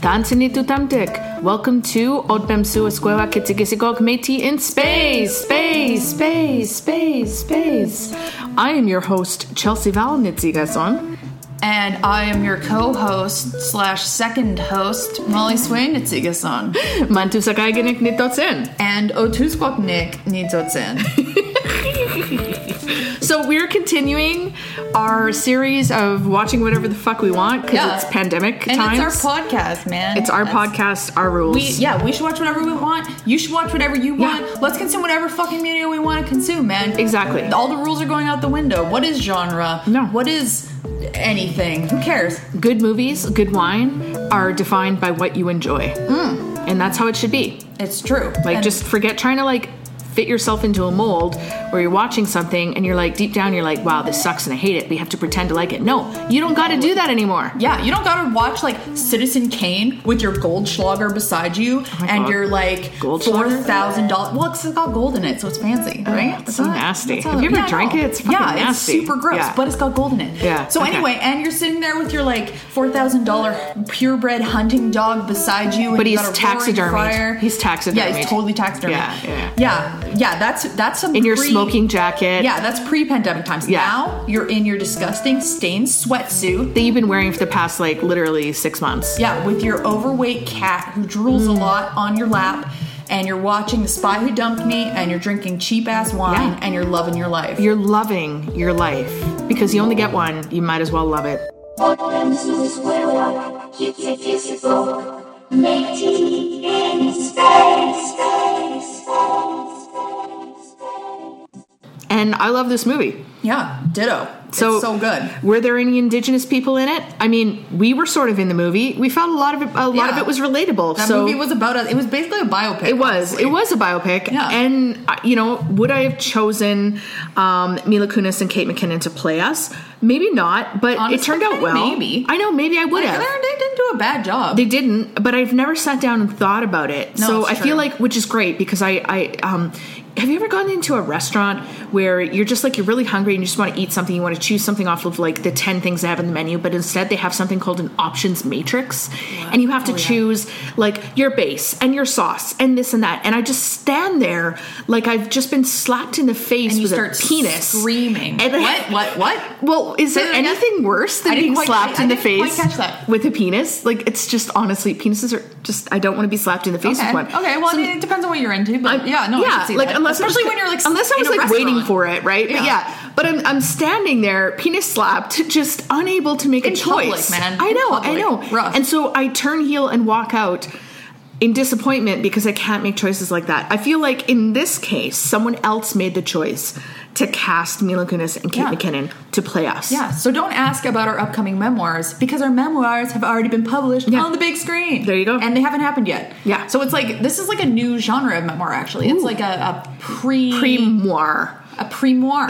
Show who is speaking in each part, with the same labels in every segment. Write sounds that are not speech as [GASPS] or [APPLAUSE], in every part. Speaker 1: Tantini Tutamtik. Welcome to Otbemsu Escuela Kitsigisigok Meti in Space, Space, Space, Space, Space. I am your host, Chelsea Valnitzigason.
Speaker 2: And I am your co-host slash second host, Molly Swain Nitsigason.
Speaker 1: [LAUGHS] Mantu Sakaigenik Nitotsen. [LAUGHS]
Speaker 2: And Otuskwapnik Nitsotsen.
Speaker 1: So we're continuing our series of watching whatever the fuck we want because
Speaker 2: Yeah.
Speaker 1: it's pandemic
Speaker 2: And
Speaker 1: times.
Speaker 2: it's our podcast, man.
Speaker 1: It's our
Speaker 2: That's-
Speaker 1: podcast, our rules.
Speaker 2: We, yeah, we should watch whatever we want. You should watch whatever you
Speaker 1: Yeah.
Speaker 2: want. Let's consume whatever fucking media we want to consume, man.
Speaker 1: Exactly.
Speaker 2: All the rules are going out the window. What is genre?
Speaker 1: No.
Speaker 2: What is anything? Who cares?
Speaker 1: Good movies, good wine are defined by what you enjoy. And that's how it should be.
Speaker 2: It's true.
Speaker 1: Like,
Speaker 2: Mm. And-
Speaker 1: just forget trying to like fit yourself into a mold where you're watching something and you're like, deep down, you're like, wow, this sucks and I hate it. We have to pretend to like it. No, you don't got to do that anymore.
Speaker 2: Yeah, you don't gotta watch like Citizen Kane with your Goldschlager beside you
Speaker 1: Oh my
Speaker 2: and
Speaker 1: God.
Speaker 2: your like four
Speaker 1: Goldschlager?
Speaker 2: thousand dollars. Well, 'cause it's got gold in it, so it's fancy, right?
Speaker 1: Oh, that's
Speaker 2: It's
Speaker 1: so
Speaker 2: not-
Speaker 1: nasty.
Speaker 2: that's not-
Speaker 1: Have you ever
Speaker 2: yeah, I
Speaker 1: drank
Speaker 2: know.
Speaker 1: it? It's fucking
Speaker 2: yeah, it's
Speaker 1: nasty.
Speaker 2: super gross,
Speaker 1: Yeah.
Speaker 2: but it's got gold in it.
Speaker 1: Yeah,
Speaker 2: So
Speaker 1: okay.
Speaker 2: anyway, and you're sitting there with your like four thousand dollar purebred hunting dog beside you, and
Speaker 1: But
Speaker 2: you
Speaker 1: he's
Speaker 2: got a roaring
Speaker 1: taxidermied.
Speaker 2: fryer.
Speaker 1: He's
Speaker 2: Yeah,
Speaker 1: taxidermied.
Speaker 2: he's totally taxidermied.
Speaker 1: Yeah, yeah.
Speaker 2: yeah, yeah, That's that's some
Speaker 1: In your
Speaker 2: pre-
Speaker 1: smoking jacket
Speaker 2: Yeah, that's pre-pandemic times.
Speaker 1: Yeah.
Speaker 2: Now you're in your disgusting stained sweatsuit.
Speaker 1: that you've been wearing for the past like literally six months.
Speaker 2: Yeah, with your overweight cat who drools
Speaker 1: Mm.
Speaker 2: a lot on your lap, and you're watching The Spy Who Dumped Me, and you're drinking cheap ass wine,
Speaker 1: Yeah.
Speaker 2: and you're loving your life.
Speaker 1: You're loving your life because you only get one. You might as well love it. And I love this movie.
Speaker 2: yeah, ditto.
Speaker 1: So,
Speaker 2: it's so good.
Speaker 1: Were there any indigenous people in it? I mean, we were sort of in the movie. We felt a lot of it, a lot
Speaker 2: Yeah.
Speaker 1: of it was relatable.
Speaker 2: That
Speaker 1: so
Speaker 2: movie was about us. It was basically a biopic.
Speaker 1: It was. It was a biopic.
Speaker 2: Yeah.
Speaker 1: And, uh, you know, would I have chosen um, Mila Kunis and Kate McKinnon to play us? Maybe not, but it
Speaker 2: Honestly,
Speaker 1: turned out
Speaker 2: kinda
Speaker 1: well.
Speaker 2: maybe.
Speaker 1: I know, maybe I would
Speaker 2: Like,
Speaker 1: have.
Speaker 2: they didn't do a bad job.
Speaker 1: They didn't, but I've never sat down and thought about it.
Speaker 2: No,
Speaker 1: so
Speaker 2: it's
Speaker 1: I
Speaker 2: true.
Speaker 1: feel like, which is great because I, I, um, have you ever gone into a restaurant where you're just like, you're really hungry and you just want to eat something, you want to choose something off of like the 10 things they have in the menu, but instead they have something called an options matrix and you
Speaker 2: Oh,
Speaker 1: have to choose like your base and your sauce and this and that. And I just stand there like I've just been slapped in the face
Speaker 2: and you
Speaker 1: with
Speaker 2: start
Speaker 1: a penis.
Speaker 2: screaming.
Speaker 1: And-
Speaker 2: what? What?
Speaker 1: [LAUGHS]
Speaker 2: What?
Speaker 1: well, is
Speaker 2: Say
Speaker 1: there
Speaker 2: that again?
Speaker 1: anything worse
Speaker 2: I
Speaker 1: than
Speaker 2: didn't
Speaker 1: being
Speaker 2: quite-
Speaker 1: slapped
Speaker 2: I- I
Speaker 1: in the
Speaker 2: didn't quite
Speaker 1: face
Speaker 2: catch that.
Speaker 1: with a penis? Like it's just honestly, penises are just. I don't want to be slapped in the face
Speaker 2: Okay.
Speaker 1: with one.
Speaker 2: okay. Well,
Speaker 1: So-
Speaker 2: I mean, it depends on what you're into, but
Speaker 1: I'm-
Speaker 2: yeah, no, I
Speaker 1: yeah,
Speaker 2: should see
Speaker 1: like
Speaker 2: that.
Speaker 1: unless I was-
Speaker 2: especially when you're like,
Speaker 1: unless I
Speaker 2: in
Speaker 1: was
Speaker 2: a
Speaker 1: like waiting
Speaker 2: restaurant.
Speaker 1: for it, right? But
Speaker 2: Yeah.
Speaker 1: yeah, but I'm I'm standing there, penis slapped, just unable to make
Speaker 2: In
Speaker 1: a
Speaker 2: public,
Speaker 1: choice.
Speaker 2: man.
Speaker 1: I
Speaker 2: In
Speaker 1: know, I
Speaker 2: public.
Speaker 1: know.
Speaker 2: Rough.
Speaker 1: And so I turn heel and walk out in disappointment because I can't make choices like that. I feel like in this case, someone else made the choice to cast Mila Kunis and Kate
Speaker 2: Yeah.
Speaker 1: McKinnon to play us.
Speaker 2: Yeah, so don't ask about our upcoming memoirs because our memoirs have already been published
Speaker 1: Yeah.
Speaker 2: on the big screen.
Speaker 1: There you go.
Speaker 2: And they haven't happened yet.
Speaker 1: Yeah.
Speaker 2: So it's like this is like a new genre of memoir actually. It's like a, a pre
Speaker 1: Primoir. [LAUGHS]
Speaker 2: a pre-moir.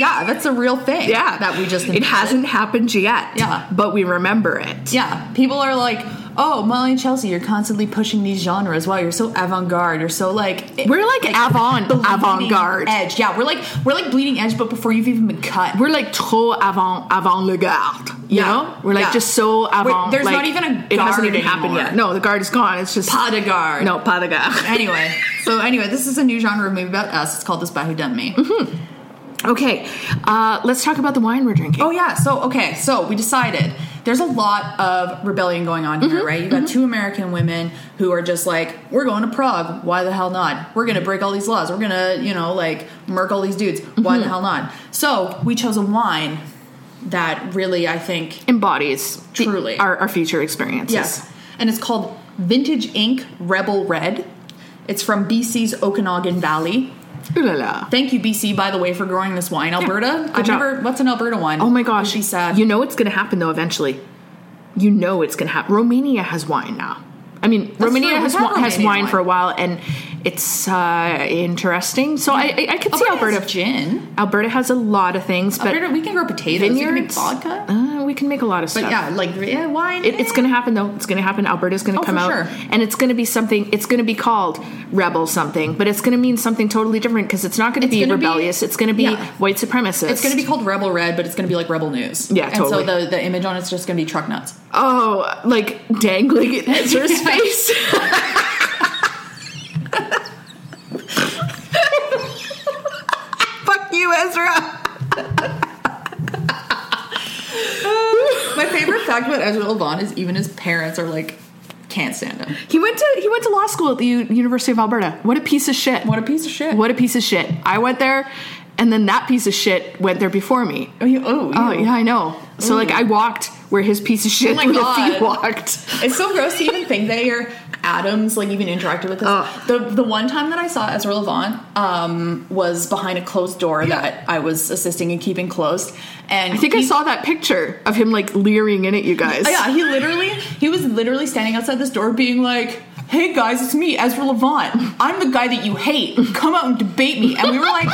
Speaker 2: yeah, that's a real thing.
Speaker 1: Yeah,
Speaker 2: That we just
Speaker 1: it hasn't happened yet.
Speaker 2: Yeah.
Speaker 1: but we remember it.
Speaker 2: Yeah. People are like, oh, Molly and Chelsea, you're constantly pushing these genres. Wow, you're so avant-garde. You're so like
Speaker 1: We're like avant-
Speaker 2: the leading
Speaker 1: avant-garde.
Speaker 2: edge. Yeah, we're like we're like bleeding edge, but before you've even been cut.
Speaker 1: We're like trop avant avant le garde. You
Speaker 2: Yeah.
Speaker 1: know, we're like
Speaker 2: Yeah.
Speaker 1: just so avant.
Speaker 2: We're- there's
Speaker 1: like,
Speaker 2: not even a
Speaker 1: It hasn't
Speaker 2: guard
Speaker 1: even happened
Speaker 2: anymore.
Speaker 1: yet. No, the guard is gone. It's just
Speaker 2: pas de garde.
Speaker 1: no pas de garde. [LAUGHS]
Speaker 2: anyway, so anyway, this is a new genre of movie about us. It's called The Spy Who Dumped Me.
Speaker 1: Okay, uh, let's talk about the wine we're drinking.
Speaker 2: Oh yeah. So okay. So we decided there's a lot of rebellion going on here, right? You got two American women who are just like, we're going to Prague. Why the hell not? We're gonna break all these laws. We're gonna, you know, like murk all these dudes. Why the hell not? So we chose a wine that really, I think,
Speaker 1: embodies the-
Speaker 2: Truly.
Speaker 1: our, our future experiences.
Speaker 2: Yes. And it's called Vintage Ink Rebel Red. It's from BC's Okanagan Valley.
Speaker 1: Ooh la la.
Speaker 2: Thank you, BC, by the way, for growing this wine. Alberta,
Speaker 1: good
Speaker 2: I've
Speaker 1: job.
Speaker 2: never. What's an Alberta wine?
Speaker 1: Oh my gosh,
Speaker 2: It'd be sad.
Speaker 1: You know it's going to happen though eventually. You know it's going to happen. Romania has wine now. I mean, Romania
Speaker 2: true.
Speaker 1: has
Speaker 2: We've had
Speaker 1: wi- has
Speaker 2: Romanian
Speaker 1: wine
Speaker 2: wine.
Speaker 1: for a while, and it's uh, interesting. So I I, I could see
Speaker 2: Alberta
Speaker 1: Alberta.
Speaker 2: has gin.
Speaker 1: Alberta has a lot of things, but
Speaker 2: Alberta, we can grow potatoes. We can make
Speaker 1: vineyards?
Speaker 2: vodka.
Speaker 1: uh, we can make a lot of
Speaker 2: But
Speaker 1: stuff.
Speaker 2: yeah, like yeah, wine. eh.
Speaker 1: It, it's going to happen though. It's going to happen. Alberta's going to
Speaker 2: Oh,
Speaker 1: come
Speaker 2: for
Speaker 1: out,
Speaker 2: sure.
Speaker 1: and it's going to be something. It's going to be called rebel something, but it's going to mean something totally different because it's not going to
Speaker 2: It's
Speaker 1: be
Speaker 2: gonna be-
Speaker 1: rebellious. it's going to be
Speaker 2: yeah.
Speaker 1: white supremacist.
Speaker 2: It's going to be called Rebel Red, but it's going to be like Rebel News.
Speaker 1: Yeah,
Speaker 2: and
Speaker 1: totally.
Speaker 2: so the, the image on it's just going to be truck nuts.
Speaker 1: oh, like dangling
Speaker 2: [LAUGHS]
Speaker 1: in Ezra's face. Fuck you, Ezra.
Speaker 2: My favorite fact about Ezra Levant is even his parents are like, can't stand him.
Speaker 1: He went to he went to law school at the U- University of Alberta. What a piece of shit.
Speaker 2: What a piece of shit.
Speaker 1: What a piece of shit. I went there, and then that piece of shit went there before me.
Speaker 2: Oh, you, oh,
Speaker 1: Oh
Speaker 2: ew.
Speaker 1: yeah, I know. So like I walked [LAUGHS] where his piece of shit
Speaker 2: Oh my
Speaker 1: with
Speaker 2: God.
Speaker 1: he walked.
Speaker 2: It's so gross to even think that your atoms like even interacted with this.
Speaker 1: Ugh.
Speaker 2: The the one time that I saw Ezra Levant um, was behind a closed door that I was assisting in keeping closed, and
Speaker 1: I think I saw that picture of him like leering in at you guys.
Speaker 2: Yeah, he literally he was literally standing outside this door, being like. Hey guys, it's me, Ezra Levant. I'm the guy that you hate. Come out and debate me. And we
Speaker 1: [LAUGHS]
Speaker 2: were like,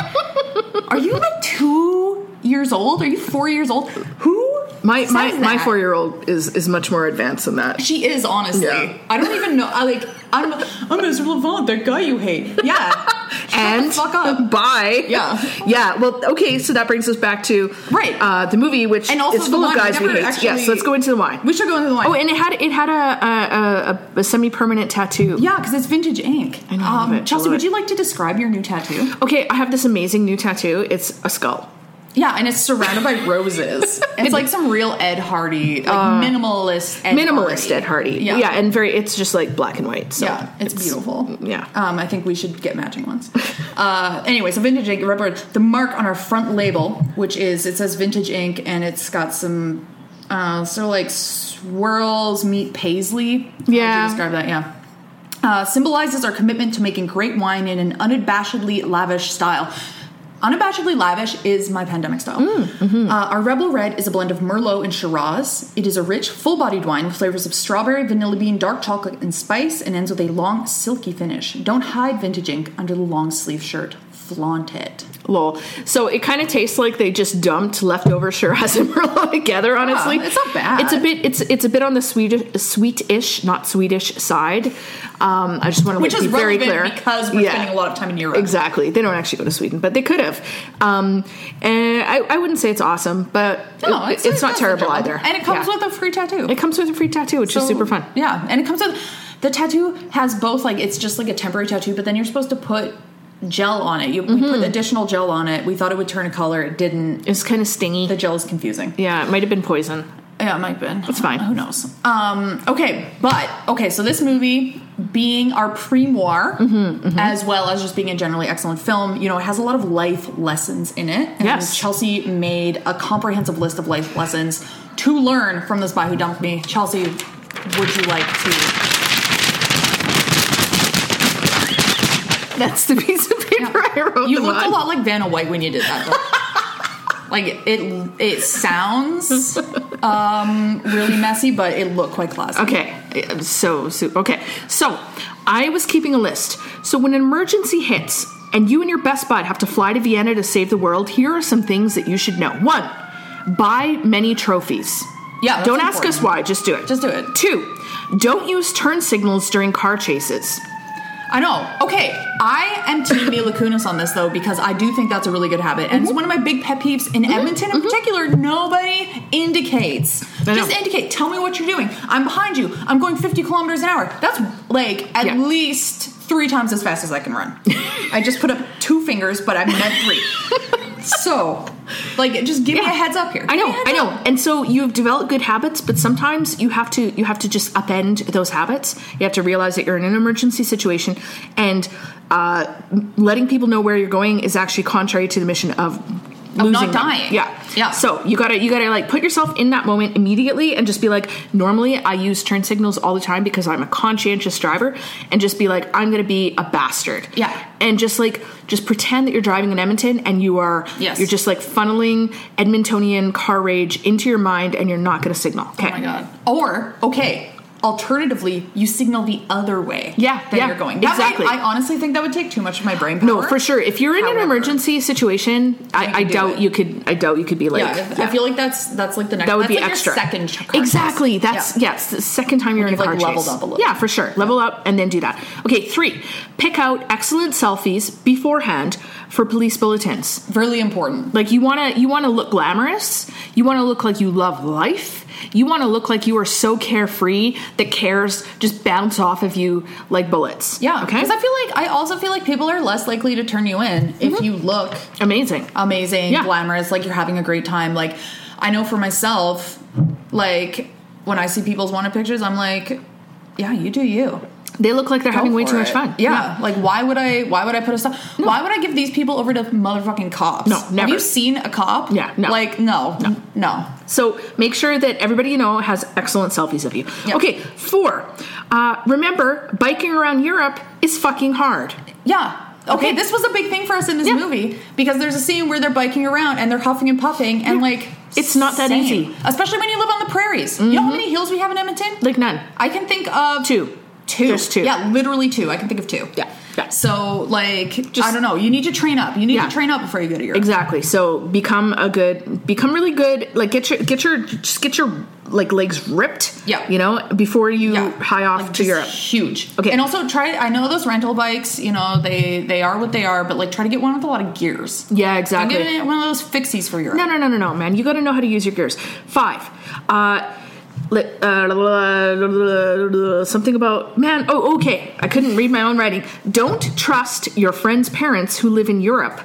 Speaker 2: Are you like two years old? Are you four years old? Who?
Speaker 1: My
Speaker 2: says
Speaker 1: my, my
Speaker 2: that?
Speaker 1: four year old is is much more advanced than that.
Speaker 2: She is honestly.
Speaker 1: Yeah.
Speaker 2: I don't even know. I like. I'm. I'm Ezra Levant, that guy you hate.
Speaker 1: [LAUGHS]
Speaker 2: Yeah. Shut the
Speaker 1: and
Speaker 2: fuck up.
Speaker 1: bye.
Speaker 2: Yeah.
Speaker 1: yeah. Well, okay. So that brings us back to
Speaker 2: Right.
Speaker 1: uh, the movie, which
Speaker 2: And also
Speaker 1: is
Speaker 2: the
Speaker 1: full of
Speaker 2: wine. We
Speaker 1: guys we
Speaker 2: never
Speaker 1: hate.
Speaker 2: actually-
Speaker 1: yes. Let's go into the wine.
Speaker 2: We should go into the wine.
Speaker 1: oh, and it had it had a a, a, a semi permanent tattoo.
Speaker 2: yeah, because it's vintage ink. Um,
Speaker 1: I know, I love it. I
Speaker 2: Chelsea,
Speaker 1: love
Speaker 2: would
Speaker 1: it.
Speaker 2: you like to describe your new tattoo?
Speaker 1: Okay, I have this amazing new tattoo. It's a skull.
Speaker 2: Yeah, and it's surrounded by
Speaker 1: [LAUGHS]
Speaker 2: roses. it's like some real Ed Hardy, like minimalist. Ed
Speaker 1: Uh, Minimalist
Speaker 2: Hardy.
Speaker 1: Ed Hardy.
Speaker 2: Yeah.
Speaker 1: yeah, and very. It's just like black and white. So
Speaker 2: yeah, it's, beautiful.
Speaker 1: yeah.
Speaker 2: um, I think we should get matching ones. uh, anyway, so vintage ink. Remember the mark on our front label, which is it says vintage ink, and it's got some uh, sort of like swirls meet paisley. How would you
Speaker 1: Yeah.
Speaker 2: describe that. Yeah. Uh, symbolizes our commitment to making great wine in an unabashedly lavish style. Unabashedly lavish is my pandemic style.
Speaker 1: Mm, mm-hmm.
Speaker 2: Uh, our Rebel Red is a blend of Merlot and Shiraz. It is a rich, full bodied wine with flavors of strawberry, vanilla bean, dark chocolate, and spice, and ends with a long, silky finish. Don't hide vintage ink under the long sleeve shirt. Flaunt it.
Speaker 1: Lol. So it kind of tastes like they just dumped leftover Shiraz and [LAUGHS] Merlot together. Honestly,
Speaker 2: it's not bad.
Speaker 1: It's a bit. It's it's a bit on the sweet sweetish, not Swedish side. Um, I just want to
Speaker 2: Which
Speaker 1: like,
Speaker 2: is
Speaker 1: be very
Speaker 2: relevant
Speaker 1: clear
Speaker 2: because we're
Speaker 1: Yeah.
Speaker 2: spending a lot of time in Europe.
Speaker 1: Exactly. They don't actually go to Sweden, but they could have. Um, and I, I wouldn't say it's awesome, but
Speaker 2: No,
Speaker 1: it- it's,
Speaker 2: it
Speaker 1: not
Speaker 2: does the
Speaker 1: terrible
Speaker 2: job.
Speaker 1: either.
Speaker 2: And it comes
Speaker 1: Yeah.
Speaker 2: with a free tattoo.
Speaker 1: it comes with a free tattoo, which is super fun.
Speaker 2: Yeah, and it comes with the tattoo has both like it's just like a temporary tattoo, but then you're supposed to put gel on it. You we put additional gel on it. We thought it would turn a color, it didn't.
Speaker 1: It's kind of stingy.
Speaker 2: The gel is confusing.
Speaker 1: yeah, it might have been poison.
Speaker 2: Yeah, it might have been. It's
Speaker 1: fine.
Speaker 2: Who knows? Um, okay, but okay, so this movie being our pre-noir, as well as just being a generally excellent film, you know, it has a lot of life lessons in it. And
Speaker 1: Yes.
Speaker 2: Chelsea made a comprehensive list of life lessons to learn from The Spy Who Dumped Me. Chelsea, would you like to?
Speaker 1: That's the piece of paper I wrote.
Speaker 2: You
Speaker 1: them
Speaker 2: looked a
Speaker 1: on.
Speaker 2: lot like Vanna White when you did
Speaker 1: [LAUGHS]
Speaker 2: that. though. like it, it sounds um, really messy, but it looked quite classy.
Speaker 1: Okay, so, so okay, so I was keeping a list. So when an emergency hits and you and your best bud have to fly to Vienna to save the world, here are some things that you should know. One, buy many trophies.
Speaker 2: Yeah, that's
Speaker 1: don't ask
Speaker 2: important.
Speaker 1: us why. Just do it.
Speaker 2: Just do it.
Speaker 1: Two, don't use turn signals during car chases.
Speaker 2: I know. Okay, I am
Speaker 1: [LAUGHS]
Speaker 2: Team Mila Kunis on this though because I do think that's a really good habit, and
Speaker 1: Mm-hmm.
Speaker 2: it's one of my big pet peeves in Edmonton in particular. Nobody indicates.
Speaker 1: I know.
Speaker 2: Just indicate. Tell me what you're doing. I'm behind you. I'm going 50 kilometers an hour. That's like at
Speaker 1: Yeah.
Speaker 2: least three times as fast as I
Speaker 1: [LAUGHS]
Speaker 2: can run. I just put up two fingers, but I meant three. so, like, just give me
Speaker 1: Yeah.
Speaker 2: a heads up here.
Speaker 1: I
Speaker 2: Give
Speaker 1: know,
Speaker 2: me a heads
Speaker 1: I know.
Speaker 2: up.
Speaker 1: And so you've developed good habits, but sometimes you have to you have to just upend those habits. You have to realize that you're in an emergency situation, and uh, m- letting people know where you're going is actually contrary to the mission of losing
Speaker 2: not
Speaker 1: them.
Speaker 2: dying.
Speaker 1: Yeah,
Speaker 2: Yeah.
Speaker 1: So you gotta you gotta like put yourself in that moment immediately and just be like, normally I use turn signals all the time because I'm a conscientious driver, and just be like, I'm gonna be a bastard.
Speaker 2: Yeah.
Speaker 1: And just like just pretend that you're driving in Edmonton and you are
Speaker 2: Yes.
Speaker 1: you're just like funneling Edmontonian car rage into your mind and you're not gonna signal. Okay.
Speaker 2: Oh my god. Or okay, alternatively, you signal the other way.
Speaker 1: Yeah,
Speaker 2: that
Speaker 1: yeah,
Speaker 2: you're going. That might-
Speaker 1: exactly.
Speaker 2: I honestly think that would take too much of my brain power.
Speaker 1: No, for sure. If you're in
Speaker 2: However.
Speaker 1: an emergency situation,
Speaker 2: You
Speaker 1: I, I
Speaker 2: can do
Speaker 1: doubt
Speaker 2: it.
Speaker 1: you could. I doubt you could be like.
Speaker 2: Yeah, I feel like that's that's like the next.
Speaker 1: that would
Speaker 2: that's
Speaker 1: be
Speaker 2: like your
Speaker 1: extra.
Speaker 2: second. ch- car
Speaker 1: exactly.
Speaker 2: test.
Speaker 1: That's
Speaker 2: Yeah.
Speaker 1: yes. The second time you're in a
Speaker 2: you've,
Speaker 1: car
Speaker 2: like, leveled
Speaker 1: chase.
Speaker 2: up a little
Speaker 1: Yeah,
Speaker 2: bit.
Speaker 1: for sure. Level up and then do that. Okay, three. Pick out excellent selfies beforehand for police bulletins.
Speaker 2: really important.
Speaker 1: Like you wanna you wanna look glamorous. You wanna look like you love life. You wanna look like you are so carefree that cares just bounce off of you like bullets.
Speaker 2: Yeah.
Speaker 1: Okay.
Speaker 2: Because I feel like I also feel like people are less likely to turn you in if you look
Speaker 1: Amazing.
Speaker 2: amazing,
Speaker 1: Mm-hmm. Yeah.
Speaker 2: glamorous, like you're having a great time. Like I know for myself, like when I see people's wanted pictures, I'm like, yeah, you do you.
Speaker 1: They look like they're having
Speaker 2: Go
Speaker 1: way
Speaker 2: for
Speaker 1: too much
Speaker 2: it.
Speaker 1: fun.
Speaker 2: Yeah. Like why would I why would I put a stop why would I give these people over to motherfucking cops?
Speaker 1: No,
Speaker 2: Have
Speaker 1: never.
Speaker 2: you seen a cop?
Speaker 1: Yeah, no.
Speaker 2: Like no. No.
Speaker 1: So make sure that everybody you know has excellent selfies of you.
Speaker 2: Yep.
Speaker 1: Okay, four. Uh, remember, biking around Europe is fucking hard.
Speaker 2: Yeah. Okay,
Speaker 1: Okay.
Speaker 2: this was a big thing for us in this
Speaker 1: Yeah.
Speaker 2: movie because there's a scene where they're biking around and they're huffing and puffing and
Speaker 1: Yeah.
Speaker 2: like
Speaker 1: It's not that
Speaker 2: same.
Speaker 1: easy.
Speaker 2: especially when you live on the prairies. You know how many hills we have in Edmonton?
Speaker 1: Like none.
Speaker 2: I can think of
Speaker 1: Two.
Speaker 2: Two.
Speaker 1: There's two.
Speaker 2: Yeah, literally two. I can think of two.
Speaker 1: Yeah. Yeah.
Speaker 2: So like,
Speaker 1: Just-
Speaker 2: I don't know. You need to train up. You need
Speaker 1: Yeah.
Speaker 2: to train up before you go to Europe.
Speaker 1: Exactly. So become a good, become really good. Like get your, get your, just get your like legs ripped.
Speaker 2: Yeah.
Speaker 1: You know, before you
Speaker 2: Yeah.
Speaker 1: high off
Speaker 2: Like,
Speaker 1: to
Speaker 2: just
Speaker 1: Europe.
Speaker 2: Huge.
Speaker 1: Okay.
Speaker 2: And also try. I know those rental bikes. You know they they are what they are, but like try to get one with a lot of gears.
Speaker 1: Yeah,
Speaker 2: I'm
Speaker 1: exactly.
Speaker 2: getting one of those fixies for Europe.
Speaker 1: No, no, no, no, no, man. You got to know how to use your gears. Five. Uh, li- uh, something about man. Oh, okay. I couldn't read my own writing. Don't trust your friends' parents who live in Europe.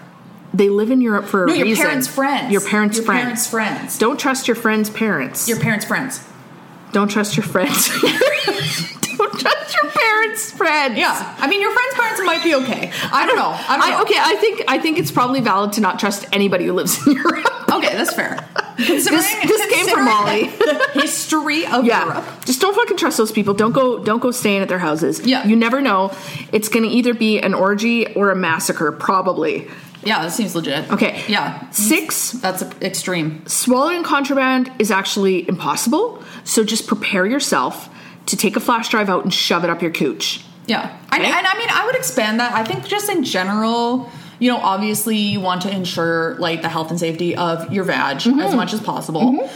Speaker 1: They live in Europe for a
Speaker 2: No, your
Speaker 1: reason.
Speaker 2: parents' friends.
Speaker 1: Your parents'
Speaker 2: Your
Speaker 1: friends.
Speaker 2: parents' friends.
Speaker 1: Don't trust your friends' parents.
Speaker 2: Your parents' friends.
Speaker 1: Don't trust your
Speaker 2: [LAUGHS]
Speaker 1: friends. Don't trust your parents' friends.
Speaker 2: Yeah. I mean, your friends' parents might be okay. I don't know. I don't know.
Speaker 1: I, okay, I think I think it's probably valid to not trust anybody who lives [LAUGHS] in Europe.
Speaker 2: Okay, that's fair. Considering,
Speaker 1: this came from
Speaker 2: considering
Speaker 1: Molly.
Speaker 2: The history of
Speaker 1: Yeah.
Speaker 2: Europe.
Speaker 1: Just don't fucking trust those people. Don't go don't go staying at their houses.
Speaker 2: Yeah.
Speaker 1: You never know. It's gonna either be an orgy or a massacre, probably.
Speaker 2: Yeah, that seems legit.
Speaker 1: Okay.
Speaker 2: Yeah.
Speaker 1: Six,
Speaker 2: That's extreme.
Speaker 1: swallowing contraband is actually impossible. So just prepare yourself to take a flash drive out and shove it up your cooch.
Speaker 2: Yeah. And,
Speaker 1: Okay.
Speaker 2: and I mean, I would expand that. I think just in general, you know, obviously you want to ensure like the health and safety of your vag
Speaker 1: Mm-hmm.
Speaker 2: as much as possible.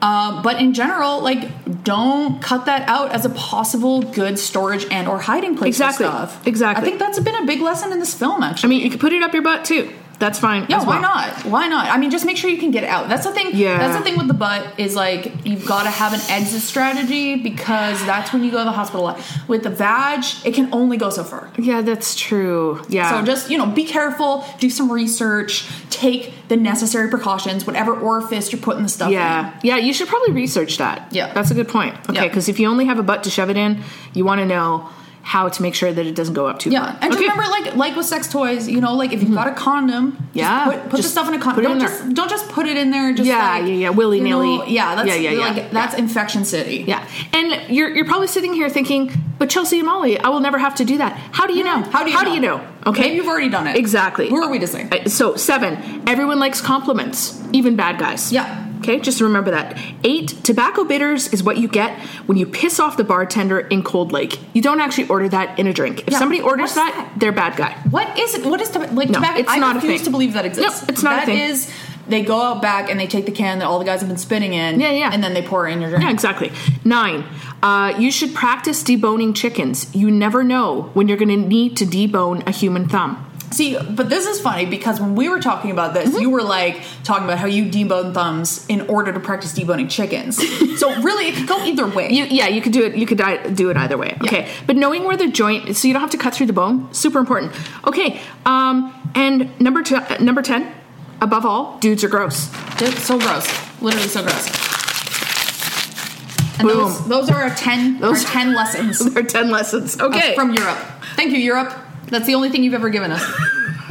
Speaker 2: Uh, but in general, like, don't cut that out as a possible good storage and or hiding place
Speaker 1: Exactly.
Speaker 2: for stuff.
Speaker 1: Exactly.
Speaker 2: I think that's been a big lesson in this film, actually.
Speaker 1: I mean you can put it up your butt too. That's fine.
Speaker 2: Yeah,
Speaker 1: as
Speaker 2: why
Speaker 1: well.
Speaker 2: not? Why not? I mean, just make sure you can get it out. That's the thing.
Speaker 1: Yeah.
Speaker 2: That's the thing with the butt is like you've got to have an exit strategy because that's when you go to the hospital. With the vag, it can only go so far.
Speaker 1: Yeah, that's true. Yeah.
Speaker 2: So just you know, be careful. Do some research. Take the necessary precautions. Whatever orifice you're putting the stuff in.
Speaker 1: Yeah, yeah. You should probably research that.
Speaker 2: Yeah.
Speaker 1: that's a good point. Okay,
Speaker 2: Yeah.
Speaker 1: because if you only have a butt to shove it in, you want to know how to make sure that it doesn't go up too
Speaker 2: Yeah,
Speaker 1: far.
Speaker 2: and
Speaker 1: okay. Mm-hmm.
Speaker 2: to remember, like like with sex toys, you know, like if you've got a condom, just
Speaker 1: Yeah,
Speaker 2: put, put
Speaker 1: just
Speaker 2: the stuff in a
Speaker 1: put
Speaker 2: condom.
Speaker 1: it
Speaker 2: Don't
Speaker 1: in
Speaker 2: just
Speaker 1: there.
Speaker 2: don't just put it in there. Just
Speaker 1: Yeah,
Speaker 2: like,
Speaker 1: yeah, yeah,
Speaker 2: you know,
Speaker 1: willy-nilly.
Speaker 2: Yeah, that's
Speaker 1: Yeah, yeah, yeah.
Speaker 2: like that's infection city.
Speaker 1: Yeah, and you're you're probably sitting here thinking, but Chelsea and Molly, I will never have to do that. How do you know?
Speaker 2: How do you
Speaker 1: How
Speaker 2: know?
Speaker 1: do you know? Okay,
Speaker 2: Maybe you've already done it.
Speaker 1: Exactly.
Speaker 2: Who are we to say?
Speaker 1: Uh, So seven. Everyone likes compliments, even bad guys.
Speaker 2: Yeah.
Speaker 1: Okay, just remember that. Eight. Tobacco bitters is what you get when you piss off the bartender in Cold Lake. You don't actually order that in a drink. If
Speaker 2: Yeah.
Speaker 1: somebody orders
Speaker 2: What's
Speaker 1: that,
Speaker 2: that?
Speaker 1: they're a bad guy.
Speaker 2: What is it? What is tobacco? Like
Speaker 1: No,
Speaker 2: tobacco?
Speaker 1: it's
Speaker 2: I
Speaker 1: not a
Speaker 2: refuse
Speaker 1: thing.
Speaker 2: to believe that exists.
Speaker 1: No, it's not a thing.
Speaker 2: That is, they go out back and they take the can that all the guys have been spitting in.
Speaker 1: Yeah, yeah.
Speaker 2: And then they pour it in your drink.
Speaker 1: Yeah, exactly. Nine, uh, you should practice deboning chickens. You never know when you're going to need to debone a human thumb.
Speaker 2: See, but this is funny because when we were talking about this, you were like talking about how you debone thumbs in order to practice deboning chickens. [LAUGHS] so really, it could go either way.
Speaker 1: You, yeah, you could do it. You could di- do it either way. Okay, but knowing where the joint, so you don't have to cut through the bone, super important. Okay, um, and number two, uh, number ten, above all, dudes are gross.
Speaker 2: Just so gross. Literally so gross. And
Speaker 1: Boom.
Speaker 2: those those are our ten
Speaker 1: Those-
Speaker 2: our ten
Speaker 1: [LAUGHS]
Speaker 2: lessons [LAUGHS]
Speaker 1: There are ten lessons. Okay,
Speaker 2: from Europe. Thank you, Europe. That's the only thing you've ever given us.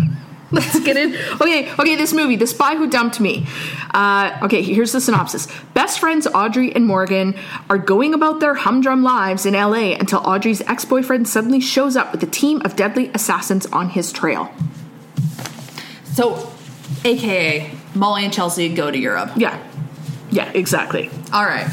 Speaker 1: [LAUGHS] Let's get in. Okay, okay, this movie, The Spy Who Dumped Me. Uh, okay, here's the synopsis. Best friends Audrey and Morgan are going about their humdrum lives in LA until Audrey's ex boyfriend suddenly shows up with a team of deadly assassins on his trail.
Speaker 2: So, AKA Molly and Chelsea go to Europe.
Speaker 1: Yeah, yeah, exactly.
Speaker 2: All right.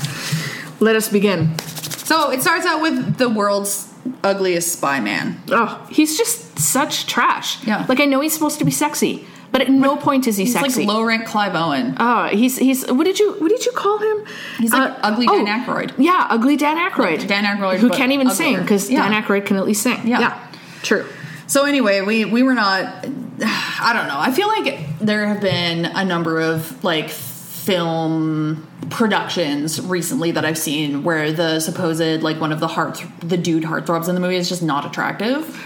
Speaker 1: Let us begin.
Speaker 2: So it starts out with the world's ugliest spy man.
Speaker 1: Oh, he's just such trash.
Speaker 2: Yeah.
Speaker 1: Like, I know he's supposed to be sexy, but at no point is he
Speaker 2: He's
Speaker 1: sexy.
Speaker 2: like low rank Clive Owen.
Speaker 1: Oh, he's he's what did you what did you call him? Uh, oh,
Speaker 2: He's like ugly Dan Aykroyd.
Speaker 1: Yeah, ugly Dan Aykroyd.
Speaker 2: Dan Aykroyd,
Speaker 1: who
Speaker 2: but
Speaker 1: can't even sing
Speaker 2: uglier.
Speaker 1: because
Speaker 2: Yeah.
Speaker 1: Dan Aykroyd can at least sing.
Speaker 2: Yeah.
Speaker 1: true.
Speaker 2: So anyway, we we were not. I don't know. I feel like there have been a number of like film productions recently that I've seen where the supposed like one of the heart the dude heartthrobs in the movie is just not attractive.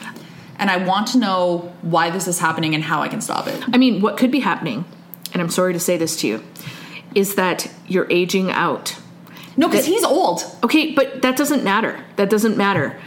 Speaker 2: And I want to know why this is happening and how I can stop it.
Speaker 1: I mean, what could be happening, and I'm sorry to say this to you, is that you're aging out.
Speaker 2: No, because he's old.
Speaker 1: Okay, but that doesn't matter. That doesn't matter.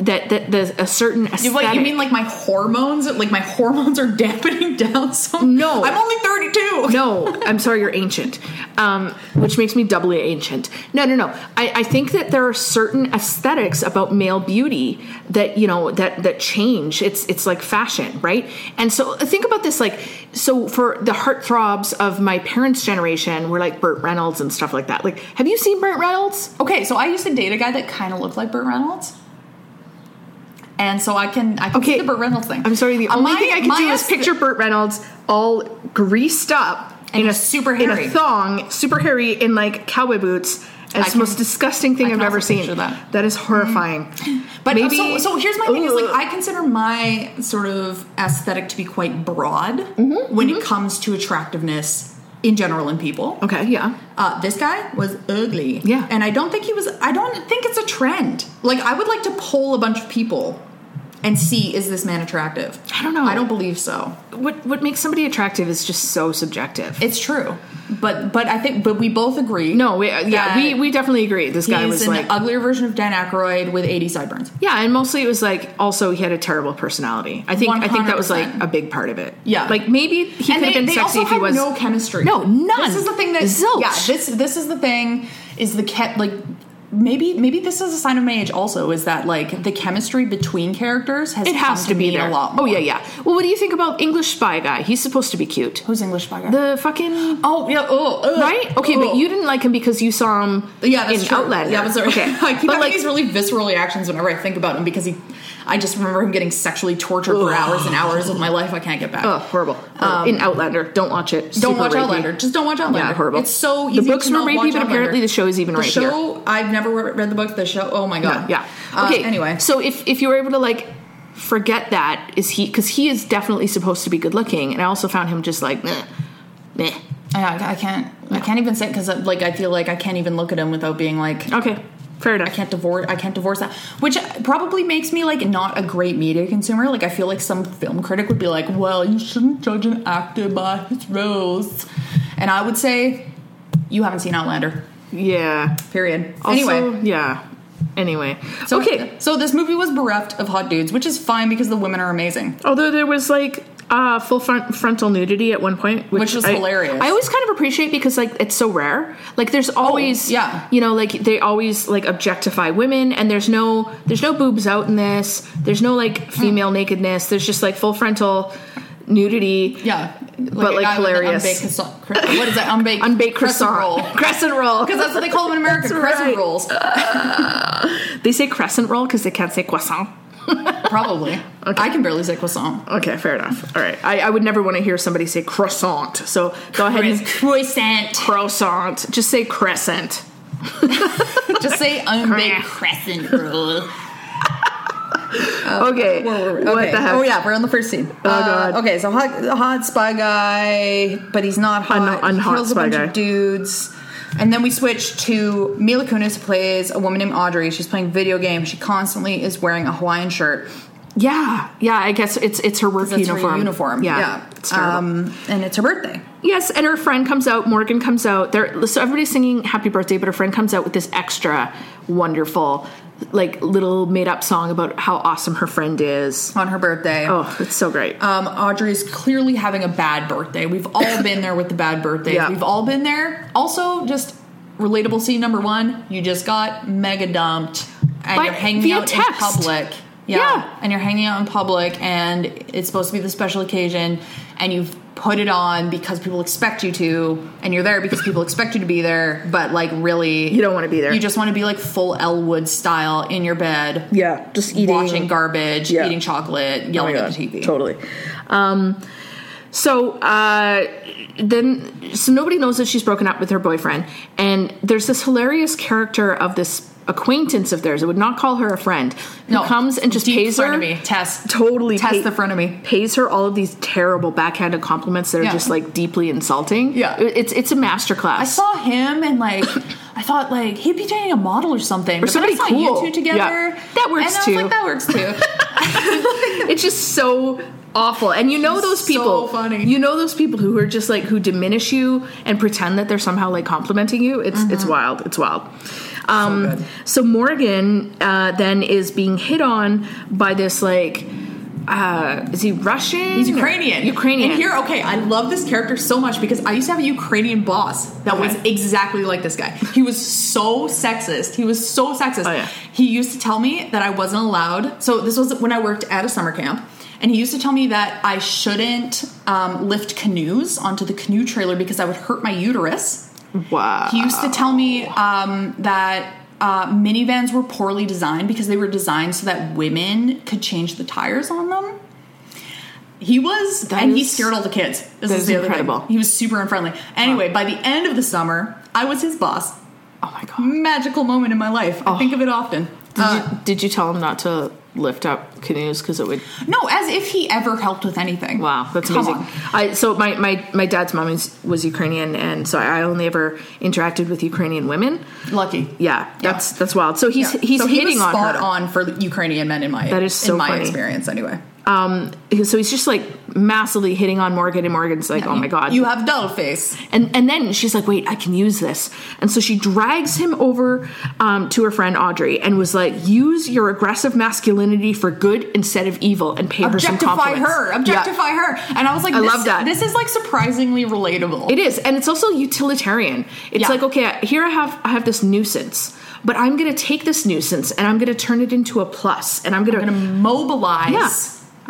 Speaker 1: That that the a certain
Speaker 2: You,
Speaker 1: aesthetic.
Speaker 2: like, you mean like my hormones? Like my hormones are [LAUGHS] dampening down so
Speaker 1: No.
Speaker 2: I'm only 32.
Speaker 1: no, I'm sorry, you're ancient, um, which makes me doubly ancient. No, no, no. I, I think that there are certain aesthetics about male beauty that you know that that change. It's it's like fashion, right? And so think about this, like so for the heartthrobs of my parents' generation, were like Burt Reynolds and stuff like that. Like, have you seen Burt Reynolds?
Speaker 2: Okay, so I used to date a guy that kind of looked like Burt Reynolds. And so I can I can
Speaker 1: Okay.
Speaker 2: see the Burt Reynolds thing.
Speaker 1: I'm sorry, the
Speaker 2: Uh,
Speaker 1: only
Speaker 2: my-
Speaker 1: thing I can
Speaker 2: my
Speaker 1: do is
Speaker 2: aesth-
Speaker 1: picture Burt Reynolds all greased up
Speaker 2: And
Speaker 1: in a
Speaker 2: he's super
Speaker 1: in
Speaker 2: hairy.
Speaker 1: a thong, super hairy in like cowboy boots. And it's
Speaker 2: I
Speaker 1: the most
Speaker 2: can-
Speaker 1: disgusting thing
Speaker 2: I
Speaker 1: I have
Speaker 2: can
Speaker 1: ever
Speaker 2: also
Speaker 1: seen.
Speaker 2: picture that. Mm-hmm.
Speaker 1: that is horrifying.
Speaker 2: But uh,
Speaker 1: Maybe-
Speaker 2: so, so here's my thing: is like
Speaker 1: Ugh.
Speaker 2: I consider my sort of aesthetic to be quite broad
Speaker 1: Mm-hmm,
Speaker 2: when it comes to attractiveness in general in people.
Speaker 1: [LAUGHS] Okay, yeah.
Speaker 2: Uh, this guy was ugly.
Speaker 1: Yeah.
Speaker 2: And I don't think he was, I don't think it's a trend. Like, I would like to poll a bunch of people and see is this man attractive?
Speaker 1: I don't know.
Speaker 2: I don't believe so.
Speaker 1: What what makes somebody attractive is just so subjective.
Speaker 2: It's true. But, but I think, but we both agree.
Speaker 1: no, we, uh, yeah,
Speaker 2: that
Speaker 1: we we definitely agree. This
Speaker 2: He's
Speaker 1: guy was
Speaker 2: an
Speaker 1: like,
Speaker 2: uglier version of Dan Aykroyd with 80 sideburns.
Speaker 1: yeah, and mostly it was like also he had a terrible personality. I think I think that was like
Speaker 2: 100%.
Speaker 1: a big part of it.
Speaker 2: Yeah.
Speaker 1: like maybe he could
Speaker 2: and
Speaker 1: have
Speaker 2: they,
Speaker 1: been
Speaker 2: they
Speaker 1: sexy
Speaker 2: also
Speaker 1: if he
Speaker 2: had
Speaker 1: was
Speaker 2: no chemistry.
Speaker 1: No, none.
Speaker 2: This is the thing that
Speaker 1: Zilch.
Speaker 2: Yeah, this this is the thing is the cat like maybe maybe this is a sign of my age also is that like the chemistry between characters has
Speaker 1: It
Speaker 2: come
Speaker 1: has to be
Speaker 2: mean
Speaker 1: there.
Speaker 2: a lot.
Speaker 1: Oh
Speaker 2: more.
Speaker 1: yeah, yeah. Well, what do you think about English Spy Guy? He's supposed to be cute.
Speaker 2: Who's English by guy?
Speaker 1: The fucking
Speaker 2: oh yeah, oh ugh,
Speaker 1: right? Okay,
Speaker 2: ugh.
Speaker 1: but uh, you didn't like him because you saw him
Speaker 2: yeah, that's
Speaker 1: in
Speaker 2: true.
Speaker 1: Outlander.
Speaker 2: Yeah, I'm sorry.
Speaker 1: Okay,
Speaker 2: [LAUGHS] I keep
Speaker 1: but
Speaker 2: having
Speaker 1: like
Speaker 2: these really visceral reactions whenever I think about him because he, I just remember him getting sexually tortured for
Speaker 1: Ugh.
Speaker 2: hours and hours of my life. I can't get back.
Speaker 1: oh, horrible. in Outlander, don't watch it.
Speaker 2: Don't
Speaker 1: Super
Speaker 2: watch
Speaker 1: rapey.
Speaker 2: Outlander. Just don't watch Outlander.
Speaker 1: Yeah, horrible.
Speaker 2: It's so easy.
Speaker 1: The books
Speaker 2: to
Speaker 1: were
Speaker 2: not
Speaker 1: rapey,
Speaker 2: watch
Speaker 1: but
Speaker 2: Outlander.
Speaker 1: apparently the show is even
Speaker 2: The
Speaker 1: rapier.
Speaker 2: show. I've never re- read the book. The show. Oh my god.
Speaker 1: Yeah.
Speaker 2: Uh,
Speaker 1: Okay.
Speaker 2: anyway.
Speaker 1: so if if you were able to like forget that, is he? Because he is definitely supposed to be good looking, and I also found him just like meh, meh.
Speaker 2: I, I can't. I can't even say because like I feel like I can't even look at him without being like.
Speaker 1: Okay, fair enough.
Speaker 2: I can't divorce. I can't divorce that, which probably makes me like not a great media consumer. Like I feel like some film critic would be like, "Well, you shouldn't judge an actor by his roles," and I would say, "You haven't seen Outlander."
Speaker 1: Yeah.
Speaker 2: Period.
Speaker 1: Also,
Speaker 2: anyway,
Speaker 1: yeah. Anyway,
Speaker 2: So,
Speaker 1: okay.
Speaker 2: So this movie was bereft of hot dudes, which is fine because the women are amazing.
Speaker 1: Although there was like uh, full front, frontal nudity at one point, which,
Speaker 2: Which was
Speaker 1: I-
Speaker 2: hilarious. Oh,
Speaker 1: I always kind of appreciate because like it's so rare. Like there's always,
Speaker 2: yeah.
Speaker 1: you know, like they always like objectify women, and there's no there's no boobs out in this. There's no
Speaker 2: Mm.
Speaker 1: like female nakedness. There's just like full frontal nudity.
Speaker 2: Yeah. Like
Speaker 1: But,
Speaker 2: a
Speaker 1: like,
Speaker 2: guy with an
Speaker 1: hilarious.
Speaker 2: unbaked croissant- cro- What is that? Unbaked,
Speaker 1: Unbaked
Speaker 2: crescent
Speaker 1: croissant, [LAUGHS]
Speaker 2: roll.
Speaker 1: crescent
Speaker 2: [LAUGHS]
Speaker 1: roll.
Speaker 2: Because that's what they call them in America,
Speaker 1: That's
Speaker 2: crescent
Speaker 1: right.
Speaker 2: rolls.
Speaker 1: they say crescent roll because they can't say croissant.
Speaker 2: Probably. I can barely say croissant.
Speaker 1: Okay, fair enough. All right, I, I would never want to hear somebody say croissant. So go ahead and
Speaker 2: Croissant.
Speaker 1: croissant. Just say crescent.
Speaker 2: Just say unbaked crescent roll.
Speaker 1: okay.
Speaker 2: Where were we?
Speaker 1: What
Speaker 2: Okay.
Speaker 1: the heck?
Speaker 2: Oh yeah, we're on the first scene. Oh
Speaker 1: God.
Speaker 2: Okay, so hot, hot spy guy, but he's not hot.
Speaker 1: Un-
Speaker 2: He
Speaker 1: unhot
Speaker 2: kills
Speaker 1: spy
Speaker 2: a bunch
Speaker 1: guy.
Speaker 2: of dudes. And then we switch to Mila Kunis who plays a woman named Audrey. She's playing video games. She constantly is wearing a Hawaiian shirt.
Speaker 1: Yeah. Yeah. I guess it's it's her work
Speaker 2: That's
Speaker 1: uniform.
Speaker 2: her uniform.
Speaker 1: Yeah. It's terrible.
Speaker 2: um, and it's her birthday.
Speaker 1: yes, and her friend comes out. Morgan comes out. They're, so everybody's singing "Happy Birthday," but her friend comes out with this extra wonderful like little made up song about how awesome her friend is.
Speaker 2: on her birthday.
Speaker 1: Oh, it's so great.
Speaker 2: Um, Audrey is clearly having a bad birthday. We've
Speaker 1: [LAUGHS]
Speaker 2: all been there with the bad birthdays.
Speaker 1: Yeah.
Speaker 2: We've all been there. Also, just relatable scene number one: you just got mega dumped, and
Speaker 1: By-
Speaker 2: you're hanging
Speaker 1: via
Speaker 2: out in
Speaker 1: text.
Speaker 2: public. Yeah.
Speaker 1: Yeah.
Speaker 2: and you're hanging out in public, and it's supposed to be the special occasion, and you've put it on because people expect you to, and you're there because people expect you to be there. But like, really,
Speaker 1: You don't wanna be there.
Speaker 2: You just want to be like full Elwood style in your bed,
Speaker 1: yeah, just eating
Speaker 2: watching garbage,
Speaker 1: Yeah.
Speaker 2: eating chocolate, yelling
Speaker 1: Oh my
Speaker 2: at the
Speaker 1: God,
Speaker 2: TV.
Speaker 1: Totally. Um, so uh, then, so nobody knows that she's broken up with her boyfriend, and there's this hilarious character of this acquaintance of theirs. I would not call her a friend who comes and just
Speaker 2: deep
Speaker 1: pays her.
Speaker 2: frenemy. Test
Speaker 1: Totally
Speaker 2: test
Speaker 1: pay-
Speaker 2: the frenemy.
Speaker 1: Pays her all of these terrible backhanded compliments that are
Speaker 2: Yeah.
Speaker 1: just like deeply insulting.
Speaker 2: Yeah.
Speaker 1: It- it's it's a masterclass.
Speaker 2: I saw him and like I thought like he'd be dating a model or something. Or
Speaker 1: somebody
Speaker 2: but then I saw
Speaker 1: cool.
Speaker 2: You two together.
Speaker 1: Yeah. That works
Speaker 2: and I was
Speaker 1: too.
Speaker 2: Like, that
Speaker 1: [LAUGHS]
Speaker 2: works too.
Speaker 1: it's just so awful and you know those
Speaker 2: so
Speaker 1: people
Speaker 2: funny.
Speaker 1: you know those people who are just like who diminish you and pretend that they're somehow like complimenting you it's it's wild it's wild um
Speaker 2: Mm-hmm. good.
Speaker 1: so, morgan uh then is being hit on by this like uh is he russian
Speaker 2: He's Ukrainian.
Speaker 1: ukrainian
Speaker 2: And here, okay, I love this character so much because I used to have a Ukrainian boss that was
Speaker 1: Okay.
Speaker 2: exactly like this guy. He was so sexist. He was so sexist.
Speaker 1: Oh, yeah.
Speaker 2: He used to tell me that I wasn't allowed. So this was when I worked at a summer camp. And he used to tell me that I shouldn't um, lift canoes onto the canoe trailer because I would hurt my uterus.
Speaker 1: wow
Speaker 2: He used to tell me um, that uh, minivans were poorly designed because they were designed so that women could change the tires on them. He was,
Speaker 1: That
Speaker 2: and he
Speaker 1: is-
Speaker 2: scared all the kids. This
Speaker 1: that
Speaker 2: is
Speaker 1: is
Speaker 2: the other
Speaker 1: incredible.
Speaker 2: thing. He was super unfriendly. Anyway, by the end of the summer, I was his boss.
Speaker 1: oh my god
Speaker 2: Magical moment in my life. I think of it often.
Speaker 1: Oh. did,
Speaker 2: Uh,
Speaker 1: you, did you tell him not to lift up canoes because it would
Speaker 2: no, as if he ever helped with anything.
Speaker 1: Wow, that's
Speaker 2: Come
Speaker 1: amazing.
Speaker 2: on.
Speaker 1: I so my, my my dad's mom is, was Ukrainian, and so I only ever interacted with Ukrainian women.
Speaker 2: Lucky.
Speaker 1: Yeah, that's that's wild. So he's
Speaker 2: Yeah.
Speaker 1: he's
Speaker 2: so he
Speaker 1: hitting
Speaker 2: was
Speaker 1: on
Speaker 2: spot
Speaker 1: her.
Speaker 2: on for Ukrainian men in my
Speaker 1: That is so
Speaker 2: in my
Speaker 1: funny.
Speaker 2: experience anyway.
Speaker 1: Um, so he's just like massively hitting on Morgan, and Morgan's like, "Oh my god,
Speaker 2: You have dull face.
Speaker 1: And and then she's like, "Wait, I can use this." And so she drags him over um, to her friend Audrey and was like, "Use your aggressive masculinity for good instead of evil, and pay her some
Speaker 2: objectify
Speaker 1: compliments."
Speaker 2: her,
Speaker 1: Yeah.
Speaker 2: objectify her. And I was like,
Speaker 1: I
Speaker 2: this,
Speaker 1: love that.
Speaker 2: This is like surprisingly relatable.
Speaker 1: It is, and it's also utilitarian. It's
Speaker 2: Yeah.
Speaker 1: like okay, I- here I have I have this nuisance, but I'm going to take this nuisance and I'm going to turn it into a plus, and I'm going
Speaker 2: going to
Speaker 1: to
Speaker 2: mobilize.
Speaker 1: yeah,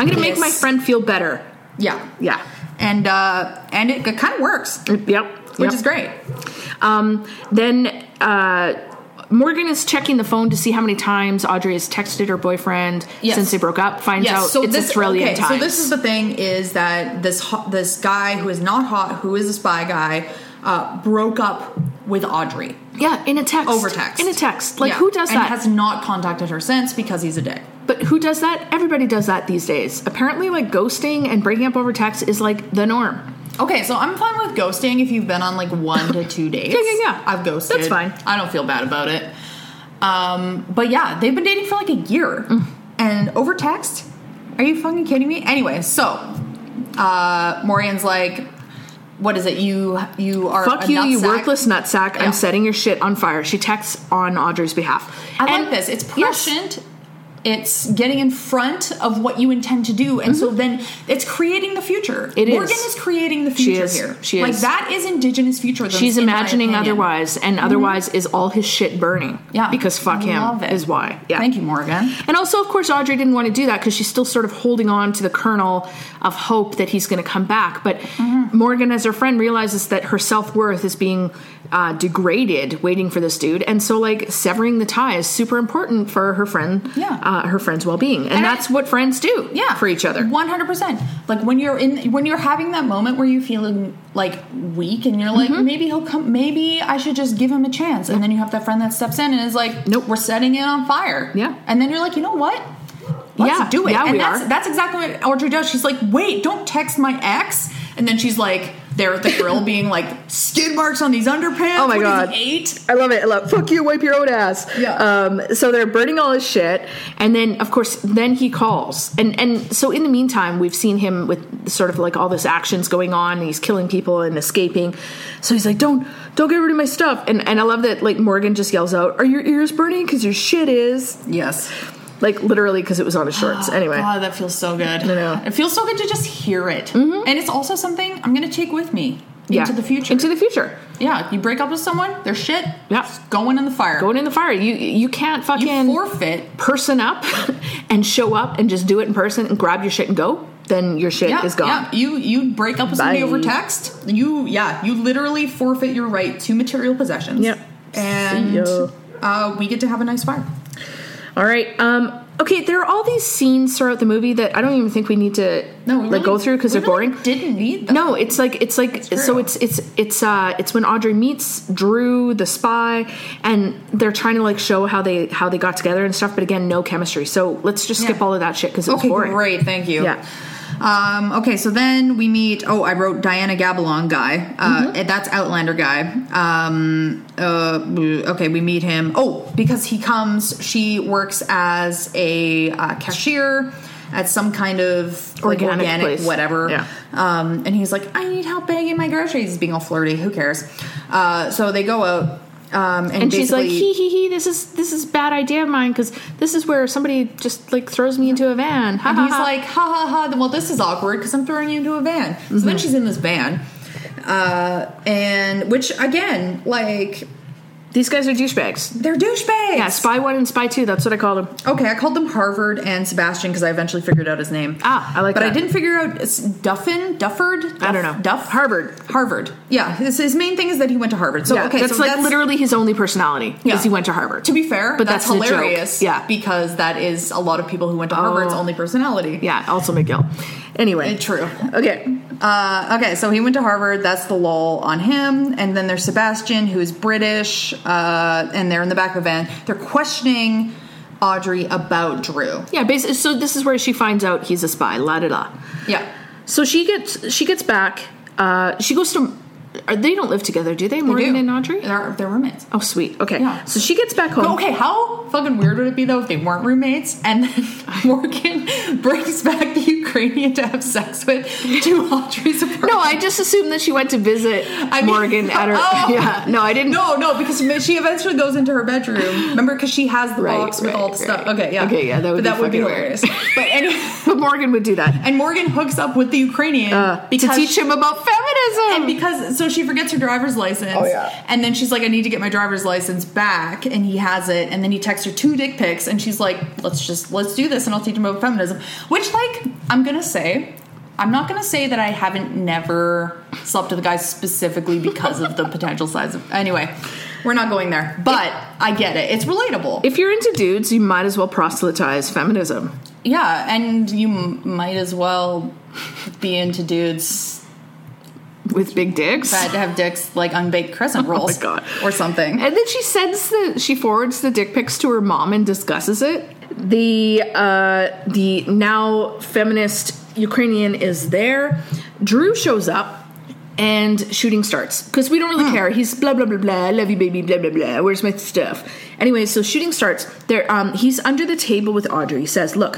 Speaker 1: I'm going to make my
Speaker 2: this.
Speaker 1: friend feel better.
Speaker 2: yeah,
Speaker 1: Yeah,
Speaker 2: and uh, and it, kind of works,
Speaker 1: yep,
Speaker 2: which
Speaker 1: yep.
Speaker 2: is great.
Speaker 1: Um, then uh, Morgan is checking the phone to see how many times Audrey has texted her boyfriend
Speaker 2: Yes.
Speaker 1: since they broke up. Finds out it's Australian
Speaker 2: okay,
Speaker 1: time.
Speaker 2: So this is the thing: is that this ho- this guy who is not hot, who is a spy guy, uh, broke up with Audrey
Speaker 1: yeah, in a text,
Speaker 2: over text.
Speaker 1: in a text. Like
Speaker 2: Yeah.
Speaker 1: who does
Speaker 2: and
Speaker 1: that?
Speaker 2: Has not contacted her since because he's a dick.
Speaker 1: But who does that? Everybody does that these days. Apparently, like ghosting and breaking up over text is like the norm.
Speaker 2: Okay, so I'm fine with ghosting if you've been on like one to two dates.
Speaker 1: [LAUGHS] Yeah, yeah, yeah.
Speaker 2: I've ghosted.
Speaker 1: That's fine.
Speaker 2: I don't feel bad about it. Um, but yeah, they've been dating for like a year,
Speaker 1: Mm.
Speaker 2: and over text. Are you fucking kidding me? Anyway, so uh, Morian's like, "What is it? You you are
Speaker 1: Fuck
Speaker 2: a
Speaker 1: you, you
Speaker 2: nutsack."
Speaker 1: worthless nutsack.
Speaker 2: Yeah.
Speaker 1: I'm setting your shit on fire. She texts on Audrey's behalf.
Speaker 2: I
Speaker 1: And-
Speaker 2: like this. It's
Speaker 1: Yes.
Speaker 2: prescient. It's getting in front of what you intend to do, and so then it's creating the future.
Speaker 1: Mm-hmm. It is.
Speaker 2: Morgan is creating the future
Speaker 1: is.
Speaker 2: here.
Speaker 1: She
Speaker 2: like
Speaker 1: is.
Speaker 2: that is indigenous futurism.
Speaker 1: She's
Speaker 2: in my
Speaker 1: imagining
Speaker 2: opinion. Mm-hmm.
Speaker 1: otherwise, and otherwise is all his shit burning.
Speaker 2: Yeah.
Speaker 1: Because fuck
Speaker 2: I
Speaker 1: him
Speaker 2: love
Speaker 1: is
Speaker 2: it.
Speaker 1: why. Yeah.
Speaker 2: Thank you, Morgan.
Speaker 1: And also, of course, Audrey didn't want to do that because she's still sort of holding on to the kernel of hope that he's going to come back. But Morgan, as her friend, realizes that her self worth is being uh, degraded waiting for this dude, and so like severing the tie is super important for her friend,
Speaker 2: Yeah.
Speaker 1: uh, her friend's well being, and,
Speaker 2: And I-
Speaker 1: that's what friends do,
Speaker 2: Yeah,
Speaker 1: for each other.
Speaker 2: one hundred percent. Like when you're in, when you're having that moment where you're feeling like weak, and you're
Speaker 1: Mm-hmm.
Speaker 2: like, maybe he'll come. Maybe I should just give him a chance. And then you have that friend that steps in and is like,
Speaker 1: Nope.
Speaker 2: we're setting it on fire.
Speaker 1: Yeah.
Speaker 2: and then you're like, you know what? Let's
Speaker 1: Yeah,
Speaker 2: do it.
Speaker 1: yeah,
Speaker 2: and
Speaker 1: we
Speaker 2: that's,
Speaker 1: are.
Speaker 2: that's exactly what Audrey does. She's like, wait, don't text my ex. And then she's like, there at the
Speaker 1: [LAUGHS]
Speaker 2: grill, being like, skid marks on these underpants.
Speaker 1: Oh my
Speaker 2: What
Speaker 1: God.
Speaker 2: is he, eight.
Speaker 1: I love it. I love fuck you, wipe your own ass.
Speaker 2: Yeah.
Speaker 1: Um, so they're burning all his shit, and then of course, then he calls, and and so in the meantime, we've seen him with sort of like all this actions going on, and he's killing people and escaping. So he's like, don't don't get rid of my stuff. And and I love that like Morgan just yells out, "Are your ears burning? Because your shit is."
Speaker 2: Yes.
Speaker 1: Like literally because it was on his
Speaker 2: [GASPS]
Speaker 1: shorts. Anyway,
Speaker 2: God, that feels so good.
Speaker 1: know. Mm-hmm.
Speaker 2: It feels so good to just hear it. And it's also something I'm going to take with me
Speaker 1: yeah.
Speaker 2: into the future.
Speaker 1: Into the future.
Speaker 2: yeah, you break up with someone, their shit,
Speaker 1: Yeah.
Speaker 2: it's going in the fire.
Speaker 1: Going in the fire. You you can't
Speaker 2: you
Speaker 1: fucking
Speaker 2: forfeit.
Speaker 1: person up [LAUGHS] and show up and just do it in person and grab your shit and go. Then your shit
Speaker 2: Yeah,
Speaker 1: is gone.
Speaker 2: yeah. You you break up with somebody
Speaker 1: Bye.
Speaker 2: over text. You yeah. You literally forfeit your right to material possessions.
Speaker 1: Yep. See
Speaker 2: And
Speaker 1: ya.
Speaker 2: uh, we get to have a nice fire.
Speaker 1: All right. Um, okay, there are all these scenes throughout the movie that I don't even think we need to
Speaker 2: No, we
Speaker 1: like
Speaker 2: really-
Speaker 1: go through because
Speaker 2: we
Speaker 1: they're
Speaker 2: really
Speaker 1: boring.
Speaker 2: Didn't need them.
Speaker 1: no, it's like it's like
Speaker 2: true.
Speaker 1: so it's it's it's uh it's when Audrey meets Drew the spy and they're trying to like show how they how they got together and stuff but again no chemistry. So let's just skip
Speaker 2: Yeah.
Speaker 1: all of that shit cuz it was
Speaker 2: Okay,
Speaker 1: boring.
Speaker 2: great. Thank you.
Speaker 1: Yeah.
Speaker 2: Um, okay, so then we meet. Oh, I wrote Diana Gabalon guy. Uh,
Speaker 1: Mm-hmm.
Speaker 2: That's Outlander guy. Um, uh, okay, we meet him. Oh, because he comes. She works as a uh, cashier at some kind of like,
Speaker 1: Organic
Speaker 2: organic,
Speaker 1: place.
Speaker 2: whatever.
Speaker 1: Yeah.
Speaker 2: Um, and he's like, I need help bagging my groceries. He's being all flirty. Who cares? Uh, so they go out. Um, and
Speaker 1: And she's like,
Speaker 2: basically-
Speaker 1: hee hee hee, this is this is bad idea of mine because this is where somebody just like throws me into a van. Ha,
Speaker 2: And
Speaker 1: ha,
Speaker 2: he's
Speaker 1: ha.
Speaker 2: like, ha ha ha, well, this is awkward because I'm throwing you into a van. So
Speaker 1: Mm-hmm.
Speaker 2: then she's in this van. Uh, and which, again, like,
Speaker 1: these guys are douchebags.
Speaker 2: they're douchebags.
Speaker 1: Yeah, spy one and spy two. That's what I called them.
Speaker 2: Okay, I called them Harvard and Sebastian because I eventually figured out his name.
Speaker 1: Ah, I like
Speaker 2: But
Speaker 1: that.
Speaker 2: I didn't figure out it's Duffin, Dufford.
Speaker 1: I don't
Speaker 2: Duff-
Speaker 1: know.
Speaker 2: Duff
Speaker 1: Harvard.
Speaker 2: Harvard. Yeah, his, his main thing is that he went to Harvard. So
Speaker 1: Yeah,
Speaker 2: okay,
Speaker 1: that's
Speaker 2: so
Speaker 1: like literally his only personality because
Speaker 2: Yeah.
Speaker 1: he went to Harvard.
Speaker 2: To be fair,
Speaker 1: But
Speaker 2: that's,
Speaker 1: that's the joke.
Speaker 2: hilarious.
Speaker 1: Yeah. Oh.
Speaker 2: because that is a lot of people who went to Harvard's only personality.
Speaker 1: yeah, also Miguel. Anyway,
Speaker 2: Eh, True.
Speaker 1: okay,
Speaker 2: Uh, okay, so he went to Harvard. That's the lol on him. And then there's Sebastian, who is British, uh, and they're in the back of a van. They're questioning Audrey about Drew.
Speaker 1: yeah. Basically, so this is where she finds out he's a spy. La da da.
Speaker 2: Yeah.
Speaker 1: So she gets she gets back. Uh, she goes to. Are, they don't live together, do they? Morgan and Audrey.
Speaker 2: They're, they're roommates.
Speaker 1: Oh, sweet. Okay.
Speaker 2: Yeah.
Speaker 1: So she gets back home.
Speaker 2: But okay, how fucking weird would it be, though, if they weren't roommates and then [LAUGHS] Morgan brings back the Ukrainian to have sex with to Audrey's apartment?
Speaker 1: No, I just assumed that she went to visit
Speaker 2: mean-
Speaker 1: Morgan at her.
Speaker 2: Oh.
Speaker 1: [LAUGHS] Yeah. No, I didn't.
Speaker 2: No, no, because she eventually goes into her bedroom. Remember, because she has the
Speaker 1: Right,
Speaker 2: box with
Speaker 1: right,
Speaker 2: all the stuff.
Speaker 1: right.
Speaker 2: Okay, yeah,
Speaker 1: Okay, yeah, that would be
Speaker 2: but that would be
Speaker 1: fucking
Speaker 2: hilarious. but anyway.
Speaker 1: [LAUGHS] But Morgan would do that
Speaker 2: And Morgan hooks up with the Ukrainian
Speaker 1: Uh, to teach him about feminism.
Speaker 2: and because so she forgets her driver's license.
Speaker 1: Oh, yeah.
Speaker 2: And then she's like, I need to get my driver's license back, and he has it. And then he texts her two dick pics, and she's like, Let's just let's do this, and I'll teach him about feminism. Which, like, I'm gonna say. I'm not gonna say that I haven't never slept with a guy specifically because
Speaker 1: [LAUGHS]
Speaker 2: of the potential size of. Anyway, we're not going there, but I get it. It's relatable.
Speaker 1: if you're into dudes, you might as well proselytize feminism.
Speaker 2: yeah, and you m- might as well be into dudes
Speaker 1: with big dicks.
Speaker 2: that have dicks like unbaked
Speaker 1: [LAUGHS]
Speaker 2: crescent rolls
Speaker 1: Oh God.
Speaker 2: or something.
Speaker 1: and then she sends the she forwards the dick pics to her mom and discusses it. The uh, the now feminist Ukrainian is there. Drew shows up and shooting starts because we don't really care. He's blah blah blah blah. I Love you, baby. Blah blah blah. Where's my stuff? Anyway, so shooting starts. There, um, he's under the table with Audrey. He says, "Look,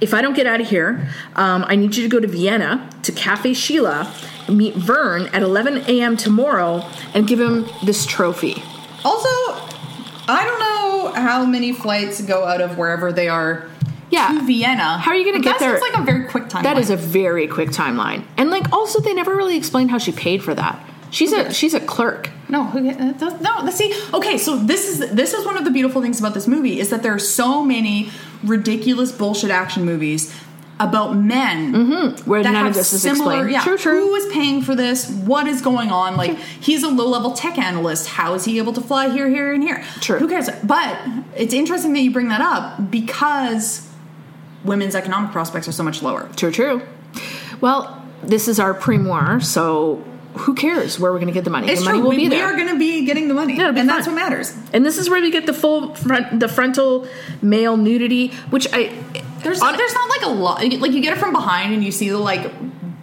Speaker 1: if I don't get out of here, um, I need you to go to Vienna to Cafe Sheila, meet Vern at 11 a.m. tomorrow, and give him this trophy.
Speaker 2: Also, I don't know how many flights go out of wherever they are
Speaker 1: Yeah.
Speaker 2: to Vienna.
Speaker 1: How are you gonna
Speaker 2: But
Speaker 1: get there?
Speaker 2: That seems like a very quick time.
Speaker 1: That is a very quick timeline. And like, also, they never really explained how she paid for that. She's a she's a clerk.
Speaker 2: no, who get- that does- no. let's See, okay, so this is this is one of the beautiful things about this movie is that there are so many ridiculous bullshit action movies about men
Speaker 1: Mm-hmm. Where
Speaker 2: that
Speaker 1: none
Speaker 2: have
Speaker 1: of this is
Speaker 2: similar,
Speaker 1: explained.
Speaker 2: Yeah,
Speaker 1: True,
Speaker 2: Who
Speaker 1: true.
Speaker 2: is paying for this? What is going on? Like, he's a low-level tech analyst. How is he able to fly here, here, and here?
Speaker 1: True.
Speaker 2: Who cares? But it's interesting that you bring that up because women's economic prospects are so much lower.
Speaker 1: True, true. Well, this is our primoir, so who cares where we're going to get the money?
Speaker 2: It's
Speaker 1: the
Speaker 2: true.
Speaker 1: money will
Speaker 2: we,
Speaker 1: be
Speaker 2: we
Speaker 1: there.
Speaker 2: are going to be getting the money,
Speaker 1: it'll
Speaker 2: and
Speaker 1: be
Speaker 2: that's
Speaker 1: fun.
Speaker 2: what matters.
Speaker 1: and this is where we get the full front, the frontal male nudity, which I
Speaker 2: There's
Speaker 1: on-
Speaker 2: there's not like a lot. Like you get it from behind, and you see the like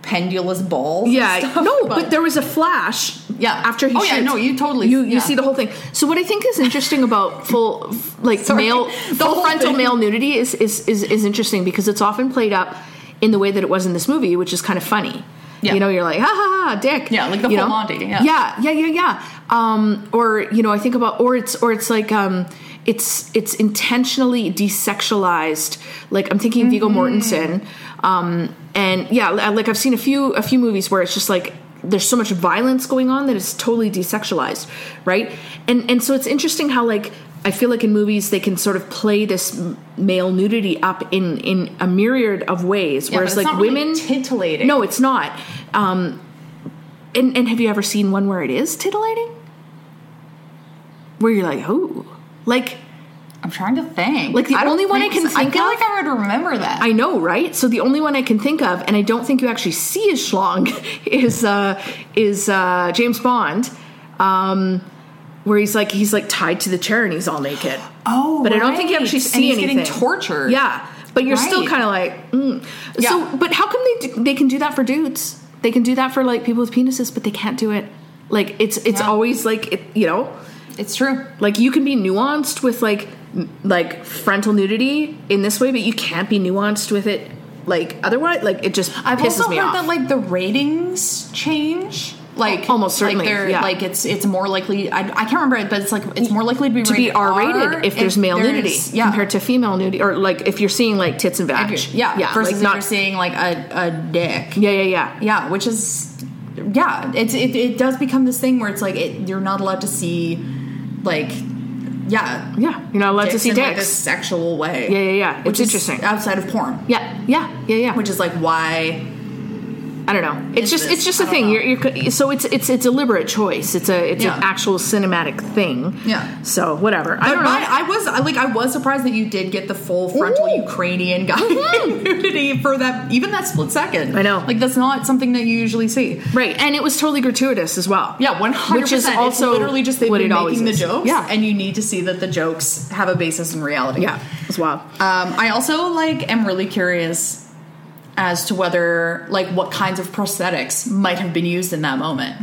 Speaker 2: pendulous balls. and
Speaker 1: Yeah,
Speaker 2: stuff,
Speaker 1: no, but, there was a flash.
Speaker 2: Yeah.
Speaker 1: after he.
Speaker 2: Oh, yeah,
Speaker 1: shoots.
Speaker 2: no, you totally-
Speaker 1: you you
Speaker 2: yeah.
Speaker 1: see the whole thing. So what I think is interesting about full f- like
Speaker 2: Sorry.
Speaker 1: male
Speaker 2: [LAUGHS] The
Speaker 1: full
Speaker 2: whole
Speaker 1: frontal
Speaker 2: thing.
Speaker 1: male nudity is, is is is interesting because it's often played up in the way that it was in this movie, which is kind of funny.
Speaker 2: Yeah.
Speaker 1: You know, you're like, ha ha ha, dick.
Speaker 2: Yeah, like the
Speaker 1: you
Speaker 2: full
Speaker 1: know?
Speaker 2: Monty, yeah.
Speaker 1: yeah, yeah, yeah, yeah. Um, or you know, I think about, or it's, or it's like, um, it's, it's intentionally desexualized. Like I'm thinking of Viggo
Speaker 2: Mm-hmm.
Speaker 1: Mortensen, um, and yeah, li- like I've seen a few, a few movies where it's just like there's so much violence going on that it's totally desexualized, right? And and so it's interesting how like I feel like in movies they can sort of play this m- male nudity up in in a myriad of ways,
Speaker 2: Yeah, but
Speaker 1: whereas
Speaker 2: it's
Speaker 1: like
Speaker 2: not really
Speaker 1: women
Speaker 2: titillating.
Speaker 1: No, it's not. Um, and and have you ever seen one where it is titillating? Where you're like, oh, like
Speaker 2: I'm trying to think.
Speaker 1: Like, the
Speaker 2: don't
Speaker 1: only one I can
Speaker 2: so. I
Speaker 1: think
Speaker 2: feel
Speaker 1: of-
Speaker 2: like I would remember that.
Speaker 1: I know, right? So the only one I can think of, and I don't think you actually see is Schlong, [LAUGHS] is uh, is uh, James Bond, um, where he's like he's like tied to the chair and he's all naked.
Speaker 2: oh,
Speaker 1: but I don't think you actually
Speaker 2: right.
Speaker 1: see
Speaker 2: and he's
Speaker 1: anything.
Speaker 2: getting tortured.
Speaker 1: Yeah, but you're still
Speaker 2: Right.
Speaker 1: kind of like, mm.
Speaker 2: Yeah.
Speaker 1: so. But how come they do, they can do that for dudes? They can do that for like people with penises, but they can't do it. Like it's it's
Speaker 2: Yeah.
Speaker 1: always like it, you know
Speaker 2: it's true.
Speaker 1: like you can be nuanced with like m- like frontal nudity in this way but you can't be nuanced with it like otherwise like it just
Speaker 2: I've
Speaker 1: pisses
Speaker 2: also
Speaker 1: me
Speaker 2: heard
Speaker 1: off
Speaker 2: that like the ratings change. Like
Speaker 1: Al- almost certainly,
Speaker 2: like, they're-
Speaker 1: yeah.
Speaker 2: like it's it's more likely. I, I can't remember it, but it's like it's more likely to be
Speaker 1: to be
Speaker 2: rated R
Speaker 1: R-rated if there's male nudity
Speaker 2: yeah.
Speaker 1: compared to female nudity, or like if you're seeing like tits and vag,
Speaker 2: yeah,
Speaker 1: yeah,
Speaker 2: versus
Speaker 1: like
Speaker 2: if
Speaker 1: not,
Speaker 2: you're seeing like a a dick,
Speaker 1: yeah, yeah, yeah,
Speaker 2: yeah, which is yeah, it's it, it does become this thing where it's like it, you're not allowed to see like yeah
Speaker 1: yeah. You're not allowed to see
Speaker 2: in
Speaker 1: dicks.
Speaker 2: like this sexual way.
Speaker 1: Yeah, yeah, yeah.
Speaker 2: Which
Speaker 1: It's
Speaker 2: is
Speaker 1: interesting.
Speaker 2: outside of porn.
Speaker 1: yeah, yeah, yeah, yeah.
Speaker 2: Which is like why
Speaker 1: I don't know. It's
Speaker 2: is
Speaker 1: just
Speaker 2: this?
Speaker 1: it's just a
Speaker 2: I don't
Speaker 1: thing.
Speaker 2: know.
Speaker 1: You're, you're co- so it's it's it's a deliberate choice. It's a it's
Speaker 2: Yeah.
Speaker 1: an actual cinematic thing.
Speaker 2: Yeah.
Speaker 1: So whatever. I don't know.
Speaker 2: But I was I- like I was surprised that you did get the full frontal
Speaker 1: Ooh.
Speaker 2: Ukrainian guy [LAUGHS] nudity for that even that split second.
Speaker 1: I know.
Speaker 2: like that's not something that you usually see.
Speaker 1: Right, and it was totally gratuitous as well.
Speaker 2: Yeah, one hundred
Speaker 1: Which is
Speaker 2: percent.
Speaker 1: also
Speaker 2: it's literally just they've
Speaker 1: what
Speaker 2: been
Speaker 1: it always
Speaker 2: making the
Speaker 1: is.
Speaker 2: jokes,
Speaker 1: Yeah.
Speaker 2: and you need to see that the jokes have a basis in reality.
Speaker 1: Yeah, as well.
Speaker 2: Um, I also like am really curious as to whether like what kinds of prosthetics might have been used in that moment.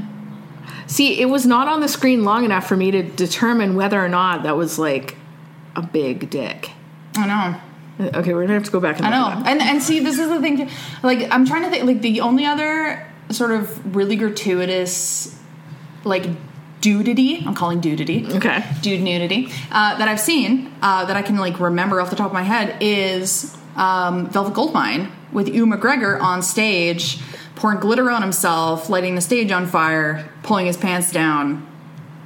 Speaker 1: See, it was not on the screen long enough for me to determine whether or not that was like a big dick.
Speaker 2: I know.
Speaker 1: Uh, Okay, we're gonna have to go back and
Speaker 2: I
Speaker 1: look
Speaker 2: know. And and see, this is the thing. Like, I'm trying to think. Like, the only other sort of really gratuitous, like, dudity. I'm calling dudity.
Speaker 1: it up. Okay.
Speaker 2: Dude nudity uh, that I've seen uh, that I can like remember off the top of my head is um, Velvet Goldmine with Ewan McGregor on stage, pouring glitter on himself, lighting the stage on fire, pulling his pants down,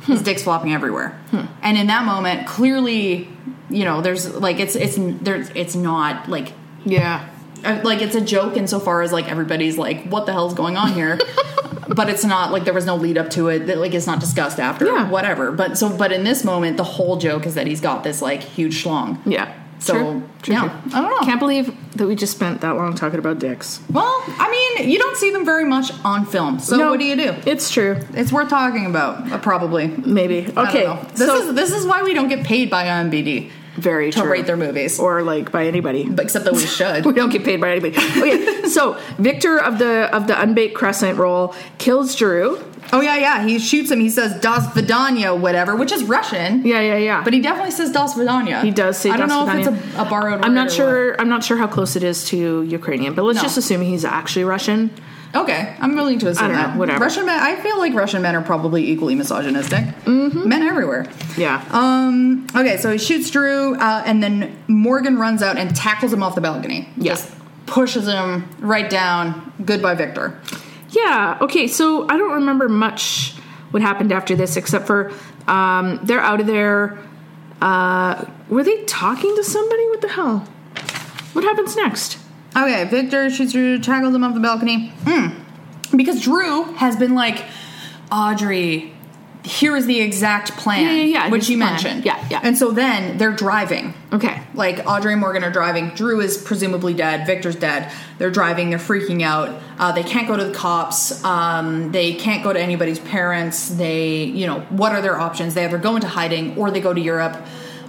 Speaker 2: his dick's flopping everywhere. And in that moment, clearly, you know, there's like it's it's there's it's not like
Speaker 1: Yeah.
Speaker 2: uh, like it's a joke insofar as like everybody's like what the hell's going on
Speaker 1: [LAUGHS]
Speaker 2: here but it's not like there was no lead up to it that like it's not discussed after
Speaker 1: Yeah.
Speaker 2: whatever but so but in this moment the whole joke is that he's got this like huge schlong
Speaker 1: Yeah.
Speaker 2: So, yeah, I don't know.
Speaker 1: Can't believe that we just spent that long talking about dicks.
Speaker 2: well i mean you don't see them very much on film so
Speaker 1: No,
Speaker 2: what do you do
Speaker 1: It's true.
Speaker 2: it's worth talking about uh, probably
Speaker 1: Maybe. Okay.
Speaker 2: I don't know. this
Speaker 1: so
Speaker 2: is this is why we don't get paid by IMDb
Speaker 1: very
Speaker 2: to
Speaker 1: true.
Speaker 2: rate their movies
Speaker 1: or like by anybody. [LAUGHS]
Speaker 2: But except that we should
Speaker 1: We don't get paid by anybody. Okay, [LAUGHS] so Victor of the of the unbaked crescent roll kills Drew.
Speaker 2: oh yeah yeah he shoots him he says das vidanya whatever which is russian
Speaker 1: Yeah, yeah, yeah.
Speaker 2: But he definitely says Das Vidanya.
Speaker 1: He does say
Speaker 2: I don't
Speaker 1: Das
Speaker 2: know if it's
Speaker 1: Vidanya.
Speaker 2: a, a borrowed.
Speaker 1: I'm
Speaker 2: word
Speaker 1: not
Speaker 2: or
Speaker 1: sure. I'm not sure how close it is to Ukrainian, but let's
Speaker 2: No.
Speaker 1: just assume he's actually Russian.
Speaker 2: what. Okay, I'm willing to assume
Speaker 1: I don't know,
Speaker 2: that.
Speaker 1: whatever.
Speaker 2: Russian men. I feel like Russian men are probably equally misogynistic. Mm-hmm. Men everywhere.
Speaker 1: Yeah.
Speaker 2: Um. Okay, so he shoots Drew, uh, and then Morgan runs out and tackles him off the balcony.
Speaker 1: Yeah.
Speaker 2: Just pushes him right down. Goodbye, Victor.
Speaker 1: Yeah. Okay. So I don't remember much what happened after this, except for um, they're out of there. Uh, were they talking to somebody? What the hell? What happens next?
Speaker 2: Okay, Victor shoots Drew, tackles him off the balcony. Mm. Because Drew has been like, Audrey, here is the exact plan.
Speaker 1: Yeah, yeah, yeah,
Speaker 2: Which
Speaker 1: here's
Speaker 2: you
Speaker 1: the plan.
Speaker 2: mentioned.
Speaker 1: Yeah, yeah.
Speaker 2: And so then they're driving.
Speaker 1: Okay.
Speaker 2: Like Audrey and Morgan are driving. Drew is presumably dead. Victor's dead. They're driving. They're freaking out. Uh, they can't go to the cops. Um, they can't go to anybody's parents. They, you know, what are their options? They either go into hiding or they go to Europe.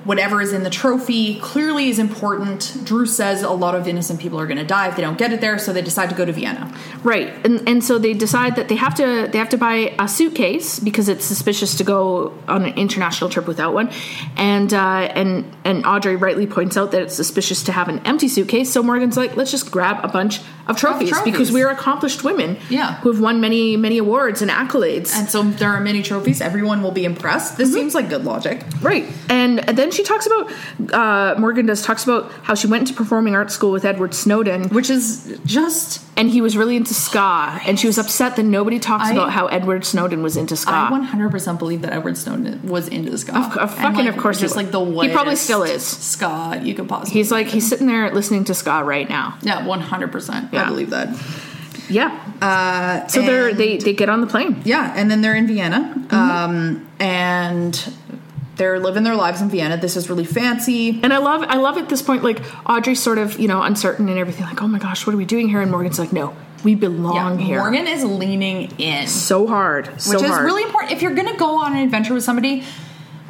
Speaker 2: whatever is in the trophy clearly is important. Drew says a lot of innocent people are going to die if they don't get it there, so they decide to go to Vienna.
Speaker 1: Right, and and so they decide that they have to they have to buy a suitcase because it's suspicious to go on an international trip without one, and uh, and and Audrey rightly points out that it's suspicious to have an empty suitcase. So Morgan's like, let's just grab a bunch of trophies,
Speaker 2: trophies.
Speaker 1: because we're accomplished women,
Speaker 2: Yeah.
Speaker 1: who have won many many awards and accolades.
Speaker 2: And so there are many trophies. Everyone will be impressed. This seems like good logic.
Speaker 1: Right, and then she talks about uh, Morgan does talks about how she went into performing arts school with Edward Snowden,
Speaker 2: Which is just,
Speaker 1: and he was really into ska, and she was upset that nobody talks
Speaker 2: I-
Speaker 1: about how Edward Snowden was into ska.
Speaker 2: I 100% believe that Edward Snowden was into ska.
Speaker 1: Ah. Of cou-
Speaker 2: And,
Speaker 1: fucking of course he
Speaker 2: just
Speaker 1: was.
Speaker 2: like the
Speaker 1: He probably
Speaker 2: whitest
Speaker 1: still is.
Speaker 2: ska you could possibly.
Speaker 1: he's like he's sitting there listening to ska right now.
Speaker 2: yeah, 100%.
Speaker 1: Yeah.
Speaker 2: I believe that.
Speaker 1: Yeah. Uh, so they're they they get on the plane.
Speaker 2: Yeah, and then they're in Vienna,
Speaker 1: Mm-hmm.
Speaker 2: um, and they're living their lives in Vienna. This is really fancy.
Speaker 1: And I love I love at this point like Audrey's sort of you know uncertain and everything like oh my gosh what are we doing here and Morgan's like no we belong here
Speaker 2: Morgan is leaning in,
Speaker 1: so hard so
Speaker 2: which is
Speaker 1: hard.
Speaker 2: really important. If you're going to go on an adventure with somebody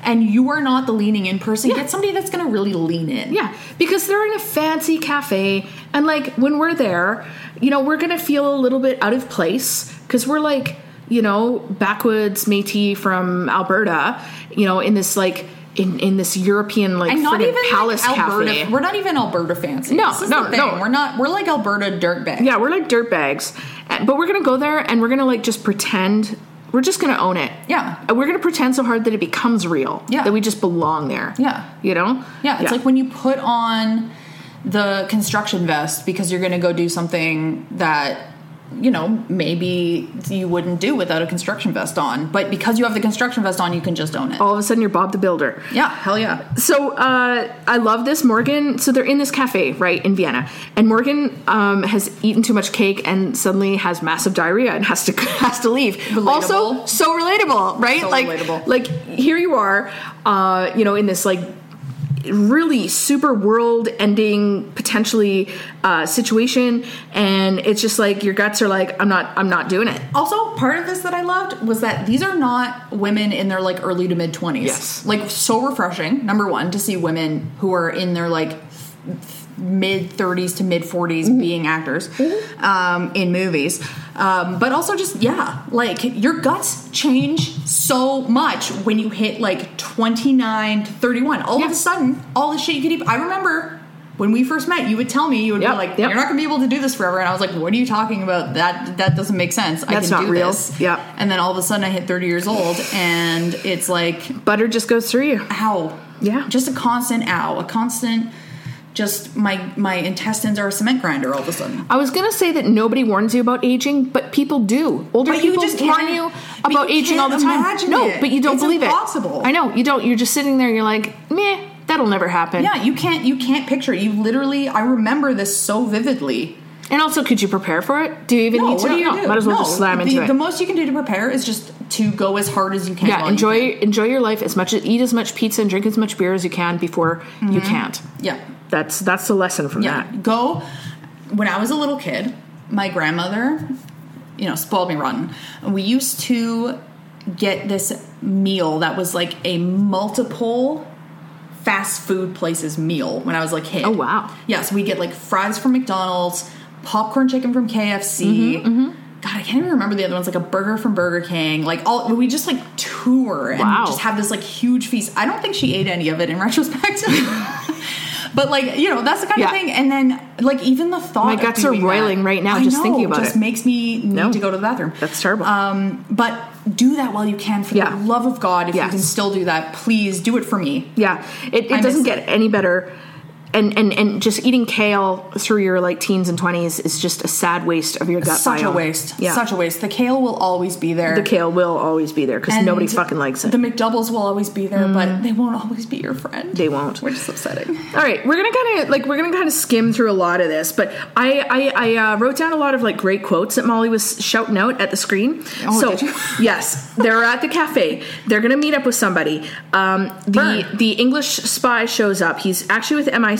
Speaker 2: and you are not the leaning in person, get somebody that's going to really lean in.
Speaker 1: Yeah, because they're in a fancy cafe, and like when we're there, you know, we're gonna feel a little bit out of place because we're like, you know, backwoods Métis from Alberta, you know, in this like in in this European like
Speaker 2: And not
Speaker 1: friggin'
Speaker 2: even like,
Speaker 1: palace
Speaker 2: Alberta.
Speaker 1: cafe.
Speaker 2: We're not even Alberta fancy.
Speaker 1: No,
Speaker 2: This is
Speaker 1: no,
Speaker 2: the thing.
Speaker 1: no.
Speaker 2: We're not. We're like Alberta dirtbag.
Speaker 1: yeah, we're like dirtbags, Uh, but we're gonna go there and we're gonna like just pretend. We're just gonna own it.
Speaker 2: Yeah.
Speaker 1: And we're gonna pretend so hard that it becomes real.
Speaker 2: Yeah.
Speaker 1: That we just belong there.
Speaker 2: Yeah.
Speaker 1: You know.
Speaker 2: Yeah, it's like when you put on the construction vest because you're going to go do something that you know maybe you wouldn't do without a construction vest on, but because you have the construction vest on, you can just own it.
Speaker 1: all of a sudden you're Bob the Builder.
Speaker 2: Yeah, hell yeah.
Speaker 1: so uh, I love this Morgan. So they're in this cafe, right, in Vienna, and Morgan um, has eaten too much cake and suddenly has massive diarrhea and has to [LAUGHS] has to leave. Also,
Speaker 2: Relatable.
Speaker 1: so relatable, right?
Speaker 2: So
Speaker 1: like,
Speaker 2: relatable.
Speaker 1: like here you are, uh, you know, in this like really super world-ending potentially uh, situation, and it's just like your guts are like, I'm not, I'm not doing it.
Speaker 2: Also, part of this that I loved was that these are not women in their like early to mid 20s.
Speaker 1: Yes.
Speaker 2: Like so refreshing. Number 1 to see women who are in their like mid 30s to mid 40s
Speaker 1: Mm-hmm.
Speaker 2: being actors um, in movies. Um, but also just yeah, like your guts change so much when you hit like 29 to 31. All of
Speaker 1: Yeah.
Speaker 2: a sudden, all the shit you could eat. I remember when we first met, you would tell me you would
Speaker 1: Yep,
Speaker 2: be like,
Speaker 1: yep.
Speaker 2: "You're not gonna be able to do this forever," and I was like, "What are you talking about? That that doesn't make sense. I
Speaker 1: That's
Speaker 2: can
Speaker 1: not
Speaker 2: do
Speaker 1: real.
Speaker 2: this."
Speaker 1: Yep.
Speaker 2: And then all of a sudden, I hit 30 years old, and it's like,
Speaker 1: Butter just goes through you.
Speaker 2: ow.
Speaker 1: Yeah.
Speaker 2: Just a constant ow, a constant. Just my my intestines are a cement grinder all of a sudden.
Speaker 1: I was gonna say that nobody warns you about aging, but people do. Older
Speaker 2: But you
Speaker 1: people
Speaker 2: just
Speaker 1: warn
Speaker 2: can't-
Speaker 1: you
Speaker 2: but
Speaker 1: about
Speaker 2: you
Speaker 1: aging all
Speaker 2: can't
Speaker 1: the time.
Speaker 2: imagine
Speaker 1: no,
Speaker 2: it.
Speaker 1: but you don't
Speaker 2: It's
Speaker 1: believe
Speaker 2: impossible.
Speaker 1: it. I know you don't. You're just sitting there. You're like, meh, that'll never happen.
Speaker 2: Yeah, you can't you can't picture it. You literally, I remember this so vividly.
Speaker 1: And also, could you prepare for it? Do you even need to?
Speaker 2: what do you
Speaker 1: No,
Speaker 2: do?
Speaker 1: Might as well just
Speaker 2: No,
Speaker 1: slam
Speaker 2: the,
Speaker 1: into it.
Speaker 2: The most you can do to prepare is just to go as hard as you can.
Speaker 1: yeah,
Speaker 2: while you
Speaker 1: enjoy
Speaker 2: can.
Speaker 1: enjoy your life as much. Eat as much pizza and drink as much beer as you can before you can't.
Speaker 2: Yeah.
Speaker 1: That's that's the lesson from
Speaker 2: Mm-hmm. Yeah.
Speaker 1: that.
Speaker 2: Go. When I was a little kid, my grandmother, you know, spoiled me rotten. We used to get this meal that was like a multiple fast food places meal when I was like kid.
Speaker 1: Oh, wow.
Speaker 2: Yeah, so we get like fries from McDonald's, popcorn chicken from KFC.
Speaker 1: Mm-hmm,
Speaker 2: God, I can't even remember the other ones, like a burger from Burger King. Like all we just like tour and
Speaker 1: Wow.
Speaker 2: just have this like huge feast. I don't think she ate any of it in retrospect. [LAUGHS] but like, you know, that's the kind
Speaker 1: Yeah.
Speaker 2: of thing. And then like even the thought
Speaker 1: My
Speaker 2: of
Speaker 1: guts are
Speaker 2: doing
Speaker 1: roiling
Speaker 2: that-
Speaker 1: right now
Speaker 2: I
Speaker 1: just
Speaker 2: know,
Speaker 1: thinking about
Speaker 2: just
Speaker 1: it.
Speaker 2: makes me need
Speaker 1: No.
Speaker 2: to go to the bathroom.
Speaker 1: That's terrible.
Speaker 2: Um but do that while you can for
Speaker 1: Yeah.
Speaker 2: the love of God. If
Speaker 1: Yes.
Speaker 2: you can still do that, please do it for me.
Speaker 1: Yeah, it, it
Speaker 2: miss
Speaker 1: doesn't
Speaker 2: it.
Speaker 1: get any better. And, and and just eating kale through your like teens and twenties is just a sad waste of your gut.
Speaker 2: Such a
Speaker 1: biome.
Speaker 2: waste.
Speaker 1: Yeah.
Speaker 2: Such a waste. The kale will always be there.
Speaker 1: the kale will always be there because nobody
Speaker 2: And
Speaker 1: fucking likes it.
Speaker 2: The McDoubles will always be there, but they won't always be your friend.
Speaker 1: Mm. they won't.
Speaker 2: Which is upsetting.
Speaker 1: All right, we're gonna kind of like we're gonna kind of skim through a lot of this, but I I, I uh, wrote down a lot of like great quotes that Molly was shouting out at the screen.
Speaker 2: Oh,
Speaker 1: so
Speaker 2: did you?
Speaker 1: [LAUGHS] yes, they're at the cafe. They're gonna meet up with somebody. Um, the
Speaker 2: Vern.
Speaker 1: the English spy shows up. He's actually with MI6.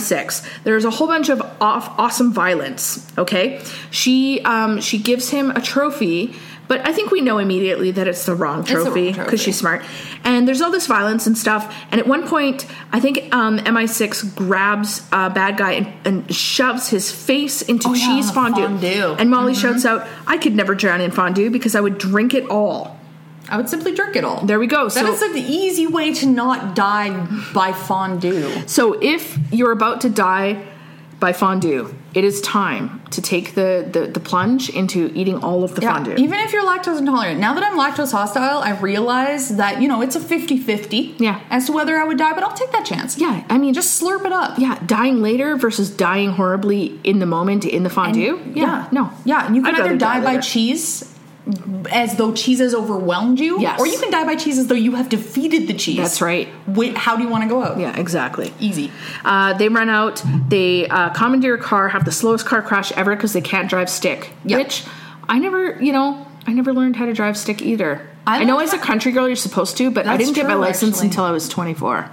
Speaker 1: There's a whole bunch of off awesome violence. Okay, she um, she gives him a trophy. But I think we know immediately that it's the wrong
Speaker 2: the wrong
Speaker 1: trophy because
Speaker 2: trophy.
Speaker 1: she's smart. And there's all this violence and stuff. And at one point, I think um, MI6 grabs a bad guy and, and shoves his face into
Speaker 2: yeah,
Speaker 1: cheese fondue. Mm-hmm.
Speaker 2: fondue.
Speaker 1: And Molly shouts out, "I could never drown in fondue because I would drink it all."
Speaker 2: I would simply drink it all.
Speaker 1: There we go.
Speaker 2: That
Speaker 1: so
Speaker 2: is like the easy way to not die by fondue.
Speaker 1: So if you're about to die by fondue, it is time to take the, the, the plunge into eating all of the
Speaker 2: Yeah,
Speaker 1: fondue.
Speaker 2: Even if you're lactose intolerant. Now that I'm lactose hostile, I realize that, you know, it's a 50 50
Speaker 1: Yeah.
Speaker 2: as to whether I would die, but I'll take that chance.
Speaker 1: yeah, I mean, just
Speaker 2: Just slurp it up.
Speaker 1: yeah, dying later versus dying horribly in the moment in the fondue. yeah, no,
Speaker 2: Yeah, and you can
Speaker 1: I'd
Speaker 2: either
Speaker 1: rather
Speaker 2: die, by
Speaker 1: later.
Speaker 2: cheese as though cheese has overwhelmed you,
Speaker 1: Yes.
Speaker 2: or you can die by cheese as though you have defeated the cheese.
Speaker 1: That's right.
Speaker 2: Wait, how do you want to go out?
Speaker 1: Yeah, exactly.
Speaker 2: Easy.
Speaker 1: Uh, they run out. They uh, commandeer a car, have the slowest car crash ever because they can't drive stick.
Speaker 2: Yeah.
Speaker 1: Which I never, you know, I never learned how to drive stick either.
Speaker 2: I
Speaker 1: I, know
Speaker 2: learned
Speaker 1: as a
Speaker 2: how-
Speaker 1: country girl you're supposed to, but I
Speaker 2: That's
Speaker 1: didn't get my
Speaker 2: true,
Speaker 1: license
Speaker 2: actually.
Speaker 1: until I was 24. Oh.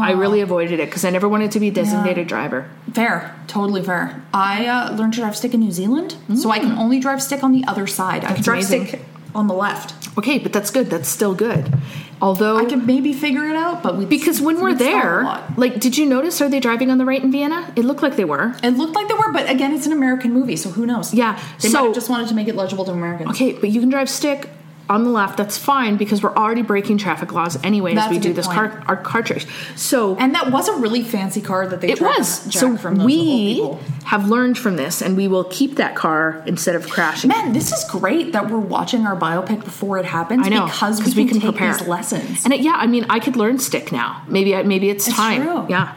Speaker 1: I really avoided it because I never wanted to be designated driver.
Speaker 2: Fair. Totally fair. I uh, learned to drive stick in New Zealand, so I can only drive stick on the other side. I can drive
Speaker 1: Mm. amazing.
Speaker 2: stick on the left.
Speaker 1: Okay, but that's good. That's still good. Although,
Speaker 2: I could maybe figure it out, but we
Speaker 1: because when we're
Speaker 2: we'd stall a
Speaker 1: there,
Speaker 2: lot.
Speaker 1: like, did you notice? Are they driving on the right in Vienna? It looked like they were.
Speaker 2: it looked like they were, but again, it's an American movie, so who knows?
Speaker 1: Yeah,
Speaker 2: they might
Speaker 1: so-
Speaker 2: have just wanted to make it legible to Americans.
Speaker 1: Okay, but you can drive stick on the left. That's fine because we're already breaking traffic laws anyway as
Speaker 2: That's
Speaker 1: we
Speaker 2: a
Speaker 1: do
Speaker 2: good
Speaker 1: this
Speaker 2: point.
Speaker 1: car our car chase. So
Speaker 2: And that was a really fancy car that they
Speaker 1: it
Speaker 2: tried to
Speaker 1: was.
Speaker 2: jack
Speaker 1: So
Speaker 2: from those
Speaker 1: we
Speaker 2: old people.
Speaker 1: have learned from this, and we will keep that car instead of crashing.
Speaker 2: Man, this is great that we're watching our biopic before it happens.
Speaker 1: I know
Speaker 2: because we, can, take these lessons.
Speaker 1: And it, yeah, I mean, I could learn stick now. Maybe I- maybe it's,
Speaker 2: It's
Speaker 1: time.
Speaker 2: true.
Speaker 1: Yeah.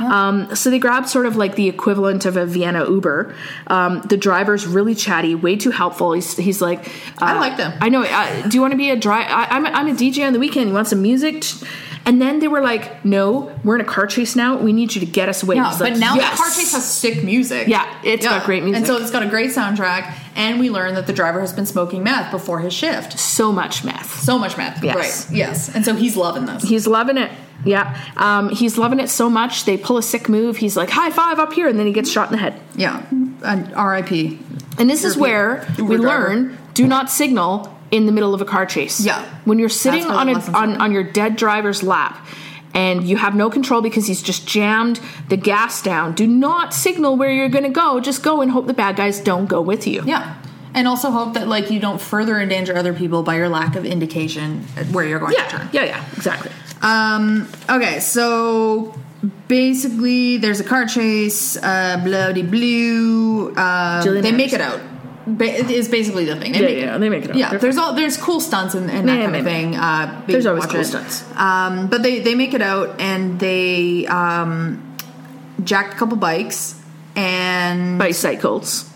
Speaker 1: Um, so they grabbed sort of like the equivalent of a Vienna Uber. Um, the driver's really chatty, way too helpful. He's, he's like, uh,
Speaker 2: I like them.
Speaker 1: I know. Uh, do you want to be a dry? I, I'm a, I'm a DJ on the weekend. You want some music? And then they were like, No, we're in a car chase now. We need you to get us away.
Speaker 2: yeah,
Speaker 1: He's
Speaker 2: but
Speaker 1: like,
Speaker 2: now
Speaker 1: "Yes."
Speaker 2: the car chase has sick music.
Speaker 1: Yeah, it's got great music.
Speaker 2: and so it's got a great soundtrack. And we learn that the driver has been smoking meth before his shift.
Speaker 1: so much meth.
Speaker 2: So much meth,
Speaker 1: Yes.
Speaker 2: right? Yes, and so he's loving this.
Speaker 1: He's loving it. Yeah. Um, he's loving it so much. They pull a sick move. He's like, high five up here. And then he gets shot in the head.
Speaker 2: yeah, and R.I.P.
Speaker 1: And this is where
Speaker 2: Uber
Speaker 1: we
Speaker 2: driver.
Speaker 1: learn do not signal in the middle of a car chase.
Speaker 2: Yeah.
Speaker 1: When you're sitting
Speaker 2: That's where
Speaker 1: on,
Speaker 2: the
Speaker 1: a,
Speaker 2: lessons
Speaker 1: on,
Speaker 2: are.
Speaker 1: on your dead driver's lap and you have no control because he's just jammed the gas down, do not signal where you're going to go. Just go and hope the bad guys don't go with you.
Speaker 2: Yeah. And also hope that like you don't further endanger other people by your lack of indication at where you're going to
Speaker 1: Yeah.
Speaker 2: turn.
Speaker 1: Yeah. Yeah. Exactly.
Speaker 2: Um, okay, so basically, there's a car chase, uh, blah de blue. Uh,
Speaker 1: Jillian
Speaker 2: they make
Speaker 1: Anderson.
Speaker 2: it out. Ba- it is basically the thing. They
Speaker 1: Yeah,
Speaker 2: make it
Speaker 1: yeah,
Speaker 2: out.
Speaker 1: they make it out.
Speaker 2: Yeah,
Speaker 1: They're
Speaker 2: there's all there's cool stunts and, and that
Speaker 1: Yeah,
Speaker 2: kind
Speaker 1: maybe.
Speaker 2: of thing. Uh, but
Speaker 1: There's
Speaker 2: you
Speaker 1: always
Speaker 2: watch
Speaker 1: cool
Speaker 2: it.
Speaker 1: stunts.
Speaker 2: Um, but they they make it out and they um, jacked a couple bikes and
Speaker 1: Bicycles,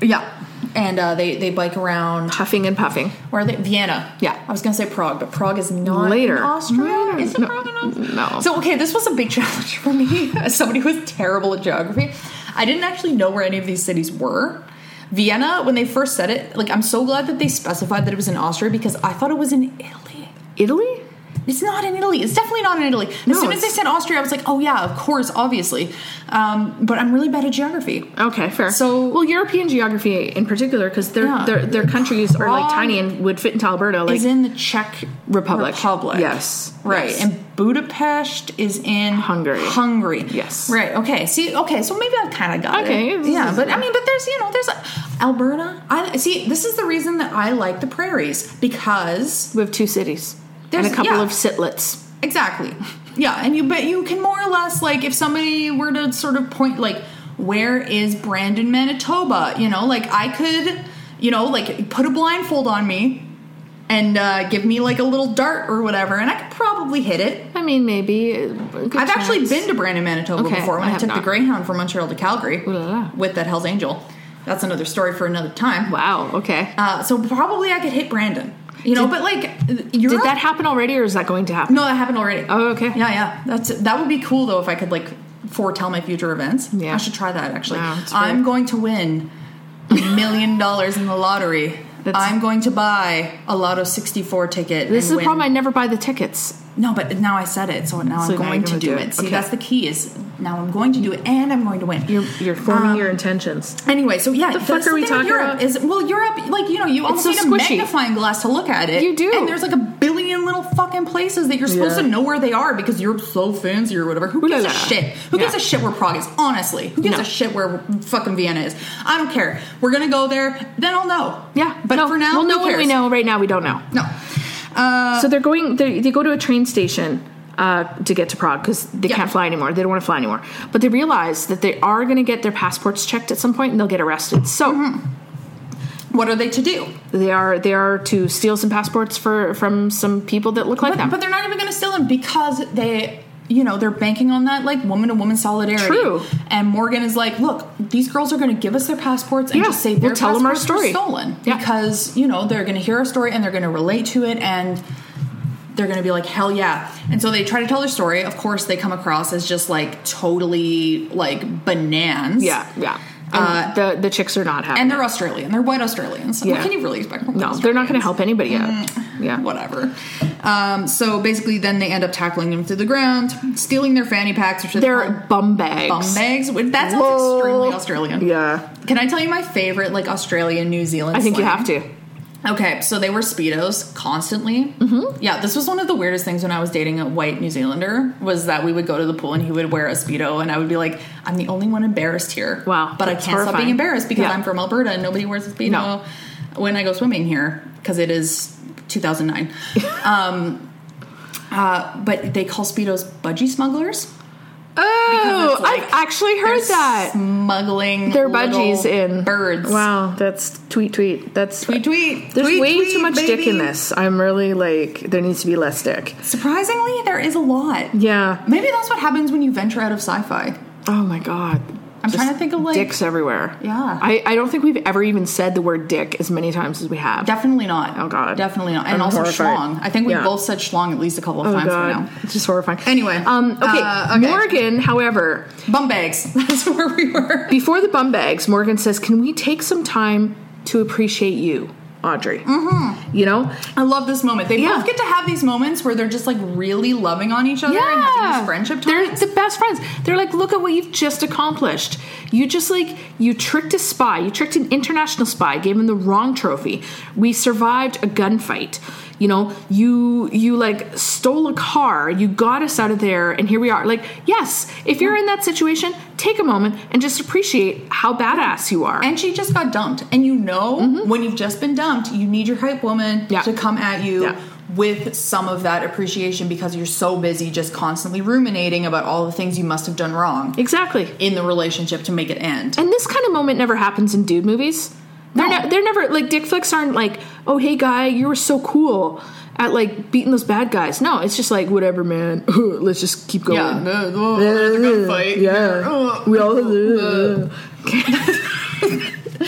Speaker 2: yeah, and uh, they they bike around
Speaker 1: puffing and puffing.
Speaker 2: where are they? Vienna.
Speaker 1: Yeah.
Speaker 2: I was gonna say Prague, but Prague is not
Speaker 1: Later.
Speaker 2: in Austria.
Speaker 1: Later.
Speaker 2: Is it
Speaker 1: No.
Speaker 2: Prague in Austria?
Speaker 1: No.
Speaker 2: So okay, this was a big challenge for me [LAUGHS] as somebody who was terrible at geography. I didn't actually know where any of these cities were. Vienna, when they first said it, like I'm so glad that they specified that it was in Austria because I thought it was in Italy.
Speaker 1: Italy?
Speaker 2: It's not in Italy. It's definitely not in Italy. As
Speaker 1: No,
Speaker 2: soon as they
Speaker 1: it's-
Speaker 2: said Austria, I was like, oh yeah, of course, obviously. Um, but I'm really bad at geography.
Speaker 1: Okay, fair.
Speaker 2: So-
Speaker 1: well, European geography in particular, because their
Speaker 2: Yeah.
Speaker 1: their their countries are like tiny and would fit into Alberta, like
Speaker 2: is in the Czech
Speaker 1: Republic.
Speaker 2: Republic.
Speaker 1: Yes.
Speaker 2: Right.
Speaker 1: Yes.
Speaker 2: And Budapest is in
Speaker 1: Hungary.
Speaker 2: Hungary.
Speaker 1: Yes.
Speaker 2: Right. Okay. See. Okay. So maybe I've kind of got
Speaker 1: Okay,
Speaker 2: it.
Speaker 1: this
Speaker 2: Yeah.
Speaker 1: is-
Speaker 2: But I mean, but there's you know there's Alberta. I see. This is the reason that I like the prairies because
Speaker 1: we have two cities
Speaker 2: There's-
Speaker 1: and a couple
Speaker 2: yeah.
Speaker 1: of sitlets.
Speaker 2: exactly. Yeah. And you but you can more or less like if somebody were to sort of point like where is Brandon Manitoba? You know, like I could you know like put a blindfold on me. And uh, give me like a little dart or whatever, and I could probably hit it.
Speaker 1: I mean, maybe. a good
Speaker 2: I've actually
Speaker 1: chance.
Speaker 2: been to Brandon, Manitoba
Speaker 1: Okay,
Speaker 2: before when
Speaker 1: I
Speaker 2: I,
Speaker 1: have
Speaker 2: took the
Speaker 1: not.
Speaker 2: Greyhound from Montreal to Calgary
Speaker 1: Ooh la la.
Speaker 2: with that Hell's Angel. That's another story for another time.
Speaker 1: Wow. Okay.
Speaker 2: Uh, so probably I could hit Brandon, you know.
Speaker 1: Did-
Speaker 2: but like,
Speaker 1: Did
Speaker 2: Europe,
Speaker 1: that happen already, or is that going to happen?
Speaker 2: No, that happened already.
Speaker 1: Oh, okay.
Speaker 2: Yeah, yeah. That's that would be cool though if I could like foretell my future events.
Speaker 1: Yeah.
Speaker 2: I should try that actually.
Speaker 1: Wow, that's great.
Speaker 2: I'm going to win a million dollars in the lottery.
Speaker 1: That's-
Speaker 2: I'm going to buy a Lotto 64 ticket.
Speaker 1: This is
Speaker 2: and
Speaker 1: the
Speaker 2: win.
Speaker 1: problem. I never buy the tickets.
Speaker 2: No, but now I said it, so now
Speaker 1: So
Speaker 2: I'm
Speaker 1: now
Speaker 2: going
Speaker 1: you're
Speaker 2: to
Speaker 1: gonna
Speaker 2: do
Speaker 1: do
Speaker 2: it.
Speaker 1: it.
Speaker 2: See,
Speaker 1: Okay.
Speaker 2: that's the key is now I'm going to do it, and I'm going to win.
Speaker 1: You're, you're forming
Speaker 2: Um,
Speaker 1: your intentions.
Speaker 2: Anyway, so yeah, the
Speaker 1: fuck are we talking
Speaker 2: Europe
Speaker 1: about?
Speaker 2: Is well, Europe, like you know, you almost
Speaker 1: so
Speaker 2: need
Speaker 1: squishy.
Speaker 2: a magnifying glass to look at it.
Speaker 1: You do.
Speaker 2: and there's like a billion little fucking places that you're supposed
Speaker 1: Yeah.
Speaker 2: to know where they are because Europe's so fancy or whatever. Who
Speaker 1: Ooh la
Speaker 2: gives a
Speaker 1: la.
Speaker 2: shit? Who gives
Speaker 1: Yeah.
Speaker 2: a shit where Prague is? Honestly, who gives
Speaker 1: No.
Speaker 2: a shit where fucking Vienna is? I don't care. We're gonna go there, then I'll know.
Speaker 1: Yeah,
Speaker 2: but
Speaker 1: no,
Speaker 2: for now,
Speaker 1: we'll
Speaker 2: who
Speaker 1: know what we
Speaker 2: cares?
Speaker 1: know. Right now, we don't know.
Speaker 2: No. Uh,
Speaker 1: So they're going. They, they go to a train station uh, to get to Prague because they
Speaker 2: Yeah.
Speaker 1: can't fly anymore. They don't want to fly anymore. But they realize that they are going to get their passports checked at some point, and they'll get arrested. So
Speaker 2: Mm-hmm. what are they to do?
Speaker 1: they are they are to steal some passports for from some people that look like them.
Speaker 2: But they're not even going to steal them because they, you know, they're banking on that like woman to woman solidarity.
Speaker 1: True.
Speaker 2: And Morgan is like, look, these girls are going to give us their passports and
Speaker 1: Yeah,
Speaker 2: just say
Speaker 1: we'll
Speaker 2: their
Speaker 1: tell them our
Speaker 2: passports were
Speaker 1: story.
Speaker 2: stolen
Speaker 1: Yeah.
Speaker 2: because you know they're going to hear our story and they're going to relate to it and they're going to be like hell yeah and so they try to tell their story of course they come across as just like totally like bananas
Speaker 1: yeah, yeah. And the the chicks are not happy.
Speaker 2: Uh, and they're australian they're white australians
Speaker 1: Yeah.
Speaker 2: what can you really expect from
Speaker 1: no, they're not going to help anybody out.
Speaker 2: Mm.
Speaker 1: Yeah.
Speaker 2: whatever. Um, so basically, then they end up tackling them to the ground, stealing their fanny packs, which are
Speaker 1: They're bum bags.
Speaker 2: bum bags. Which that sounds
Speaker 1: Whoa.
Speaker 2: extremely Australian.
Speaker 1: Yeah,
Speaker 2: Can I tell you my favorite like Australian New Zealand?
Speaker 1: I think you
Speaker 2: slang?
Speaker 1: have to.
Speaker 2: Okay, so they were speedos constantly. Mm-hmm. Yeah, this was one of the weirdest things when I was dating a white New Zealander was that we would go to the pool and he would wear a speedo, and I would be like, "I'm the only one embarrassed here."
Speaker 1: Wow,
Speaker 2: but I
Speaker 1: that's
Speaker 2: can't stop
Speaker 1: horrifying.
Speaker 2: being embarrassed because
Speaker 1: Yeah.
Speaker 2: I'm from Alberta and nobody wears a speedo
Speaker 1: No.
Speaker 2: when I go swimming here because it is
Speaker 1: [LAUGHS]
Speaker 2: 2009. um, uh, but they call speedos budgie smugglers.
Speaker 1: Oh,
Speaker 2: it's like-
Speaker 1: I've actually heard
Speaker 2: They're
Speaker 1: that.
Speaker 2: smuggling
Speaker 1: Their
Speaker 2: little
Speaker 1: budgies in
Speaker 2: birds.
Speaker 1: Wow, that's tweet tweet. That's
Speaker 2: Tweet tweet.
Speaker 1: There's
Speaker 2: Tweet,
Speaker 1: way
Speaker 2: tweet,
Speaker 1: too much dick in
Speaker 2: baby.
Speaker 1: this. I'm really like there needs to be less dick.
Speaker 2: Surprisingly, there is a lot.
Speaker 1: Yeah.
Speaker 2: Maybe that's what happens when you venture out of sci-fi.
Speaker 1: Oh my god.
Speaker 2: I'm trying to think of like
Speaker 1: Dicks everywhere.
Speaker 2: Yeah.
Speaker 1: I, I don't think we've ever even said the word dick as many times as we have.
Speaker 2: definitely not.
Speaker 1: Oh, God.
Speaker 2: definitely not. And
Speaker 1: I'm
Speaker 2: also
Speaker 1: horrified.
Speaker 2: schlong. I think we
Speaker 1: Yeah.
Speaker 2: both said schlong at least a couple of
Speaker 1: oh
Speaker 2: times
Speaker 1: god.
Speaker 2: for now.
Speaker 1: It's just horrifying.
Speaker 2: Anyway,
Speaker 1: Um okay.
Speaker 2: uh, okay.
Speaker 1: Morgan, however,
Speaker 2: Bum bags. [LAUGHS] That's where we were.
Speaker 1: before the bum bags, Morgan says, Can we take some time to appreciate you, Audrey? Mm-hmm. You know?
Speaker 2: I love this moment. They
Speaker 1: Yeah.
Speaker 2: both get to have these moments where they're just like really loving on each other and having these friendship times.
Speaker 1: They're the best friends. They're like, look at what you've just accomplished. You just like you tricked a spy. You tricked an international spy. Gave him the wrong trophy. We survived a gunfight. You know, you you like stole a car. You got us out of there, and here we are. Like, yes, if you're in that situation, take a moment and just appreciate how badass you are.
Speaker 2: and she just got dumped. And you know, when you've just been dumped, you need your hype woman
Speaker 1: Mm-hmm. Yeah.
Speaker 2: to come at you
Speaker 1: Yeah.
Speaker 2: with some of that appreciation because you're so busy just constantly ruminating about all the things you must have done wrong
Speaker 1: exactly.
Speaker 2: in the relationship to make it end.
Speaker 1: And this kind of moment never happens in dude movies. They're,
Speaker 2: No.
Speaker 1: ne- they're never like dick flicks aren't like, oh hey guy, you were so cool at like beating those bad guys. No, it's just like whatever, man. [LAUGHS] Let's just keep going.
Speaker 2: Yeah. Oh, there's a good fight.
Speaker 1: Yeah. [LAUGHS]
Speaker 2: Oh.
Speaker 1: we all. [LAUGHS]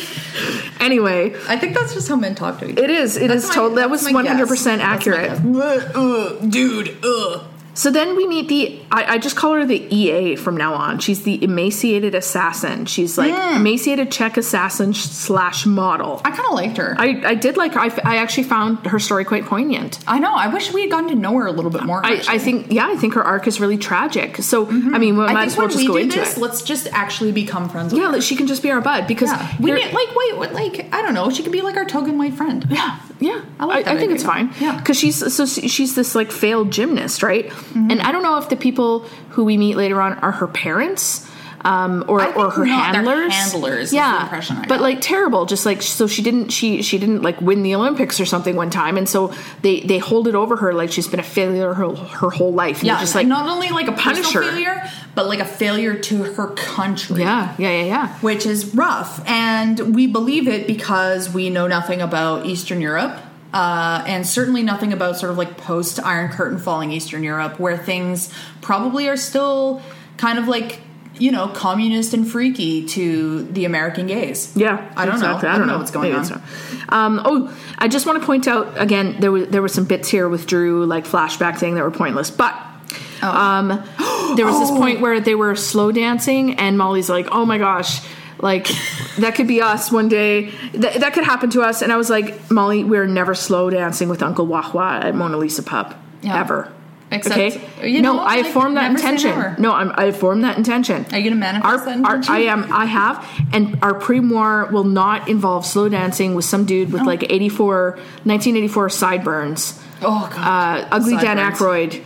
Speaker 1: anyway,
Speaker 2: I think that's just how men talk to each
Speaker 1: it is. It is
Speaker 2: my-
Speaker 1: total. That was
Speaker 2: that's my
Speaker 1: one
Speaker 2: guess.
Speaker 1: hundred percent
Speaker 2: That's my
Speaker 1: accurate.
Speaker 2: other. Uh, dude, uh. ugh.
Speaker 1: So then we meet the. I, I just call her the EA from now on. She's the emaciated assassin. She's like emaciated Czech assassin sh- slash model.
Speaker 2: I kind of liked her. I,
Speaker 1: I, I did like her. I, f- I actually found her story quite poignant.
Speaker 2: know. I wish we had gotten to know her a little bit more.
Speaker 1: I, I
Speaker 2: actually.
Speaker 1: think, yeah, I think her arc is really tragic. So, I mean, we
Speaker 2: Mm-hmm. I
Speaker 1: might
Speaker 2: think
Speaker 1: as well
Speaker 2: when
Speaker 1: just
Speaker 2: we
Speaker 1: go
Speaker 2: do
Speaker 1: into
Speaker 2: this,
Speaker 1: it.
Speaker 2: let's just actually become friends.
Speaker 1: Yeah,
Speaker 2: with her.
Speaker 1: like, she can just be our bud because
Speaker 2: yeah. We
Speaker 1: there-
Speaker 2: need like wait, what, like I don't know. She could be like our token white friend.
Speaker 1: yeah,
Speaker 2: [LAUGHS]
Speaker 1: yeah. I,
Speaker 2: I like
Speaker 1: I,
Speaker 2: that
Speaker 1: think
Speaker 2: idea.
Speaker 1: it's fine.
Speaker 2: Yeah.
Speaker 1: because she's so she- she's this like failed gymnast, right?
Speaker 2: Mm-hmm.
Speaker 1: And I don't know if the people who we meet later on are her parents. Um, or,
Speaker 2: I think
Speaker 1: or her
Speaker 2: not. They're
Speaker 1: handlers,
Speaker 2: handlers is the
Speaker 1: yeah,
Speaker 2: impression I
Speaker 1: but
Speaker 2: got.
Speaker 1: like terrible, just like so she didn't she she didn't like win the Olympics or something one time, and so they they hold it over her like she's been a failure her, her whole life. And they're
Speaker 2: Yeah,
Speaker 1: just like
Speaker 2: not only like a
Speaker 1: punish
Speaker 2: personal
Speaker 1: her.
Speaker 2: failure, but like a failure to her country.
Speaker 1: Yeah, yeah, yeah, yeah.
Speaker 2: which is rough. And we believe it because we know nothing about Eastern Europe. Uh, and certainly nothing about sort of like post Iron Curtain falling Eastern Europe, where things probably are still kind of like, you know, communist and freaky to the American gaze.
Speaker 1: Yeah,
Speaker 2: I don't know.
Speaker 1: exactly.
Speaker 2: I don't know what's going
Speaker 1: Maybe
Speaker 2: on.
Speaker 1: it's not. Um, oh, I just want to point out again there was there were some bits here with Drew like flashback thing that were pointless, but.
Speaker 2: Oh.
Speaker 1: Um, there
Speaker 2: [GASPS]
Speaker 1: was this point where they were slow dancing, and Molly's like, "Oh my gosh, like that could be us one day. That that could happen to us." And I was like, "Molly, we're never slow dancing with Uncle Wahwa at Mona Lisa Pub
Speaker 2: Yeah.
Speaker 1: ever."
Speaker 2: Except,
Speaker 1: okay.
Speaker 2: you
Speaker 1: no,
Speaker 2: know,
Speaker 1: I
Speaker 2: like,
Speaker 1: formed that
Speaker 2: never say
Speaker 1: intention.
Speaker 2: never.
Speaker 1: No, I'm, I formed that intention.
Speaker 2: Are you gonna manifest
Speaker 1: our,
Speaker 2: that intention?
Speaker 1: Our, I am. I have, and our pre-moire will not involve slow dancing with some dude with like 84, 1984 sideburns,
Speaker 2: Oh god.
Speaker 1: uh, ugly Dan
Speaker 2: Sideburns.
Speaker 1: Aykroyd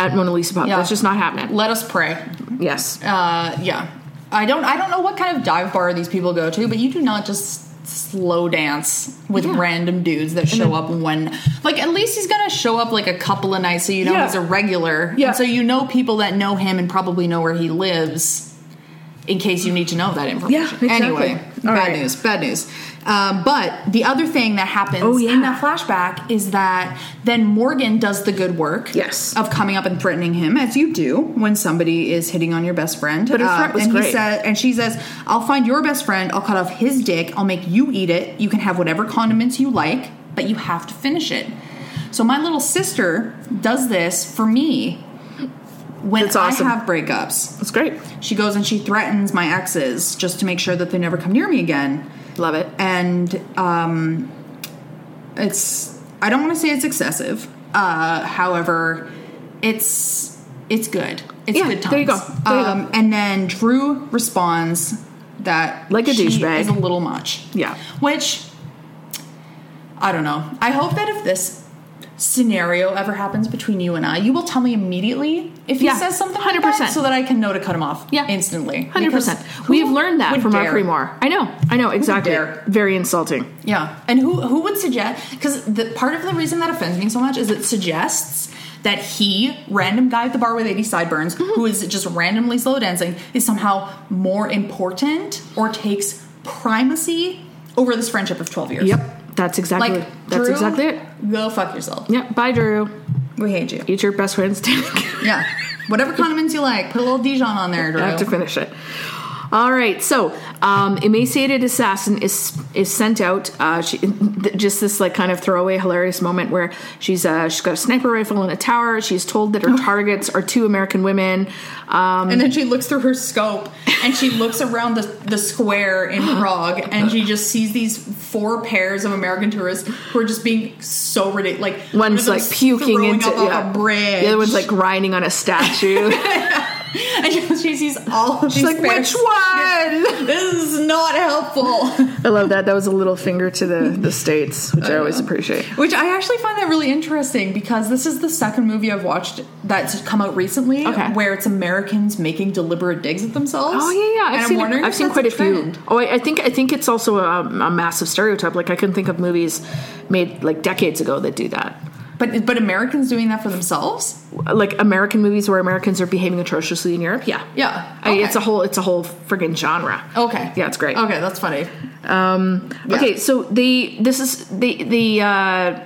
Speaker 1: at Mona Lisa Pub.
Speaker 2: Yeah.
Speaker 1: That's just not happening.
Speaker 2: Let us pray.
Speaker 1: Yes.
Speaker 2: Uh, yeah. I don't I don't know what kind of dive bar these people go to, but you do not just slow dance with
Speaker 1: Yeah.
Speaker 2: random dudes that show up when like at least he's gonna show up like a couple of nights so you know
Speaker 1: Yeah.
Speaker 2: he's a regular.
Speaker 1: Yeah.
Speaker 2: And so you know people that know him and probably know where he lives in case you need to know that information.
Speaker 1: exactly.
Speaker 2: Anyway,
Speaker 1: All
Speaker 2: bad
Speaker 1: right.
Speaker 2: news, bad news. Um, but the other thing that happens
Speaker 1: Oh, yeah.
Speaker 2: in that flashback is that then Morgan does the good work
Speaker 1: Yes.
Speaker 2: of coming up and threatening him, as you do when somebody is hitting on your best friend.
Speaker 1: But her threat was
Speaker 2: Um, and
Speaker 1: great.
Speaker 2: He said, and she says, "I'll find your best friend. I'll cut off his dick. I'll make you eat it. You can have whatever condiments you like, but you have to finish it." So my little sister does this for me when
Speaker 1: That's awesome.
Speaker 2: I have breakups.
Speaker 1: That's great.
Speaker 2: She goes and she threatens my exes just to make sure that they never come near me again.
Speaker 1: Love it.
Speaker 2: And um, it's I don't want to say it's excessive. Uh, however, it's it's good. It's
Speaker 1: Yeah,
Speaker 2: good times.
Speaker 1: there you go. There you go.
Speaker 2: Um, and then Drew responds that
Speaker 1: Like a
Speaker 2: she
Speaker 1: douchebag.
Speaker 2: is a little much.
Speaker 1: Yeah.
Speaker 2: Which I don't know. I hope that if this scenario ever happens between you and I, you will tell me immediately if he
Speaker 1: Yeah,
Speaker 2: says something like
Speaker 1: 100%.
Speaker 2: that so that I can know to cut him off
Speaker 1: Yeah.
Speaker 2: instantly.
Speaker 1: Hundred percent.
Speaker 2: Because
Speaker 1: We have
Speaker 2: who
Speaker 1: learned that
Speaker 2: would
Speaker 1: from our
Speaker 2: dare?
Speaker 1: pre-moire. I know. I know exactly.
Speaker 2: dare?
Speaker 1: Very insulting.
Speaker 2: Yeah, and who who would suggest? Because the part of the reason that offends me so much is it suggests that he, random guy at the bar with eighty sideburns,
Speaker 1: Mm-hmm.
Speaker 2: who is just randomly slow dancing, is somehow more important or takes primacy over this friendship of twelve years.
Speaker 1: Yep. That's exactly.
Speaker 2: like
Speaker 1: that's
Speaker 2: Drew,
Speaker 1: exactly it.
Speaker 2: Go fuck yourself.
Speaker 1: Yeah. Bye, Drew.
Speaker 2: We hate you.
Speaker 1: Eat your best friend's [LAUGHS] dick.
Speaker 2: Yeah, whatever condiments you like, put a little Dijon on there, Drew.
Speaker 1: I have to finish it. All right, so um, emaciated assassin is is sent out. Uh, she, th- just this like kind of throwaway hilarious moment where she's uh, she's got a sniper rifle in a tower. She's told that
Speaker 2: Oh.
Speaker 1: her targets are two American women. Um,
Speaker 2: And then she looks through her scope and she looks around the, the square in Prague and she just sees these four pairs of American tourists who are just being so ridiculous. Like one of
Speaker 1: one's
Speaker 2: them's
Speaker 1: like puking
Speaker 2: throwing
Speaker 1: into
Speaker 2: up off
Speaker 1: yeah.
Speaker 2: a bridge.
Speaker 1: The other one's like grinding on a
Speaker 2: [LAUGHS]
Speaker 1: statue.
Speaker 2: and she, she sees all of
Speaker 1: she's
Speaker 2: these.
Speaker 1: like,
Speaker 2: pairs.
Speaker 1: which one?
Speaker 2: This is not helpful.
Speaker 1: I love that. That was a little finger to the the states, which I always appreciate.
Speaker 2: [LAUGHS] Which I actually find that really interesting because this is the second movie I've watched that's come out recently
Speaker 1: Okay.
Speaker 2: where it's Americans making deliberate digs at themselves.
Speaker 1: Oh yeah, yeah. I've
Speaker 2: and
Speaker 1: seen.
Speaker 2: I'm wondering
Speaker 1: I've
Speaker 2: if
Speaker 1: seen
Speaker 2: that's
Speaker 1: quite a, few.
Speaker 2: trend.
Speaker 1: Oh, I, I think I think it's also a, a massive stereotype. Like I can think of movies made like decades ago that do that.
Speaker 2: But but Americans doing that for themselves?
Speaker 1: Like American movies where Americans are behaving atrociously in Europe. Yeah,
Speaker 2: Yeah.
Speaker 1: I, it's a
Speaker 2: okay.
Speaker 1: whole it's a whole friggin' genre.
Speaker 2: Okay.
Speaker 1: Yeah, it's great.
Speaker 2: Okay, that's funny.
Speaker 1: Um,
Speaker 2: Yeah.
Speaker 1: Okay, so they this is the the uh,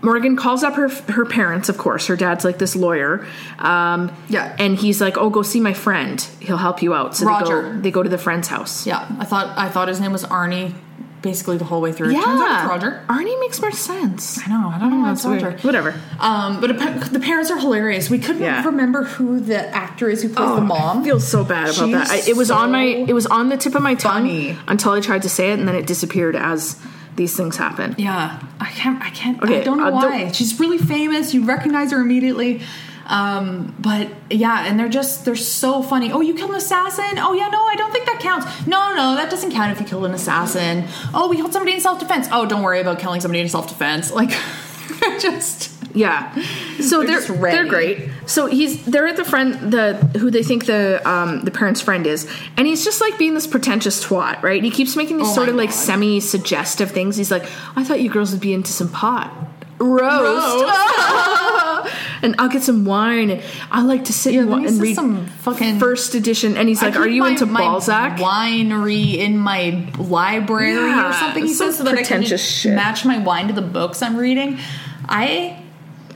Speaker 1: Morgan calls up her her parents. Of course, her dad's like this lawyer. Um,
Speaker 2: Yeah.
Speaker 1: and he's like, "Oh, go see my friend. He'll help you out." So they
Speaker 2: Roger.
Speaker 1: go they go to the friend's house.
Speaker 2: Yeah, I thought I thought his name was Arnie basically the whole way through. Turns out
Speaker 1: Yeah,
Speaker 2: it's Roger.
Speaker 1: Arnie makes more sense. Oh,
Speaker 2: I know, I don't know why it's
Speaker 1: That's weird.
Speaker 2: Roger.
Speaker 1: Whatever.
Speaker 2: Um, but appa- the parents are hilarious. We couldn't
Speaker 1: Yeah. Oh,
Speaker 2: remember who the actor is who plays the
Speaker 1: I
Speaker 2: mom.
Speaker 1: feel so bad about
Speaker 2: She's
Speaker 1: that. I, it was on my
Speaker 2: so
Speaker 1: it was on the tip of my tongue
Speaker 2: funny.
Speaker 1: until I tried to say it and then it disappeared as these things happen.
Speaker 2: yeah, I can't. I can't.
Speaker 1: Okay,
Speaker 2: I don't know
Speaker 1: uh, don't-
Speaker 2: why. She's really famous. You recognize her immediately. Um, but yeah, and they're just they're so funny. Oh, you killed an assassin. Oh yeah, no, I don't think that counts. No, no, that doesn't count if you killed an assassin. Oh, we killed somebody in self defense. Oh, don't worry about killing somebody in self defense. [LAUGHS] Like, they're just.
Speaker 1: Yeah. So they're they're,
Speaker 2: They're just ready.
Speaker 1: great. So he's they're at the friend the who they think the um the parent's friend is, and he's just like being this pretentious twat, right? And he keeps making these
Speaker 2: Oh
Speaker 1: sort
Speaker 2: my
Speaker 1: of like
Speaker 2: God.
Speaker 1: semi suggestive things. He's like, I thought you girls would be into some pot. Roast, [LAUGHS] and I'll get some wine. and I like to sit and, wa-
Speaker 2: then he
Speaker 1: and
Speaker 2: says
Speaker 1: read
Speaker 2: some fucking-
Speaker 1: first edition. And he's
Speaker 2: I
Speaker 1: like, "Are
Speaker 2: keep
Speaker 1: you
Speaker 2: my-
Speaker 1: into
Speaker 2: my
Speaker 1: Balzac?"
Speaker 2: winery in my library
Speaker 1: Yeah,
Speaker 2: or something? He
Speaker 1: some
Speaker 2: says so that I can
Speaker 1: pretentious
Speaker 2: just
Speaker 1: shit.
Speaker 2: match my wine to the books I'm reading. I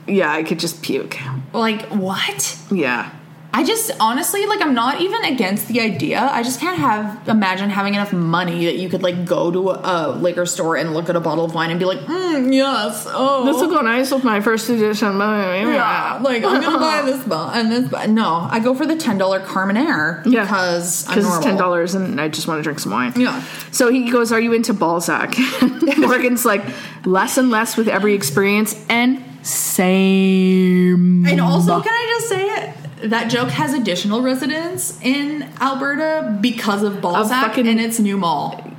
Speaker 1: Yeah, I could just puke.
Speaker 2: like what?
Speaker 1: Yeah.
Speaker 2: I just honestly like I'm not even against the idea. I just can't have imagine having enough money that you could like go to a, a liquor store and look at a bottle of wine and be like, mm, yes, oh,
Speaker 1: This will go nice with my first edition.
Speaker 2: yeah, [LAUGHS] like I'm gonna buy this bottle and this. Bo-. No, I go for the ten dollar Carmenere
Speaker 1: Yeah.
Speaker 2: because I'm
Speaker 1: because it's
Speaker 2: normal.
Speaker 1: ten dollars and I just want to drink some wine.
Speaker 2: Yeah.
Speaker 1: So he goes, "Are you into Balzac?" [LAUGHS] Morgan's like, "Less and less with every experience, and same."
Speaker 2: And also, can I just say it? That joke has additional residents in Alberta because of Balzac
Speaker 1: fucking-
Speaker 2: and its new mall.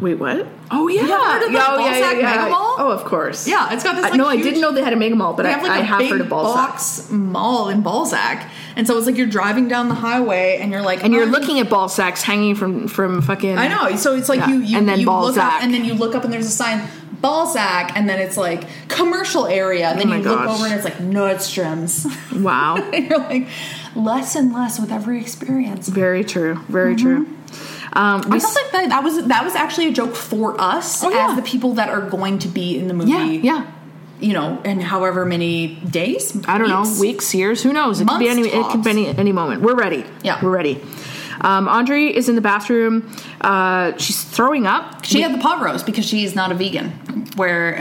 Speaker 1: Wait, what? Oh yeah,
Speaker 2: heard of the Balzac Mega Mall?
Speaker 1: Oh, of course.
Speaker 2: Yeah, it's got this,
Speaker 1: Uh,
Speaker 2: like,
Speaker 1: no, I
Speaker 2: huge-
Speaker 1: didn't know they had a mega mall, but
Speaker 2: They
Speaker 1: I
Speaker 2: have like
Speaker 1: I
Speaker 2: a
Speaker 1: have
Speaker 2: big
Speaker 1: heard of Balzac.
Speaker 2: box mall in Balzac, and so it's like you're driving down the highway and you're like,
Speaker 1: And you're
Speaker 2: "Oh,
Speaker 1: looking at Balzac's hanging from from fucking.
Speaker 2: I know. So it's like
Speaker 1: Yeah.
Speaker 2: you, you
Speaker 1: And then
Speaker 2: you look up,
Speaker 1: Balzac.
Speaker 2: and then you look up, and there's a sign Balzac, and then it's like commercial area, and then
Speaker 1: Oh my
Speaker 2: you look
Speaker 1: gosh.
Speaker 2: over, and it's like Nordstrom's. [LAUGHS]
Speaker 1: [LAUGHS] Wow.
Speaker 2: and you're like less and less with every experience.
Speaker 1: Very true. Very true. Um, we
Speaker 2: I
Speaker 1: s-
Speaker 2: felt like that, that was that was actually a joke for us
Speaker 1: Oh, yeah.
Speaker 2: as the people that are going to be in the movie.
Speaker 1: yeah, yeah.
Speaker 2: You know, in however many days,
Speaker 1: I don't
Speaker 2: weeks?
Speaker 1: know, weeks, years, who knows? It could be
Speaker 2: Months
Speaker 1: any. It could be any, any moment. We're ready.
Speaker 2: Yeah.
Speaker 1: we're ready. Um, Andre is in the bathroom. Uh, she's throwing up.
Speaker 2: She had the pot roast because she is not a vegan, whereas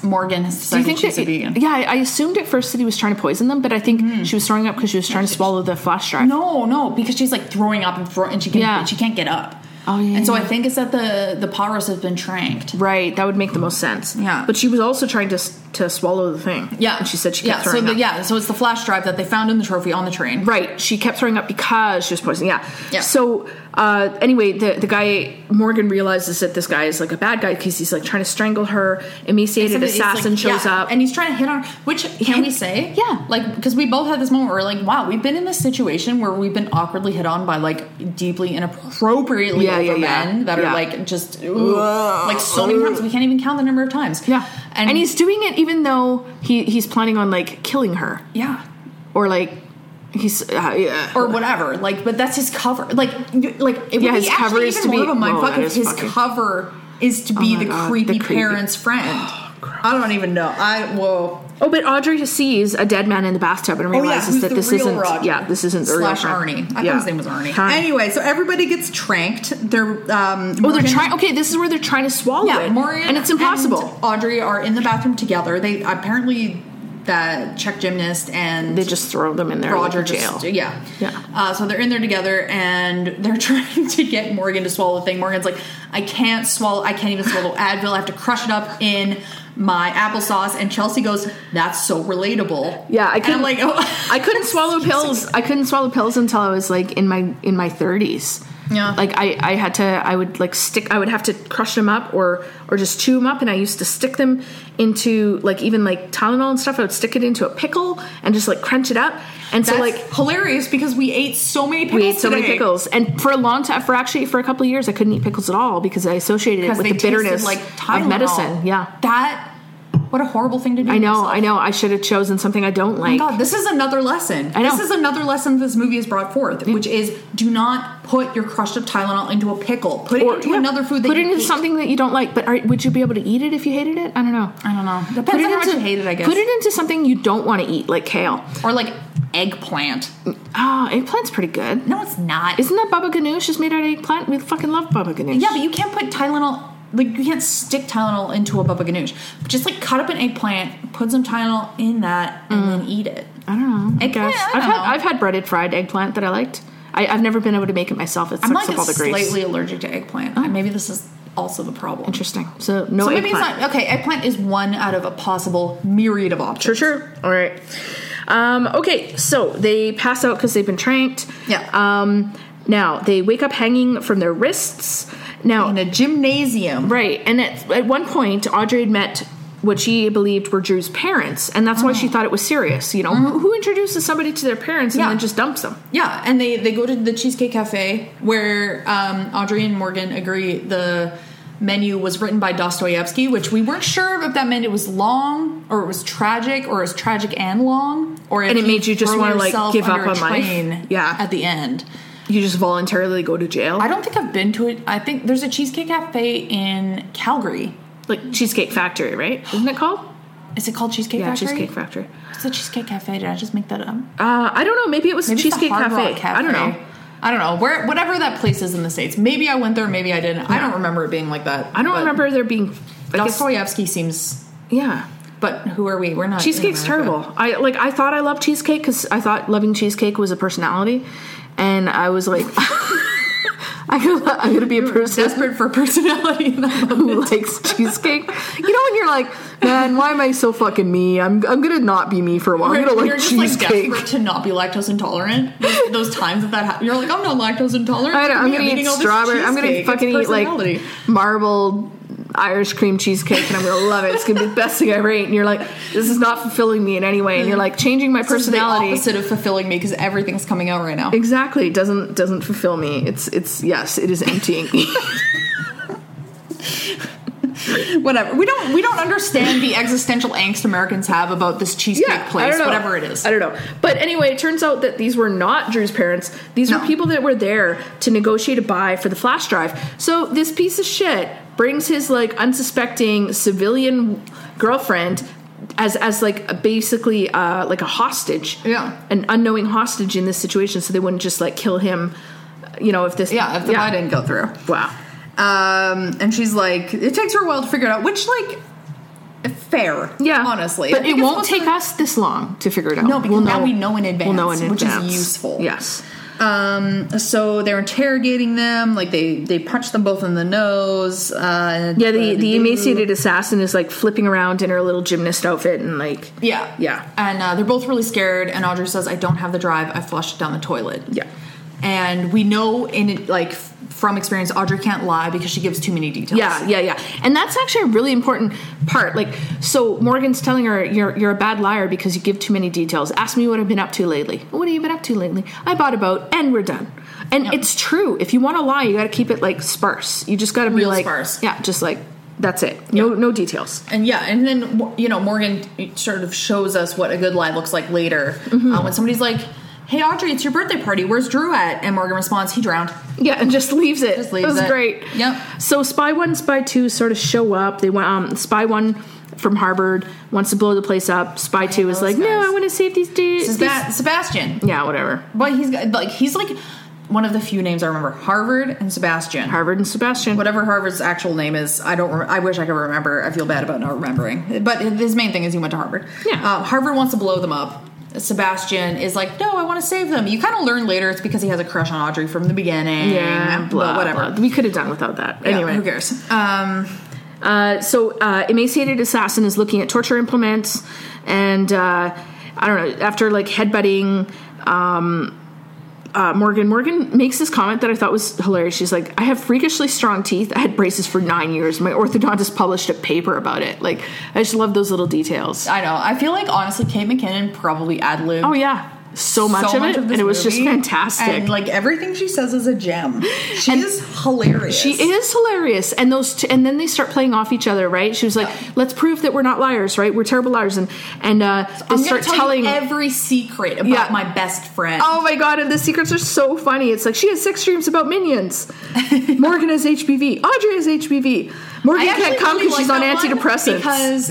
Speaker 1: Right.
Speaker 2: Morgan has
Speaker 1: Do you
Speaker 2: decided
Speaker 1: think
Speaker 2: she's
Speaker 1: that,
Speaker 2: a vegan. Mm-hmm.
Speaker 1: Yeah, I I assumed at first that he was trying to poison them, but I think she was throwing up because she was trying to swallow the flash drive.
Speaker 2: No, no, because she's like throwing up in front and she can
Speaker 1: Yeah.
Speaker 2: not she can't get up.
Speaker 1: Oh, yeah,
Speaker 2: And so I
Speaker 1: yeah.
Speaker 2: think it's that the the pot roast has been tranked.
Speaker 1: Right, that would make the most sense.
Speaker 2: Yeah.
Speaker 1: but she was also trying to s- to swallow the thing.
Speaker 2: Yeah,
Speaker 1: and she said she
Speaker 2: yeah.
Speaker 1: kept
Speaker 2: So
Speaker 1: throwing
Speaker 2: the,
Speaker 1: up.
Speaker 2: yeah, so it's the flash drive that they found in the trophy on the train.
Speaker 1: Right, she kept throwing up because she was poisoning. Yeah.
Speaker 2: Yeah.
Speaker 1: So uh, anyway, the the guy Morgan realizes that this guy is like a bad guy because he's like trying to strangle her. Emaciated
Speaker 2: Somebody- it's like-
Speaker 1: assassin shows
Speaker 2: yeah,
Speaker 1: up.
Speaker 2: and he's trying to hit on. Which can
Speaker 1: Hit-
Speaker 2: we say?
Speaker 1: yeah.
Speaker 2: like because we both had this moment where we're like, wow, we've been in this situation where we've been awkwardly hit on by like deeply inappropriately
Speaker 1: Yeah,
Speaker 2: older
Speaker 1: yeah, yeah.
Speaker 2: men that
Speaker 1: Yeah.
Speaker 2: are like just ooh, like so many times we can't even count the number of times.
Speaker 1: yeah,
Speaker 2: and,
Speaker 1: and, he's doing it even though he he's planning on like killing her
Speaker 2: yeah.
Speaker 1: or like he's uh, yeah.
Speaker 2: Or whatever, like, but that's his cover. Like, you- like it would
Speaker 1: Yeah,
Speaker 2: be
Speaker 1: his cover
Speaker 2: actually
Speaker 1: is
Speaker 2: even
Speaker 1: to
Speaker 2: more
Speaker 1: be-
Speaker 2: of a mind
Speaker 1: whoa,
Speaker 2: fuck
Speaker 1: that
Speaker 2: if
Speaker 1: is
Speaker 2: his
Speaker 1: fucking- Oh
Speaker 2: cover is to be
Speaker 1: my
Speaker 2: the,
Speaker 1: God, the
Speaker 2: creepy
Speaker 1: creepy-
Speaker 2: parents' friend.
Speaker 1: [GASPS]
Speaker 2: I don't even know. I whoa.
Speaker 1: oh, but Audrey sees a dead man in the bathtub and
Speaker 2: Oh, yeah,
Speaker 1: realizes
Speaker 2: who's
Speaker 1: that
Speaker 2: the
Speaker 1: this
Speaker 2: real
Speaker 1: isn't
Speaker 2: Roger.
Speaker 1: yeah this isn't the real
Speaker 2: slash
Speaker 1: friend.
Speaker 2: Arnie. I
Speaker 1: Yeah.
Speaker 2: thought his name was Arnie.
Speaker 1: Huh.
Speaker 2: Anyway, so everybody gets tranked. They're um,
Speaker 1: Oh, they're trying. Okay, this is where they're trying to swallow
Speaker 2: Yeah,
Speaker 1: it,
Speaker 2: Morgan
Speaker 1: and it's impossible.
Speaker 2: Audrey are in the bathroom together. They apparently the Czech gymnast and
Speaker 1: they just throw them in there.
Speaker 2: Roger
Speaker 1: like, jail.
Speaker 2: just yeah
Speaker 1: Yeah.
Speaker 2: Uh, so they're in there together and they're [LAUGHS] trying to get Morgan to swallow the thing. Morgan's like, I can't swallow. I can't even swallow Advil. I have to crush it up in my applesauce. And Chelsea goes, "That's so relatable."
Speaker 1: Yeah, I
Speaker 2: And
Speaker 1: couldn't
Speaker 2: I'm like, [LAUGHS] oh.
Speaker 1: I couldn't swallow pills. I couldn't swallow pills until I was like in my in my thirties.
Speaker 2: Yeah.
Speaker 1: like I I had to I would like stick I would have to crush them up or or just chew them up, and I used to stick them into like even like Tylenol and stuff. I would stick it into a pickle and just like crunch it up, and so
Speaker 2: That's
Speaker 1: like.
Speaker 2: hilarious because we ate so many pickles.
Speaker 1: We ate so many
Speaker 2: today.
Speaker 1: pickles, and for a long time, for actually for a couple of years, I couldn't eat pickles at all because I associated it
Speaker 2: because
Speaker 1: with
Speaker 2: they
Speaker 1: the bitterness
Speaker 2: tasted like
Speaker 1: of
Speaker 2: Tylenol.
Speaker 1: medicine. Yeah,
Speaker 2: that. What a horrible thing to do.
Speaker 1: I
Speaker 2: to
Speaker 1: know,
Speaker 2: yourself. Oh
Speaker 1: I know. I should have chosen something I don't like.
Speaker 2: God, this is another lesson.
Speaker 1: I know.
Speaker 2: This is another lesson this movie has brought forth, which is do not put your crushed up Tylenol into a pickle. Put it into
Speaker 1: yeah,
Speaker 2: another food that
Speaker 1: put
Speaker 2: you
Speaker 1: it into
Speaker 2: hate.
Speaker 1: something that you don't like. But are, would you be able to eat it if you hated it? I don't know.
Speaker 2: I don't know. Depends
Speaker 1: Put it
Speaker 2: on how much
Speaker 1: into-
Speaker 2: you hate it, I guess.
Speaker 1: Put it into something you don't want to eat, like kale.
Speaker 2: or like eggplant.
Speaker 1: Oh, eggplant's pretty good.
Speaker 2: No, it's not.
Speaker 1: Isn't that baba ganoush? Just made out of eggplant. We fucking love baba ganoush.
Speaker 2: yeah, but you can't put Tylenol. Like you can't stick Tylenol into a baba ganoush. Just like cut up an eggplant, put some Tylenol in that, and then eat it.
Speaker 1: Mm. I don't know. I
Speaker 2: Eggplant,
Speaker 1: guess
Speaker 2: I
Speaker 1: I've
Speaker 2: don't
Speaker 1: had
Speaker 2: know.
Speaker 1: I've had breaded fried eggplant that I liked. I, I've never been able to make it myself. It sucks
Speaker 2: I'm like
Speaker 1: up all the grease. Oh.
Speaker 2: slightly allergic to eggplant, and maybe this is also the problem.
Speaker 1: Interesting. So no
Speaker 2: So maybe
Speaker 1: eggplant.
Speaker 2: it's not okay. Eggplant is one out of a possible myriad of options.
Speaker 1: For sure. All right. Um, okay, so they pass out because they've been tranked.
Speaker 2: Yeah.
Speaker 1: Um, now they wake up hanging from their wrists. Now,
Speaker 2: In a gymnasium,
Speaker 1: right, and at, at one point, Audrey had met what she believed were Drew's parents, and that's why
Speaker 2: Oh.
Speaker 1: she thought it was serious. You know, who, who introduces somebody to their parents and
Speaker 2: Mm-hmm. Yeah.
Speaker 1: then just dumps them?
Speaker 2: Yeah, and they they go to the Cheesecake Cafe where um, Audrey and Morgan agree the menu was written by Dostoevsky, which we weren't sure if that meant it was long or it was tragic or it was tragic and long or if
Speaker 1: And it made you just
Speaker 2: throw
Speaker 1: wanna, like,
Speaker 2: yourself
Speaker 1: give up
Speaker 2: under a
Speaker 1: on life.
Speaker 2: [LAUGHS] train
Speaker 1: Yeah.
Speaker 2: at the end.
Speaker 1: You just voluntarily go to jail,
Speaker 2: I don't think I've been to it. I think there's a Cheesecake Cafe in Calgary.
Speaker 1: like Cheesecake Factory, right? Isn't it called?
Speaker 2: Is it called Cheesecake
Speaker 1: Yeah,
Speaker 2: Factory?
Speaker 1: Cheesecake Factory.
Speaker 2: What's the Cheesecake Cafe? Did I just make that up?
Speaker 1: Uh, I don't know. Maybe it was
Speaker 2: Maybe it's the
Speaker 1: Cheesecake
Speaker 2: Hard
Speaker 1: Cafe.
Speaker 2: Rock
Speaker 1: I don't know.
Speaker 2: I don't know. Where whatever that place is in the states. Maybe I went there. Maybe I didn't. I don't remember it being like that.
Speaker 1: I don't
Speaker 2: but
Speaker 1: remember there being. I guess,
Speaker 2: Dostoevsky seems.
Speaker 1: yeah.
Speaker 2: But who are we? We're not in
Speaker 1: cheesecake's
Speaker 2: America.
Speaker 1: terrible i like i thought i loved cheesecake because [LAUGHS] i thought loving cheesecake was a personality and i was like i I'm gonna, I'm gonna be a person
Speaker 2: Desperate for personality. [LAUGHS] in that moment.
Speaker 1: [LAUGHS] who likes cheesecake. You know when you're like, man, why am I so fucking me? I'm I'm gonna not be me for a while. I'm gonna
Speaker 2: When
Speaker 1: like
Speaker 2: you're just like
Speaker 1: cheesecake.
Speaker 2: desperate to not be lactose intolerant. those- Those times that that happens, you're like, I'm not lactose intolerant.
Speaker 1: I don't, I'm
Speaker 2: Yeah,
Speaker 1: gonna
Speaker 2: eating
Speaker 1: eat
Speaker 2: all this
Speaker 1: strawberry. I'm
Speaker 2: cheesecake.
Speaker 1: gonna
Speaker 2: It's
Speaker 1: fucking eat like
Speaker 2: personality.
Speaker 1: marbled Irish cream cheesecake, and I'm gonna love it. It's gonna be the best thing I ever ate. And you're like, this is not fulfilling me in any way. And you're like, changing my
Speaker 2: This is the
Speaker 1: personality.
Speaker 2: opposite of fulfilling me because everything's coming out right now.
Speaker 1: Exactly doesn't doesn't fulfill me. It's it's yes, it is emptying
Speaker 2: [LAUGHS]
Speaker 1: me.
Speaker 2: whatever. We don't we don't understand the existential angst Americans have about this cheesecake place,
Speaker 1: I don't know.
Speaker 2: whatever it is.
Speaker 1: I don't know. But anyway, it turns out that these were not Drew's parents. These were
Speaker 2: No.
Speaker 1: people that were there to negotiate a buy for the flash drive. So this piece of shit brings his like unsuspecting civilian girlfriend as as like a- basically uh like a hostage.
Speaker 2: Yeah.
Speaker 1: An unknowing hostage in this situation so they wouldn't just like kill him you know if this
Speaker 2: Yeah, if the buy didn't go through.
Speaker 1: Wow.
Speaker 2: Um, and she's like, it takes her a while to figure it out, which like fair.
Speaker 1: Yeah.
Speaker 2: honestly, I
Speaker 1: But
Speaker 2: think
Speaker 1: it
Speaker 2: it's
Speaker 1: won't
Speaker 2: supposed
Speaker 1: take
Speaker 2: to-
Speaker 1: us this long to figure it out.
Speaker 2: No, because now we know in
Speaker 1: We'll know
Speaker 2: advance,
Speaker 1: in
Speaker 2: which is
Speaker 1: advance.
Speaker 2: useful.
Speaker 1: Yes.
Speaker 2: Um, so they're interrogating them, like they they punch them both in the nose. Uh,
Speaker 1: Yeah, the,
Speaker 2: uh,
Speaker 1: the
Speaker 2: do-
Speaker 1: emaciated assassin is like flipping around in her little gymnast outfit and like
Speaker 2: Yeah,
Speaker 1: Yeah.
Speaker 2: and uh, they're both really scared. And Audrey says, "I don't have the drive. I flushed it down the toilet."
Speaker 1: Yeah.
Speaker 2: and we know in it, like f- from experience, Audrey can't lie because she gives too many details.
Speaker 1: yeah, yeah, yeah. And that's actually a really important part. Like so Morgan's telling her you're you're a bad liar because you give too many details. Ask me what I've been up to lately. What have you been up to lately? I bought a boat and we're done. And it's true. If you want to lie, you got to keep it like sparse. You just got to be
Speaker 2: Real
Speaker 1: like
Speaker 2: sparse.
Speaker 1: yeah, just like that's it. No no details.
Speaker 2: and yeah, and then you know Morgan sort of shows us what a good lie looks like later
Speaker 1: Mm-hmm.
Speaker 2: uh, when somebody's like, "Hey Audrey, it's your birthday party. Where's Drew at?" And Morgan responds, "He drowned."
Speaker 1: Yeah, and just leaves it.
Speaker 2: Just leaves
Speaker 1: it was
Speaker 2: it.
Speaker 1: great.
Speaker 2: Yep.
Speaker 1: So Spy One, Spy Two sort of show up. They went um Spy One from Harvard wants to blow the place up. Spy Two is
Speaker 2: those
Speaker 1: like, No,
Speaker 2: guys.
Speaker 1: I want to save these dudes.
Speaker 2: Is that Sebastian?
Speaker 1: yeah, whatever.
Speaker 2: But he's got- like he's like one of the few names I remember: Harvard and Sebastian.
Speaker 1: Harvard and Sebastian.
Speaker 2: Whatever Harvard's actual name is, I don't. Rem- I wish I could remember. I feel bad about not remembering. But his main thing is he went to Harvard.
Speaker 1: Yeah.
Speaker 2: Uh, Harvard wants to blow them up. Sebastian is like, no, I want to save them. You kind of learn later it's because he has a crush on Audrey from the beginning.
Speaker 1: Yeah,
Speaker 2: but
Speaker 1: blah,
Speaker 2: whatever.
Speaker 1: blah. We could have done without that.
Speaker 2: Yeah,
Speaker 1: anyway,
Speaker 2: who cares? Um,
Speaker 1: Uh, so uh, emaciated assassin is looking at torture implements, and uh, I don't know. After like headbutting. Um, uh, Morgan Morgan makes this comment that I thought was hilarious. She's like, "I have freakishly strong teeth. I had braces for nine years. My orthodontist published a paper about it. Like, I just love those little details.
Speaker 2: I know. I feel like honestly, Kate McKinnon probably ad lib.
Speaker 1: Oh yeah, so much of it, and it was just fantastic.
Speaker 2: And like everything she says is
Speaker 1: [LAUGHS]
Speaker 2: a gem. She is hilarious.
Speaker 1: She is hilarious, and those, two, and then they start playing off each other, right? She was like, "Let's prove that we're not liars, right? We're terrible liars," and and uh, they
Speaker 2: I'm gonna
Speaker 1: start
Speaker 2: tell
Speaker 1: telling.
Speaker 2: you every secret about
Speaker 1: Yeah.
Speaker 2: my best friend.
Speaker 1: oh my god! And the secrets are so funny. It's like she has sex dreams about
Speaker 2: [LAUGHS]
Speaker 1: minions. Morgan has HPV. Audrey has HPV. Morgan can't
Speaker 2: actually
Speaker 1: come
Speaker 2: really
Speaker 1: because she's on
Speaker 2: like that one
Speaker 1: antidepressants.
Speaker 2: Because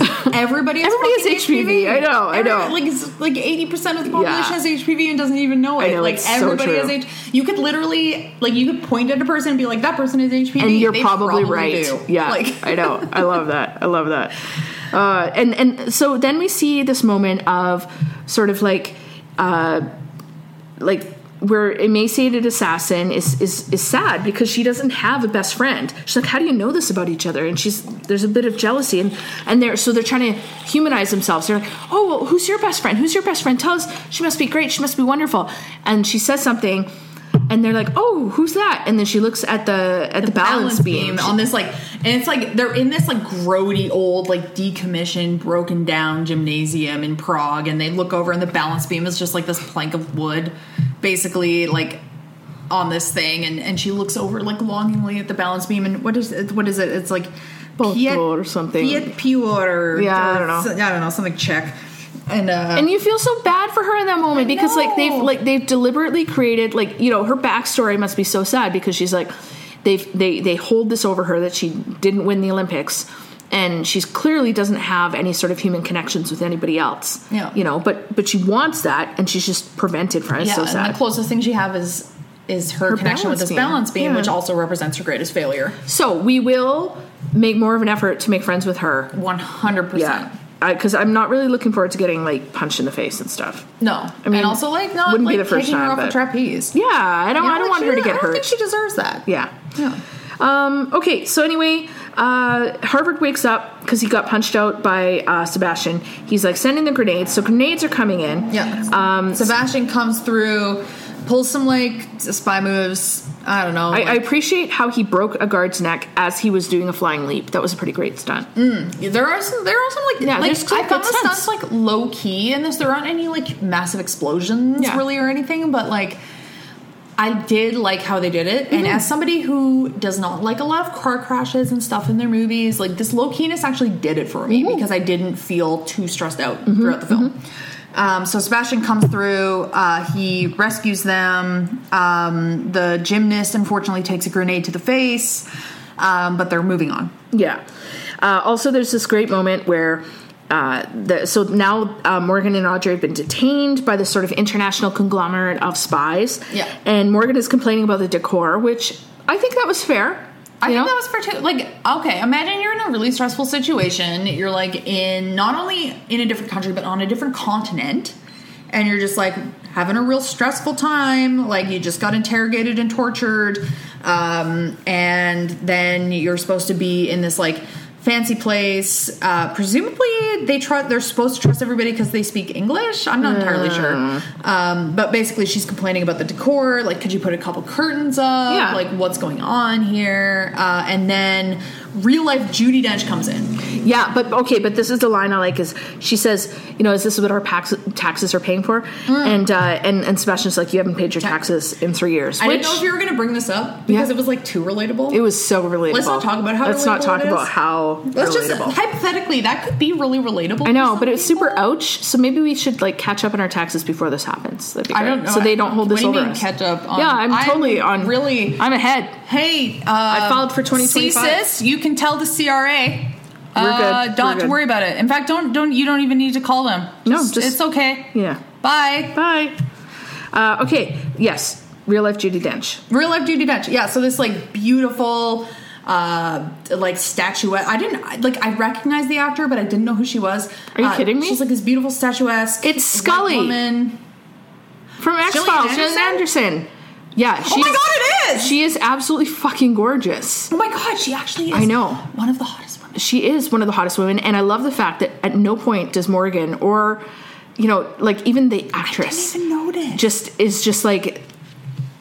Speaker 1: [LAUGHS]
Speaker 2: everybody has
Speaker 1: Everybody has
Speaker 2: fucking
Speaker 1: HPV. I know, I know.
Speaker 2: Every- Like it's like eighty percent of the population
Speaker 1: Yeah.
Speaker 2: has HPV and doesn't even know it.
Speaker 1: know,
Speaker 2: like
Speaker 1: it's so
Speaker 2: everybody
Speaker 1: true.
Speaker 2: has H. You could literally like you could point at a person and be like, "That person has HPV,"
Speaker 1: and you're
Speaker 2: They
Speaker 1: probably, right.
Speaker 2: do.
Speaker 1: Yeah,
Speaker 2: like
Speaker 1: I know.
Speaker 2: [LAUGHS]
Speaker 1: I love that. I love that. Uh, and and so then we see this moment of sort of like, uh, like where emaciated assassin is is is sad because she doesn't have a best friend. She's like, how do you know this about each other? And she's there's a bit of jealousy and and they're so they're trying to humanize themselves. They're like, oh, well, who's your best friend? Who's your best friend? Tell us. She must be great. She must be wonderful. And she says something. And they're like, "Oh, who's that?" And then she looks at the at the, balance, beam.
Speaker 2: on this like and it's like they're in this like grody old like decommissioned broken down gymnasium in prague and they look over and the balance beam is just like this plank of wood basically like on this thing and and she looks over like longingly at the balance beam and what is it what is it it's like
Speaker 1: Bolt or something.
Speaker 2: Piet Pior,
Speaker 1: Yeah, I don't know.
Speaker 2: i don't know something czech and uh
Speaker 1: and you feel so bad for her in that moment
Speaker 2: I
Speaker 1: because like they've
Speaker 2: know.
Speaker 1: like they've deliberately created like you know her backstory must be so sad because she's like they've they they hold this over her that she didn't win the olympics and she's clearly doesn't have any sort of human connections with anybody else
Speaker 2: Yeah.
Speaker 1: you know but but she wants that and she's just prevented from it It's
Speaker 2: yeah
Speaker 1: so
Speaker 2: and
Speaker 1: sad
Speaker 2: the closest thing she have is is her,
Speaker 1: Her
Speaker 2: connection with
Speaker 1: balance
Speaker 2: this
Speaker 1: beam.
Speaker 2: balance beam
Speaker 1: Yeah.
Speaker 2: which also represents her greatest failure
Speaker 1: so we will make more of an effort to make friends with her
Speaker 2: 100%
Speaker 1: yeah because I'm not really looking forward to getting like punched in the face and stuff.
Speaker 2: No, I
Speaker 1: mean,
Speaker 2: mean, and also like not
Speaker 1: wouldn't
Speaker 2: like
Speaker 1: be the first
Speaker 2: taking
Speaker 1: time,
Speaker 2: her off
Speaker 1: but-
Speaker 2: a trapeze.
Speaker 1: Yeah, I don't.
Speaker 2: You know,
Speaker 1: I don't
Speaker 2: like,
Speaker 1: want
Speaker 2: she
Speaker 1: her to
Speaker 2: doesn't-
Speaker 1: get
Speaker 2: I don't
Speaker 1: hurt.
Speaker 2: think she deserves that.
Speaker 1: yeah.
Speaker 2: Yeah.
Speaker 1: Um, okay, so anyway, uh, Harvard wakes up because he got punched out by uh, Sebastian. He's like sending the grenades, so grenades are coming in.
Speaker 2: Yeah.
Speaker 1: Um,
Speaker 2: Sebastian comes through, pulls some like spy moves. I don't know.
Speaker 1: I,
Speaker 2: like-
Speaker 1: I appreciate how he broke a guard's neck as he was doing a flying leap. That was a pretty great stunt.
Speaker 2: Mm. there are some. There are some like.
Speaker 1: Yeah,
Speaker 2: like,
Speaker 1: there's some
Speaker 2: I found
Speaker 1: good
Speaker 2: the
Speaker 1: stunts.
Speaker 2: stunts like low key in this. There aren't any like massive explosions
Speaker 1: Yeah.
Speaker 2: really or anything, but like. I did like how they did it,
Speaker 1: Mm-hmm.
Speaker 2: and as somebody who does not like a lot of car crashes and stuff in their movies, like this low keyness actually did it for me
Speaker 1: Mm-hmm.
Speaker 2: because I didn't feel too stressed out throughout the film.
Speaker 1: Mm-hmm.
Speaker 2: Um, so Sebastian comes through. Uh, he rescues them. Um, the gymnast unfortunately takes a grenade to the face, um, but they're moving on.
Speaker 1: Yeah. Uh, also, there's this great moment where. Uh, the, so now uh, Morgan and Audrey have been detained by this sort of international conglomerate of spies.
Speaker 2: Yeah.
Speaker 1: And Morgan is complaining about the decor, which I think that was fair.
Speaker 2: I
Speaker 1: you know?
Speaker 2: think that was for two. Like, okay, imagine you're in a really stressful situation. You're like in not only in a different country, but on a different continent, and you're just like having a real stressful time. Like, you just got interrogated and tortured, um, and then you're supposed to be in this like fancy place. Uh, presumably, they try. They're supposed to trust everybody because they speak English. I'm not entirely
Speaker 1: Hmm.
Speaker 2: sure, um, but basically, she's complaining about the decor. Like, could you put a couple curtains up?
Speaker 1: Yeah.
Speaker 2: Like, what's going on here. Uh, and then real life Judy Dench comes in.
Speaker 1: Yeah, but okay, but this is the line I like is she says, you know, is this what our pax- taxes are paying for?
Speaker 2: Mm.
Speaker 1: And uh, and and Sebastian's like, you haven't paid your taxes in three years.
Speaker 2: I
Speaker 1: which
Speaker 2: didn't know if you were going to bring this up because
Speaker 1: Yeah.
Speaker 2: it was like too relatable.
Speaker 1: it was so relatable.
Speaker 2: Let's not talk about how
Speaker 1: Let's not
Speaker 2: relatable
Speaker 1: talk
Speaker 2: it is.
Speaker 1: about how
Speaker 2: Let's
Speaker 1: relatable.
Speaker 2: just hypothetically that could be really relatable.
Speaker 1: I know, but it
Speaker 2: it's
Speaker 1: was super ouch. So maybe we should like catch up on our taxes before this happens. That'd be
Speaker 2: I
Speaker 1: great.
Speaker 2: don't know.
Speaker 1: So they don't hold
Speaker 2: What
Speaker 1: this
Speaker 2: do you
Speaker 1: over
Speaker 2: mean
Speaker 1: us.
Speaker 2: catch up on-
Speaker 1: yeah, I'm,
Speaker 2: I'm
Speaker 1: totally on.
Speaker 2: really-
Speaker 1: I'm ahead.
Speaker 2: Hey, uh, I
Speaker 1: filed for 2025.
Speaker 2: sis, you can tell the CRA.
Speaker 1: We're
Speaker 2: Uh,
Speaker 1: good.
Speaker 2: Don't
Speaker 1: We're good.
Speaker 2: worry about it. In fact, don't don't you don't even need to call them.
Speaker 1: No, just-
Speaker 2: it's okay.
Speaker 1: Yeah.
Speaker 2: Bye.
Speaker 1: Bye. Uh, okay. Yes. Real life Judy Dench.
Speaker 2: Real life Judy Dench. Yeah, so this like beautiful uh like statuette. I didn't I- like I recognized the actor, but I didn't know who she was.
Speaker 1: Are you
Speaker 2: Uh,
Speaker 1: kidding me?
Speaker 2: She's like this beautiful statuesque.
Speaker 1: It's
Speaker 2: white
Speaker 1: Scully.
Speaker 2: Woman.
Speaker 1: from X Files, Jillian
Speaker 2: Anderson? Oh
Speaker 1: Anderson. Yeah, she's,
Speaker 2: my God, it is!
Speaker 1: She is absolutely fucking gorgeous.
Speaker 2: Oh my god, she actually is
Speaker 1: I know.
Speaker 2: one of the hottest women.
Speaker 1: She is one of the hottest women, and I love the fact that at no point does Morgan or, you know, like even the actress
Speaker 2: Didn't even notice.
Speaker 1: just is just like,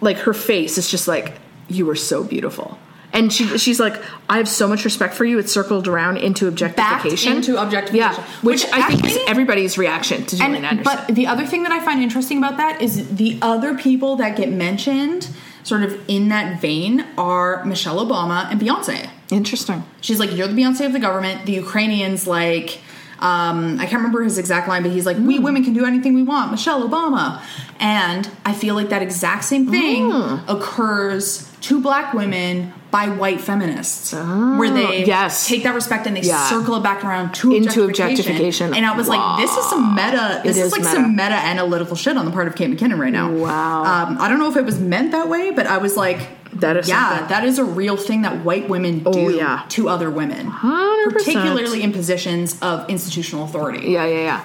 Speaker 1: like her face is just like you are so beautiful, and she she's like I have so much respect for you. It's circled around into objectification,
Speaker 2: into objectification.
Speaker 1: yeah, which,
Speaker 2: Which
Speaker 1: I think is
Speaker 2: actually-
Speaker 1: everybody's reaction to Julian
Speaker 2: and,
Speaker 1: Anderson.
Speaker 2: but the other thing that I find interesting about that is the other people that get mentioned sort of in that vein are Michelle Obama and Beyonce.
Speaker 1: Interesting.
Speaker 2: She's like, "You're the Beyonce of the government." The Ukrainians like, um, I can't remember his exact line, but he's like,
Speaker 1: Hmm.
Speaker 2: "We women can do anything we want." Michelle Obama, and I feel like that exact same thing
Speaker 1: Hmm.
Speaker 2: occurs to black women by white feminists, where they
Speaker 1: Oh, yes.
Speaker 2: take that respect and they
Speaker 1: Yeah.
Speaker 2: circle it back around to
Speaker 1: Into objectification.
Speaker 2: And I was like, "This is some meta. This
Speaker 1: It
Speaker 2: is,
Speaker 1: is
Speaker 2: like
Speaker 1: meta.
Speaker 2: some meta analytical shit on the part of Kate McKinnon right now."
Speaker 1: Wow.
Speaker 2: Um, I don't know if it was meant that way, but I was like.
Speaker 1: That is
Speaker 2: yeah,
Speaker 1: something.
Speaker 2: that is a real thing that white women do
Speaker 1: Oh, yeah.
Speaker 2: to other women,
Speaker 1: 100%.
Speaker 2: particularly in positions of institutional authority.
Speaker 1: Yeah, yeah, yeah.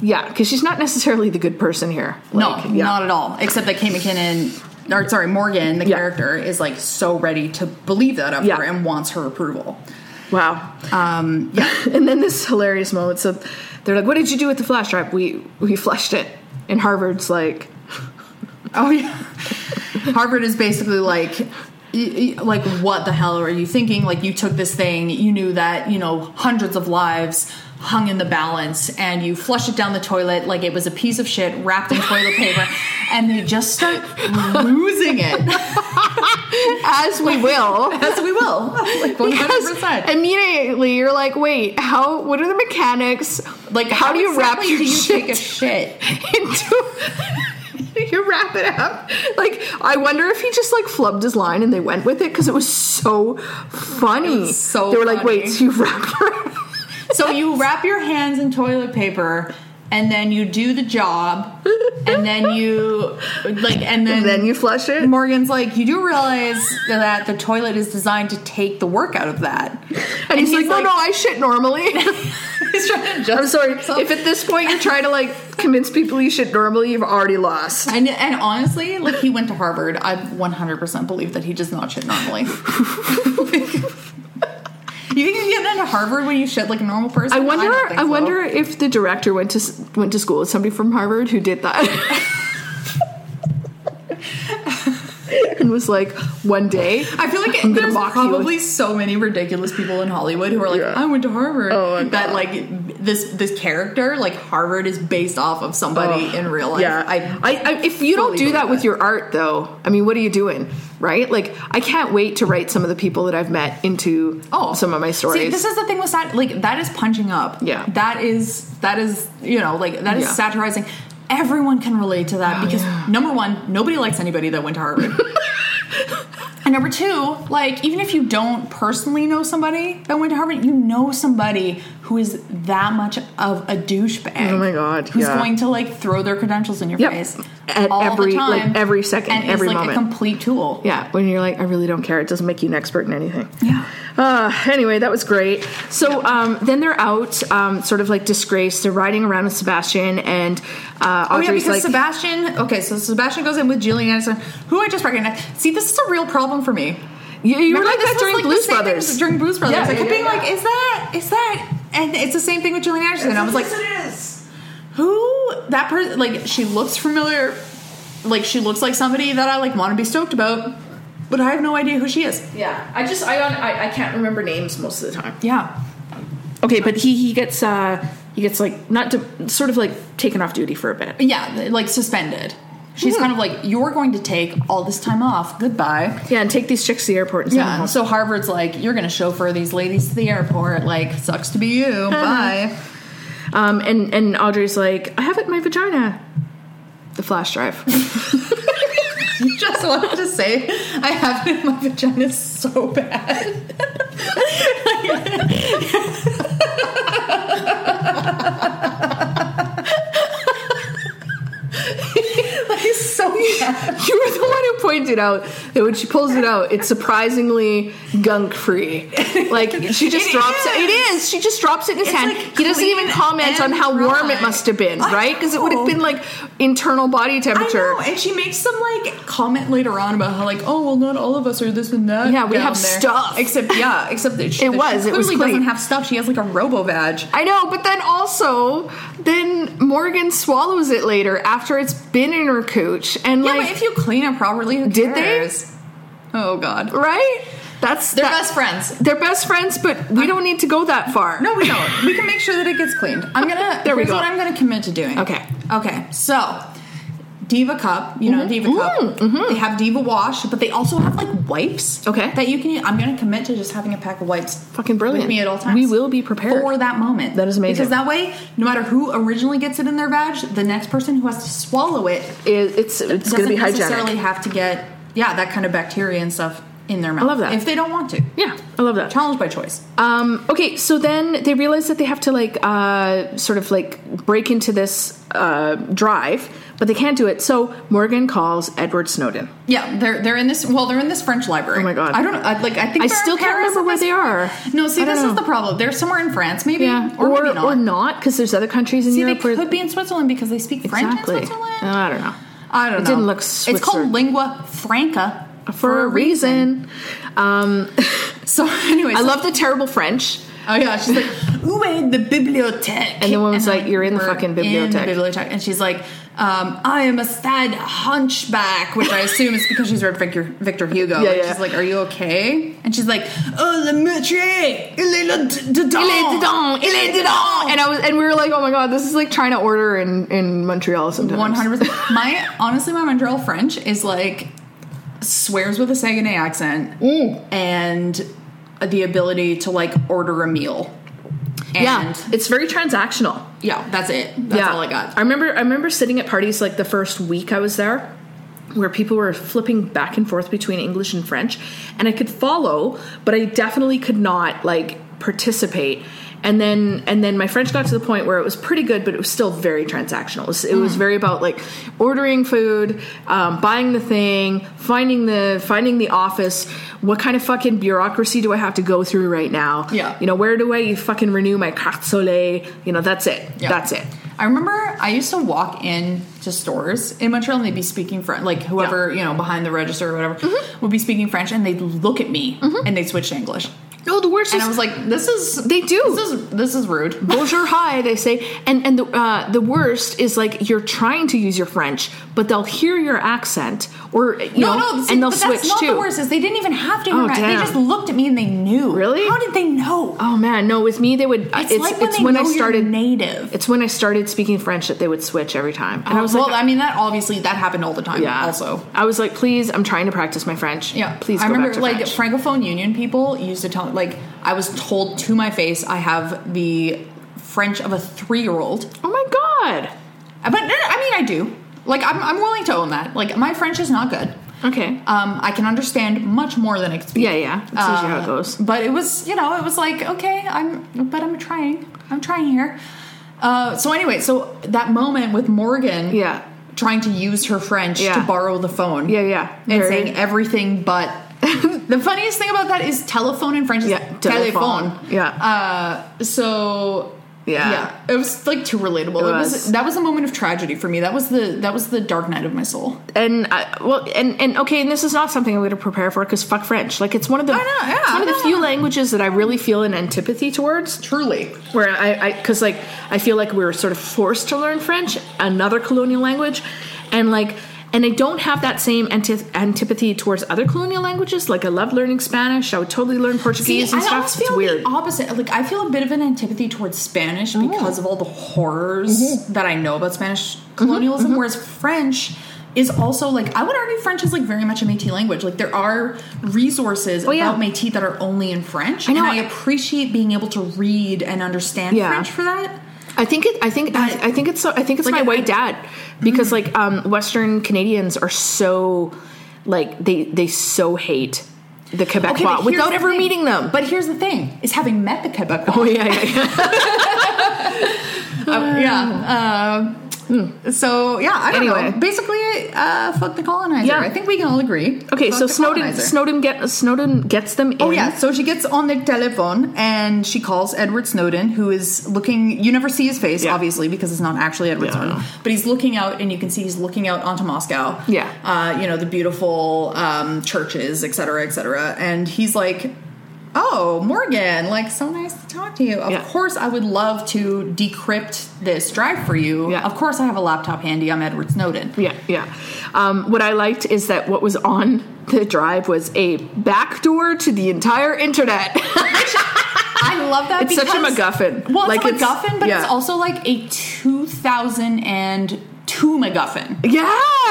Speaker 1: Yeah, because she's not necessarily the good person here. Like,
Speaker 2: no,
Speaker 1: yeah.
Speaker 2: not at all. Except that Kate McKinnon, or sorry, Morgan, the
Speaker 1: Yeah.
Speaker 2: character, is like so ready to believe that of
Speaker 1: Yeah.
Speaker 2: her and wants her approval.
Speaker 1: Wow.
Speaker 2: Um, yeah,
Speaker 1: [LAUGHS] And then this hilarious moment. So they're like, "What did you do with the flash drive? We we flushed it." And Harvard's like,
Speaker 2: Oh yeah. [LAUGHS] Harvard is basically like y- y- like what the hell are you thinking? Like you took this thing, you knew that, you know, hundreds of lives hung in the balance and you flush it down the toilet like it was a piece of shit wrapped in toilet [LAUGHS] paper and they just start losing it
Speaker 1: "As we
Speaker 2: [LAUGHS]
Speaker 1: will."
Speaker 2: as we will. Like 100%.
Speaker 1: Because immediately you're like, "Wait, how? What are the mechanics?
Speaker 2: like
Speaker 1: how, do you wrap
Speaker 2: exactly
Speaker 1: your
Speaker 2: do you
Speaker 1: shit
Speaker 2: take a
Speaker 3: [LAUGHS]
Speaker 2: shit?
Speaker 1: into?" You wrap it up. Like, I wonder if he just like flubbed his line and they went with it because it was so funny.
Speaker 2: was so
Speaker 1: they were like,
Speaker 2: funny.
Speaker 1: "Wait, so you wrap her?"
Speaker 2: So you wrap your hands in toilet paper and then you do the job, and then you like, and
Speaker 3: [LAUGHS]
Speaker 2: then,
Speaker 3: And then you flush it.
Speaker 2: [LAUGHS] Morgan's like, you do realize that the toilet is designed to take the work out of that.
Speaker 3: and he's, like, no, no, I shit normally.
Speaker 2: [LAUGHS]
Speaker 3: [LAUGHS]
Speaker 2: he's trying to
Speaker 3: I'm sorry.
Speaker 2: himself.
Speaker 3: If at this point you're trying to like convince people you shit normally, you've already lost.
Speaker 2: And, and honestly, like he went to Harvard, I 100% believe that he does not shit [LAUGHS] normally. you think you get into Harvard when you shit like a normal person?
Speaker 1: I wonder.
Speaker 2: don't
Speaker 1: I,
Speaker 2: think so.
Speaker 1: wonder if the director went to s- went to school with somebody from Harvard who did that. [LAUGHS] and was like, one day,
Speaker 2: I feel [LAUGHS] like
Speaker 1: I'm gonna
Speaker 2: there's
Speaker 1: mock you.
Speaker 2: probably so many ridiculous people in Hollywood who are like,
Speaker 3: Yeah.
Speaker 2: I went to Harvard.
Speaker 3: Oh, my
Speaker 2: that
Speaker 3: God.
Speaker 2: like this this character, like Harvard, is based off of somebody
Speaker 3: Oh,
Speaker 2: in real life.
Speaker 3: yeah.
Speaker 2: I,
Speaker 1: I, I if you don't
Speaker 2: Fully
Speaker 1: do
Speaker 2: believe
Speaker 1: that with
Speaker 2: it.
Speaker 1: your art though, I mean, what are you doing, right? Like, I can't wait to write some of the people that I've met into
Speaker 2: oh
Speaker 1: some of my stories.
Speaker 2: See, this is the thing with sat like that is punching up.
Speaker 1: Yeah.
Speaker 2: That is that is you know like that is
Speaker 1: Yeah. Oh,
Speaker 2: satirizing. Everyone can relate to that because
Speaker 1: yeah.
Speaker 2: number one, nobody likes anybody that went
Speaker 1: [LAUGHS]
Speaker 2: to Harvard. And number two, like even if you don't personally know somebody that went to Harvard, you know somebody who is that much of a douchebag.
Speaker 3: Oh my God,
Speaker 2: Who's
Speaker 3: yeah.
Speaker 2: going to like throw their credentials in your
Speaker 1: Yep.
Speaker 2: face
Speaker 1: At
Speaker 2: all
Speaker 1: every-
Speaker 2: the
Speaker 1: like,
Speaker 2: time,
Speaker 1: every second,
Speaker 2: and
Speaker 1: every
Speaker 2: is, like
Speaker 1: moment.
Speaker 2: a complete tool.
Speaker 1: yeah, when you're like, I really don't care. It doesn't make you an expert in anything.
Speaker 2: Yeah.
Speaker 1: Uh, anyway, that was great. So um, then they're out, um, sort of like disgraced. They're riding around with Sebastian and uh,
Speaker 2: Oh yeah,
Speaker 1: Audrey's
Speaker 2: because
Speaker 1: like,
Speaker 2: Sebastian. Okay, so Sebastian goes in with Julian Anderson, who I just recognized. See, this is a real problem for me.
Speaker 1: you, you were
Speaker 2: Remember,
Speaker 1: like
Speaker 2: this
Speaker 1: that
Speaker 2: was,
Speaker 1: during
Speaker 2: like, the
Speaker 1: Blues
Speaker 2: same thing
Speaker 1: Brothers.
Speaker 2: as During Blues Brothers,
Speaker 1: Yeah,
Speaker 2: I kept
Speaker 1: yeah,
Speaker 2: being
Speaker 1: yeah.
Speaker 2: like, "Is that? Is that?" And it's the same thing with Julian Anderson. I was like,
Speaker 3: it is.
Speaker 2: "Who that person? Like, she looks familiar. Like, she looks like somebody that I like want to be stoked about, but I have no idea who she is."
Speaker 1: yeah, I just I, I I can't remember names most of the time.
Speaker 2: Yeah,
Speaker 1: Okay, but he he gets uh he gets like not de- sort of like taken off duty for a bit.
Speaker 2: yeah, like suspended. She's
Speaker 1: Mm-hmm.
Speaker 2: kind of like, "You're going to take all this time off. Goodbye."
Speaker 1: Yeah, and take these chicks to the airport. And send them
Speaker 2: Yeah.
Speaker 1: home.
Speaker 2: So Harvard's like, you're going to chauffeur these ladies to the airport. Like, sucks to be [LAUGHS] you. Bye.
Speaker 1: Um, and and Audrey's like, I have it in my vagina. The flash drive. [LAUGHS]
Speaker 2: you just wanted to say, I have it in my vagina so bad. [LAUGHS] like, so bad.
Speaker 1: [LAUGHS] you were the one who pointed out that when she pulls it out, it's surprisingly gunk free.
Speaker 2: [LAUGHS]
Speaker 1: Like she just
Speaker 2: It
Speaker 1: drops it. It
Speaker 2: is.
Speaker 1: is. She just drops it in his
Speaker 2: It's,
Speaker 1: hand.
Speaker 2: like,
Speaker 1: he doesn't even
Speaker 2: clean
Speaker 1: comment on
Speaker 2: and
Speaker 1: how warm it
Speaker 2: dry.
Speaker 1: must have been,
Speaker 2: I
Speaker 1: right? Because it would have
Speaker 2: know.
Speaker 1: been like internal body
Speaker 2: I
Speaker 1: temperature.
Speaker 2: know, and she makes some like comment later on about how like, oh well, not all of us are this and that.
Speaker 1: Yeah, we
Speaker 2: down
Speaker 1: have
Speaker 2: there.
Speaker 1: stuff.
Speaker 2: Except yeah, except that she,
Speaker 1: It
Speaker 2: that she
Speaker 1: was, it was
Speaker 2: clearly
Speaker 1: clean.
Speaker 2: doesn't have stuff. She has like a robo badge.
Speaker 1: I know, but then also, then Morgan swallows it later after it's been in her cooch, and
Speaker 2: Yeah,
Speaker 1: like,
Speaker 2: but if you clean it properly, who
Speaker 1: Did they?
Speaker 2: cares? Oh God,
Speaker 1: right? That's
Speaker 2: they're
Speaker 1: that-
Speaker 2: best friends.
Speaker 1: They're best friends, but we don't need to go that far.
Speaker 2: No, we don't. we can make sure that it gets cleaned. I'm gonna.
Speaker 1: [LAUGHS] There we
Speaker 2: here's
Speaker 1: go.
Speaker 2: What I'm gonna commit to doing.
Speaker 1: Okay.
Speaker 2: Okay. So. Diva cup, you
Speaker 1: Mm-hmm.
Speaker 2: know Diva cup. They have Diva wash, but they also have like wipes.
Speaker 1: Okay.
Speaker 2: that you can. use. I'm going to commit to just having a pack of wipes
Speaker 1: fucking brilliant.
Speaker 2: with me at all times.
Speaker 1: We will be prepared.
Speaker 2: for that moment.
Speaker 1: That is amazing.
Speaker 2: Because that way, no matter who originally gets it in their badge, the next person who has to swallow it
Speaker 1: It- it's it's going to
Speaker 2: doesn't
Speaker 1: be
Speaker 2: necessarily
Speaker 1: hygienic.
Speaker 2: have to get yeah that kind of bacteria and stuff in their mouth.
Speaker 1: love that.
Speaker 2: if they don't want to.
Speaker 1: Yeah, I love that.
Speaker 2: Challenge by choice.
Speaker 1: Um, okay, so then they realize that they have to like uh, sort of like break into this uh, drive, but they can't do it. So Morgan calls Edward Snowden.
Speaker 2: Yeah, they're they're in this. Well, they're in this French library.
Speaker 1: Oh my God.
Speaker 2: I don't I, like. I think
Speaker 1: I
Speaker 2: they're in
Speaker 1: still can't
Speaker 2: Paris
Speaker 1: remember
Speaker 2: at
Speaker 1: where
Speaker 2: this
Speaker 1: they are.
Speaker 2: point. No, see,
Speaker 1: I don't
Speaker 2: this
Speaker 1: know.
Speaker 2: is the problem. They're somewhere in France, maybe.
Speaker 1: Yeah,
Speaker 2: or,
Speaker 1: or
Speaker 2: maybe not.
Speaker 1: or not because there's other countries in
Speaker 2: See, they
Speaker 1: Europe where
Speaker 2: could be in Switzerland because they speak
Speaker 1: exactly.
Speaker 2: French in Switzerland.
Speaker 1: I don't know.
Speaker 2: I don't
Speaker 1: It
Speaker 2: know.
Speaker 1: didn't look
Speaker 2: It's called
Speaker 1: Switzerland.
Speaker 2: lingua franca
Speaker 1: For, a reason. Um,
Speaker 2: [LAUGHS] So anyway,
Speaker 1: I
Speaker 2: so-
Speaker 1: love the terrible French.
Speaker 2: Oh yeah, she's like, "Où est the bibliothèque?"
Speaker 1: And the woman's
Speaker 2: I'm
Speaker 1: like, "You're in the
Speaker 2: "We're
Speaker 1: fucking
Speaker 2: in the
Speaker 1: bibliothèque."
Speaker 2: bibliothèque. And she's like, um, "I am a sad hunchback," which I assume is because she's read Victor, Victor Hugo.
Speaker 1: Yeah,
Speaker 2: Like,
Speaker 1: yeah.
Speaker 2: She's like, "Are you okay?" And she's like, "Oh, le métier, il est là d- dedans,
Speaker 1: Il est dedans, il est dedans. And I was, and we were like, oh my god, this is like trying to order in in Montreal sometimes.
Speaker 2: One hundred percent. My honestly, my Montreal French is like swears with a Saguenay accent and the ability to like order a meal. And
Speaker 1: Yeah, it's very transactional.
Speaker 2: yeah, that's it. That's
Speaker 1: yeah.
Speaker 2: all I got.
Speaker 1: I remember I remember sitting at parties like the first week I was there where people were flipping back and forth between English and French and I could follow, but I definitely could not like participate. and then and then my French got to the point where it was pretty good, but it was still very transactional. It was, it
Speaker 2: Mm.
Speaker 1: was very about like ordering food, um, buying the thing, finding the finding the office. What kind of fucking bureaucracy do I have to go through right now?
Speaker 2: Yeah.
Speaker 1: you know where do I fucking renew my carte soleil? You know that's it.
Speaker 2: Yeah.
Speaker 1: That's it.
Speaker 2: I remember I used to walk in to stores in Montreal and they'd be speaking French, like whoever, you know, behind the register or whatever would be speaking French and they'd look at me and they'd switch to English.
Speaker 1: No, the worst
Speaker 2: And
Speaker 1: is
Speaker 2: I was like, this is
Speaker 1: They do.
Speaker 2: This is this is rude.
Speaker 1: bonjour hi they say and and the, uh, the worst is like you're trying to use your french but they'll hear your accent or you
Speaker 2: No,
Speaker 1: know
Speaker 2: no, see,
Speaker 1: and they'll
Speaker 2: but
Speaker 1: switch
Speaker 2: that's not
Speaker 1: too
Speaker 2: the worst is they didn't even have to
Speaker 1: Oh,
Speaker 2: interact. They
Speaker 1: damn.
Speaker 2: just looked at me and they knew.
Speaker 1: Really?
Speaker 2: How did they know?
Speaker 1: oh man no with me they would it's
Speaker 2: Uh, it's,
Speaker 1: it's
Speaker 2: like
Speaker 1: when,
Speaker 2: when they know
Speaker 1: i
Speaker 2: you're
Speaker 1: started
Speaker 2: native.
Speaker 1: it's when i started speaking french that they would switch every time and i was
Speaker 2: Oh, well,
Speaker 1: like
Speaker 2: I mean, that obviously that happened all the time.
Speaker 1: yeah
Speaker 2: Also,
Speaker 1: i was like please i'm trying to practice my french
Speaker 2: Yeah,
Speaker 1: please
Speaker 2: I
Speaker 1: go
Speaker 2: remember
Speaker 1: back to
Speaker 2: like
Speaker 1: french.
Speaker 2: francophone union people used to tell like I was told to my face I have the French of a three year old,
Speaker 1: oh my god
Speaker 2: but no, no, I mean I do. Like I'm, I'm willing to own that. Like my French is not good.
Speaker 1: okay
Speaker 2: Um, I can understand much more than I can speak.
Speaker 1: yeah yeah that's usually
Speaker 2: uh,
Speaker 1: how it goes
Speaker 2: But it was, you know, it was like, okay, I'm, but I'm trying. I'm trying here. Uh, so anyway, so that moment with Morgan,
Speaker 1: Yeah.
Speaker 2: trying to use her French
Speaker 1: Yeah.
Speaker 2: to borrow the phone,
Speaker 1: Yeah, yeah.
Speaker 2: and
Speaker 1: Very-
Speaker 2: saying everything
Speaker 1: [LAUGHS]
Speaker 2: but. the funniest thing about that is telephone in French is
Speaker 1: Yeah,
Speaker 2: telephone.
Speaker 1: telephone. Yeah.
Speaker 2: Uh, so.
Speaker 1: Yeah.
Speaker 2: it was like too relatable. It,
Speaker 1: It
Speaker 2: was.
Speaker 1: was.
Speaker 2: that was a moment of tragedy for me. That was the that was the dark night of my soul.
Speaker 1: and I, well, and and okay, and this is not something I'm going to prepare for because fuck French. Like it's one of the
Speaker 2: I know, yeah,
Speaker 1: it's one of the
Speaker 2: I know.
Speaker 1: few languages that I really feel an antipathy towards.
Speaker 2: Truly,
Speaker 1: Where I because like I feel like we were sort of forced to learn French, another colonial language, and like. And I don't have that same anti- antipathy towards other colonial languages. Like I love learning Spanish. I would totally learn Portuguese and
Speaker 2: I
Speaker 1: stuff.
Speaker 2: almost
Speaker 1: it's
Speaker 2: feel
Speaker 1: weird. Oh.
Speaker 2: the opposite. Like I feel a bit of an antipathy towards Spanish because of all the horrors
Speaker 1: Mm-hmm.
Speaker 2: that I know about Spanish colonialism. Whereas French is also like I would argue French is like very much a Métis language. Like there are resources
Speaker 1: Oh, yeah.
Speaker 2: about Métis that are only in French,
Speaker 1: know.
Speaker 2: and I appreciate being able to read and understand
Speaker 1: Yeah.
Speaker 2: French for that.
Speaker 1: I think it. I think. I, I think it's. So, I think it's
Speaker 2: Like,
Speaker 1: my
Speaker 2: I-
Speaker 1: white dad because like um, Western Canadians are so like they they so hate the
Speaker 2: Okay,
Speaker 1: Quebecois
Speaker 2: but here's
Speaker 1: without
Speaker 2: the
Speaker 1: ever
Speaker 2: thing.
Speaker 1: meeting them.
Speaker 2: But here's the thing: is having met the Quebecois.
Speaker 1: [LAUGHS] oh yeah, yeah, yeah.
Speaker 2: Uh, yeah. Uh, so yeah, I don't
Speaker 1: Um, hmm. Anyway.
Speaker 2: know. Basically, uh, fuck the colonizer.
Speaker 1: Yeah.
Speaker 2: I think we can all agree.
Speaker 1: okay.
Speaker 2: Fuck
Speaker 1: so
Speaker 2: the
Speaker 1: Snowden
Speaker 2: colonizer.
Speaker 1: Snowden get Snowden gets them. In.
Speaker 2: Oh yeah, so she gets on the telephone and she calls Edward Snowden, who is looking. You never see his face,
Speaker 1: Yeah.
Speaker 2: obviously, because it's not actually Edward
Speaker 1: Yeah.
Speaker 2: Snowden. But he's looking out, and you can see he's looking out onto Moscow.
Speaker 1: Yeah.
Speaker 2: uh, you know the beautiful um, churches, et cetera, et cetera. And he's like, "Oh, Morgan, like so nice to talk to you. Of
Speaker 1: Yeah.
Speaker 2: course, I would love to decrypt this drive for you.
Speaker 1: Yeah.
Speaker 2: Of course, I have a laptop handy. I'm Edward Snowden.
Speaker 1: Yeah, yeah. Um, what I liked is that what was on the drive was a backdoor to the entire internet. [LAUGHS]
Speaker 2: I love that.
Speaker 1: It's such a
Speaker 2: because-
Speaker 1: MacGuffin.
Speaker 2: Well,
Speaker 1: Like,
Speaker 2: it's
Speaker 1: it's-
Speaker 2: a MacGuffin, but
Speaker 1: yeah.
Speaker 2: it's also like a 2002 MacGuffin.
Speaker 1: yeah,
Speaker 2: This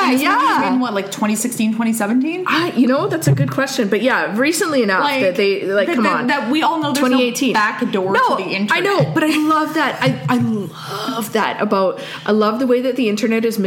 Speaker 2: movie's made
Speaker 1: yeah.
Speaker 2: In what, like 2016, 2017?
Speaker 1: I, you know that's a good question, but yeah, recently enough that they like
Speaker 2: that,
Speaker 1: come
Speaker 2: that,
Speaker 1: on
Speaker 2: That we all know there's
Speaker 1: 2018
Speaker 2: no back door
Speaker 1: No,
Speaker 2: to the internet.
Speaker 1: I know, but I love that. I I love that about. I love the way that the internet is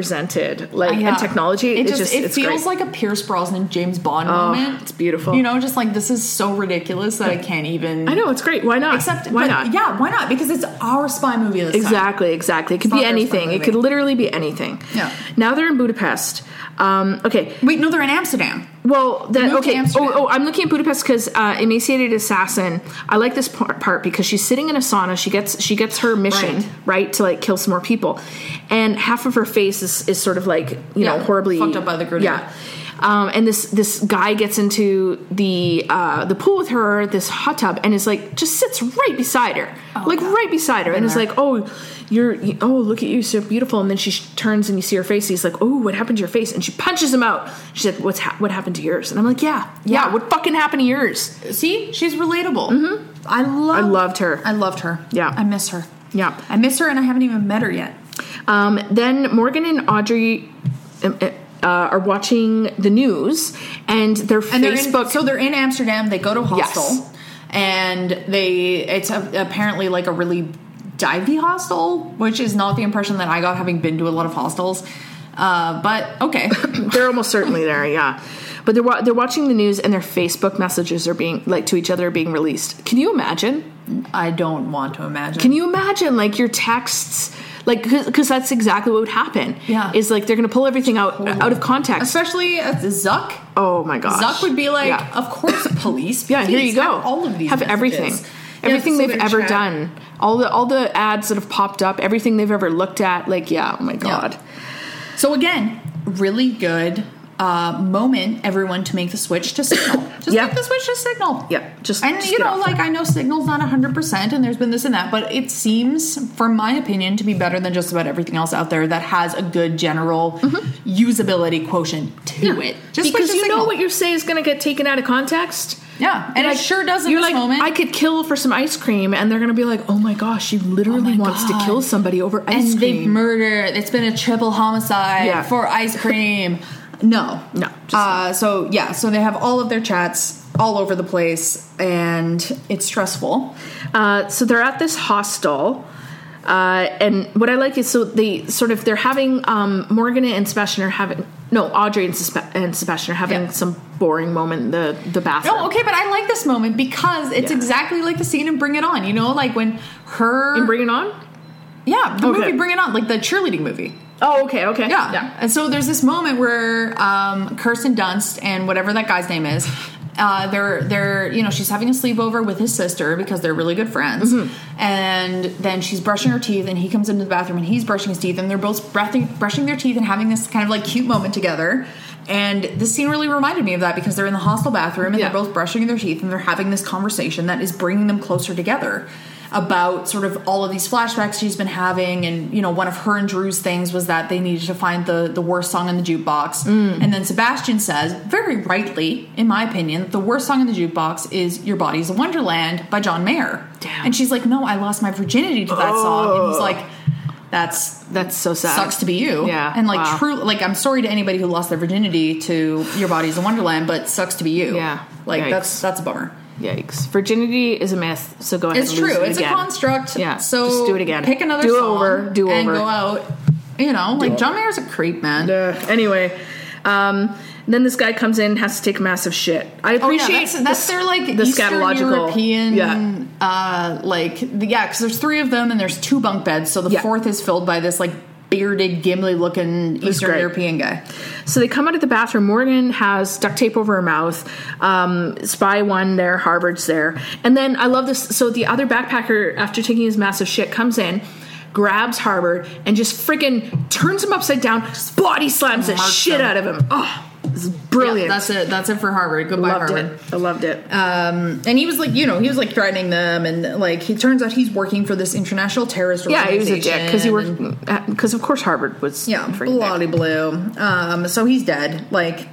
Speaker 1: misrepresented, like
Speaker 2: Yeah.
Speaker 1: and technology.
Speaker 2: It
Speaker 1: it's
Speaker 2: just,
Speaker 1: just
Speaker 2: it
Speaker 1: it's
Speaker 2: feels
Speaker 1: great. Oh,
Speaker 2: like a Pierce Brosnan James Bond moment.
Speaker 1: it's beautiful.
Speaker 2: You know, just like this is so ridiculous that I can't even.
Speaker 1: I know it's great. Why not?
Speaker 2: Except,
Speaker 1: why
Speaker 2: but,
Speaker 1: not?
Speaker 2: Yeah, why not? Because it's our spy movie. This time.
Speaker 1: Exactly, exactly. It could
Speaker 2: It's
Speaker 1: be
Speaker 2: not their
Speaker 1: anything.
Speaker 2: spy
Speaker 1: It could
Speaker 2: movie.
Speaker 1: literally be anything.
Speaker 2: Yeah.
Speaker 1: Now they're in Budapest. Um, okay.
Speaker 2: Wait, no, they're in Amsterdam.
Speaker 1: Well,
Speaker 2: Moved
Speaker 1: that
Speaker 2: to
Speaker 1: okay.
Speaker 2: Amsterdam.
Speaker 1: Oh, oh, I'm looking at Budapest because uh, emaciated assassin. I like this par- part because she's sitting in a sauna. She gets she gets her mission
Speaker 2: Right.
Speaker 1: right, to like kill some more people, and half of her face is, is sort of like you
Speaker 2: Yeah,
Speaker 1: know horribly
Speaker 2: fucked up by the grenade.
Speaker 1: Yeah. Um, and this this guy gets into the uh, the pool with her, this hot tub, and is like just sits right beside her,
Speaker 2: Oh,
Speaker 1: like right beside her, and is
Speaker 2: there.
Speaker 1: like, "Oh, you're you, oh look at you, so beautiful." And then she sh- turns and you see her face. He's like, "Oh, what happened to your face?" And she punches him out. She said, "What's ha- what happened to yours?" And I'm like, "Yeah, yeah,
Speaker 2: Yeah.
Speaker 1: what fucking happened to yours?"
Speaker 2: See, she's relatable. Mm-hmm. I love.
Speaker 1: I loved her.
Speaker 2: I loved her.
Speaker 1: Yeah.
Speaker 2: I miss her.
Speaker 1: Yeah.
Speaker 2: I miss her, and I haven't even met her yet.
Speaker 1: Um, then Morgan and Audrey. Um, uh, are watching the news and their
Speaker 2: And they're
Speaker 1: Facebook.
Speaker 2: in, so they're in Amsterdam. They go to hostel,
Speaker 1: Yes.
Speaker 2: and they it's a, apparently like a really divey hostel, which is not the impression that I got having been to a lot of hostels. Uh, but okay, [COUGHS]
Speaker 1: They're almost certainly there, yeah. But they're wa- they're watching the news and their Facebook messages are being like to each other are being released. Can you imagine?
Speaker 2: I don't want to imagine.
Speaker 1: Can you imagine like your texts like because that's exactly what would happen.
Speaker 2: Yeah.
Speaker 1: Is like they're going to pull everything out out of context.
Speaker 2: Especially uh, Zuck.
Speaker 1: Oh my gosh.
Speaker 2: Zuck would be like,
Speaker 1: Yeah.
Speaker 2: of course, police. [COUGHS]
Speaker 1: Yeah, here
Speaker 2: please
Speaker 1: you go.
Speaker 2: Have all of these.
Speaker 1: Have
Speaker 2: messages."
Speaker 1: everything.
Speaker 2: Yeah,
Speaker 1: Everything
Speaker 2: so
Speaker 1: they've
Speaker 2: their
Speaker 1: ever
Speaker 2: chat-
Speaker 1: done. All the all the ads that have popped up, everything they've ever looked at, like yeah, oh my god.
Speaker 2: So again, really good uh, moment everyone to make the switch
Speaker 1: [COUGHS]
Speaker 2: to Signal. Just
Speaker 1: Yeah.
Speaker 2: make the switch to Signal.
Speaker 1: Yeah, just-
Speaker 2: and
Speaker 1: just
Speaker 2: you
Speaker 1: get
Speaker 2: know,
Speaker 1: off
Speaker 2: like I know Signal's not hundred percent, and there's been this and that, but it seems, from my opinion, to be better than just about everything else out there that has a good general usability quotient to it. Just
Speaker 1: Mm-hmm.
Speaker 2: switch
Speaker 1: because
Speaker 2: to
Speaker 1: you know
Speaker 2: Signal.
Speaker 1: what you say is going to get taken out of context.
Speaker 2: Yeah, and, it
Speaker 1: Like,
Speaker 2: sure does in
Speaker 1: You're
Speaker 2: this
Speaker 1: like,
Speaker 2: moment.
Speaker 1: I could kill for some ice cream, and they're going to be like, "Oh my gosh, she literally
Speaker 2: Oh my
Speaker 1: wants
Speaker 2: God.
Speaker 1: to kill somebody over
Speaker 2: and
Speaker 1: ice
Speaker 2: they've
Speaker 1: cream."
Speaker 2: murdered. It's been a triple homicide
Speaker 1: Yeah.
Speaker 2: for ice cream. [LAUGHS] No,
Speaker 1: No, just
Speaker 2: Uh, so yeah, so they have all of their chats all over the place, and it's stressful.
Speaker 1: Uh, so they're at this hostel. Uh, and what I like is so they sort of they're having um, Morgan and Sebastian are having no Audrey and, Suspe- and Sebastian are having
Speaker 2: Yeah.
Speaker 1: some boring moment in the the bathroom.
Speaker 2: No, Oh, okay, but I like this moment because it's
Speaker 1: Yeah.
Speaker 2: exactly like the scene in Bring It On. You know, like when her,
Speaker 1: And bring it on.
Speaker 2: yeah, the
Speaker 1: Okay.
Speaker 2: movie Bring It On, like the cheerleading movie.
Speaker 1: Oh, okay, okay,
Speaker 2: Yeah. And so there's this moment where um, Kirsten Dunst and whatever that guy's name is, uh, they're they're you know she's having a sleepover with his sister because they're really good friends,
Speaker 1: Mm-hmm.
Speaker 2: and then she's brushing her teeth and he comes into the bathroom and he's brushing his teeth and they're both breathing, brushing their teeth and having this kind of like cute moment together. And this scene really reminded me of that because they're in the hostel bathroom and
Speaker 1: Yeah.
Speaker 2: they're both brushing their teeth and they're having this conversation that is bringing them closer together about sort of all of these flashbacks she's been having and you know one of her and drew's things was that they needed to find the the worst song in the jukebox and then sebastian says very rightly in my opinion that the worst song in the jukebox is your body's a wonderland by john mayer
Speaker 1: Damn.
Speaker 2: and she's like no i lost my virginity to that song and he's like that's
Speaker 1: That's so sad.
Speaker 2: sucks to be you.
Speaker 1: Yeah,
Speaker 2: And like
Speaker 1: wow.
Speaker 2: true like I'm sorry to anybody who lost their virginity to your body's a wonderland, but sucks to be you.
Speaker 1: Yeah.
Speaker 2: Like
Speaker 1: Yikes.
Speaker 2: that's that's a bummer.
Speaker 1: Yikes. Virginity is a myth, so go ahead.
Speaker 2: It's
Speaker 1: and
Speaker 2: true.
Speaker 1: Lose it
Speaker 2: it's
Speaker 1: again.
Speaker 2: a construct.
Speaker 1: Yeah,
Speaker 2: So
Speaker 1: just do it again.
Speaker 2: Pick another
Speaker 1: Do
Speaker 2: song
Speaker 1: over, do
Speaker 2: and
Speaker 1: over.
Speaker 2: go out. You know, like John Mayer's a creep, man.
Speaker 1: Uh, anyway, um, then this guy comes in, has to take massive shit. I
Speaker 2: Oh, yeah,
Speaker 1: appreciate
Speaker 2: that's, that's
Speaker 1: the,
Speaker 2: their like
Speaker 1: the
Speaker 2: Eastern
Speaker 1: scatological
Speaker 2: European,
Speaker 1: Yeah.
Speaker 2: uh, like the, yeah, because there's three of them and there's two bunk beds, so the
Speaker 1: Yeah.
Speaker 2: fourth is filled by this like bearded, gimli looking
Speaker 1: was
Speaker 2: Eastern
Speaker 1: great.
Speaker 2: European guy.
Speaker 1: So they come out of the bathroom. Morgan has duct tape over her mouth. Um, spy one there, Harvard's there, and then I love this. So the other backpacker, after taking his massive shit, comes in. Grabs Harvard and just freaking turns him upside down, body slams the
Speaker 2: marks
Speaker 1: shit
Speaker 2: him.
Speaker 1: out of him. Oh, this is brilliant.
Speaker 2: Yeah, that's it. That's it for Harvard. Goodbye,
Speaker 1: Loved it.
Speaker 2: Harvard.
Speaker 1: I loved it.
Speaker 2: Um, and he was like, you know, he was like threatening them, and like, it turns out he's working for this international terrorist
Speaker 1: yeah, he was
Speaker 2: organization.
Speaker 1: a dick because he worked because of course Harvard was
Speaker 2: Yeah,
Speaker 1: freaking dick.
Speaker 2: bloody blue. Um, so he's dead. Like,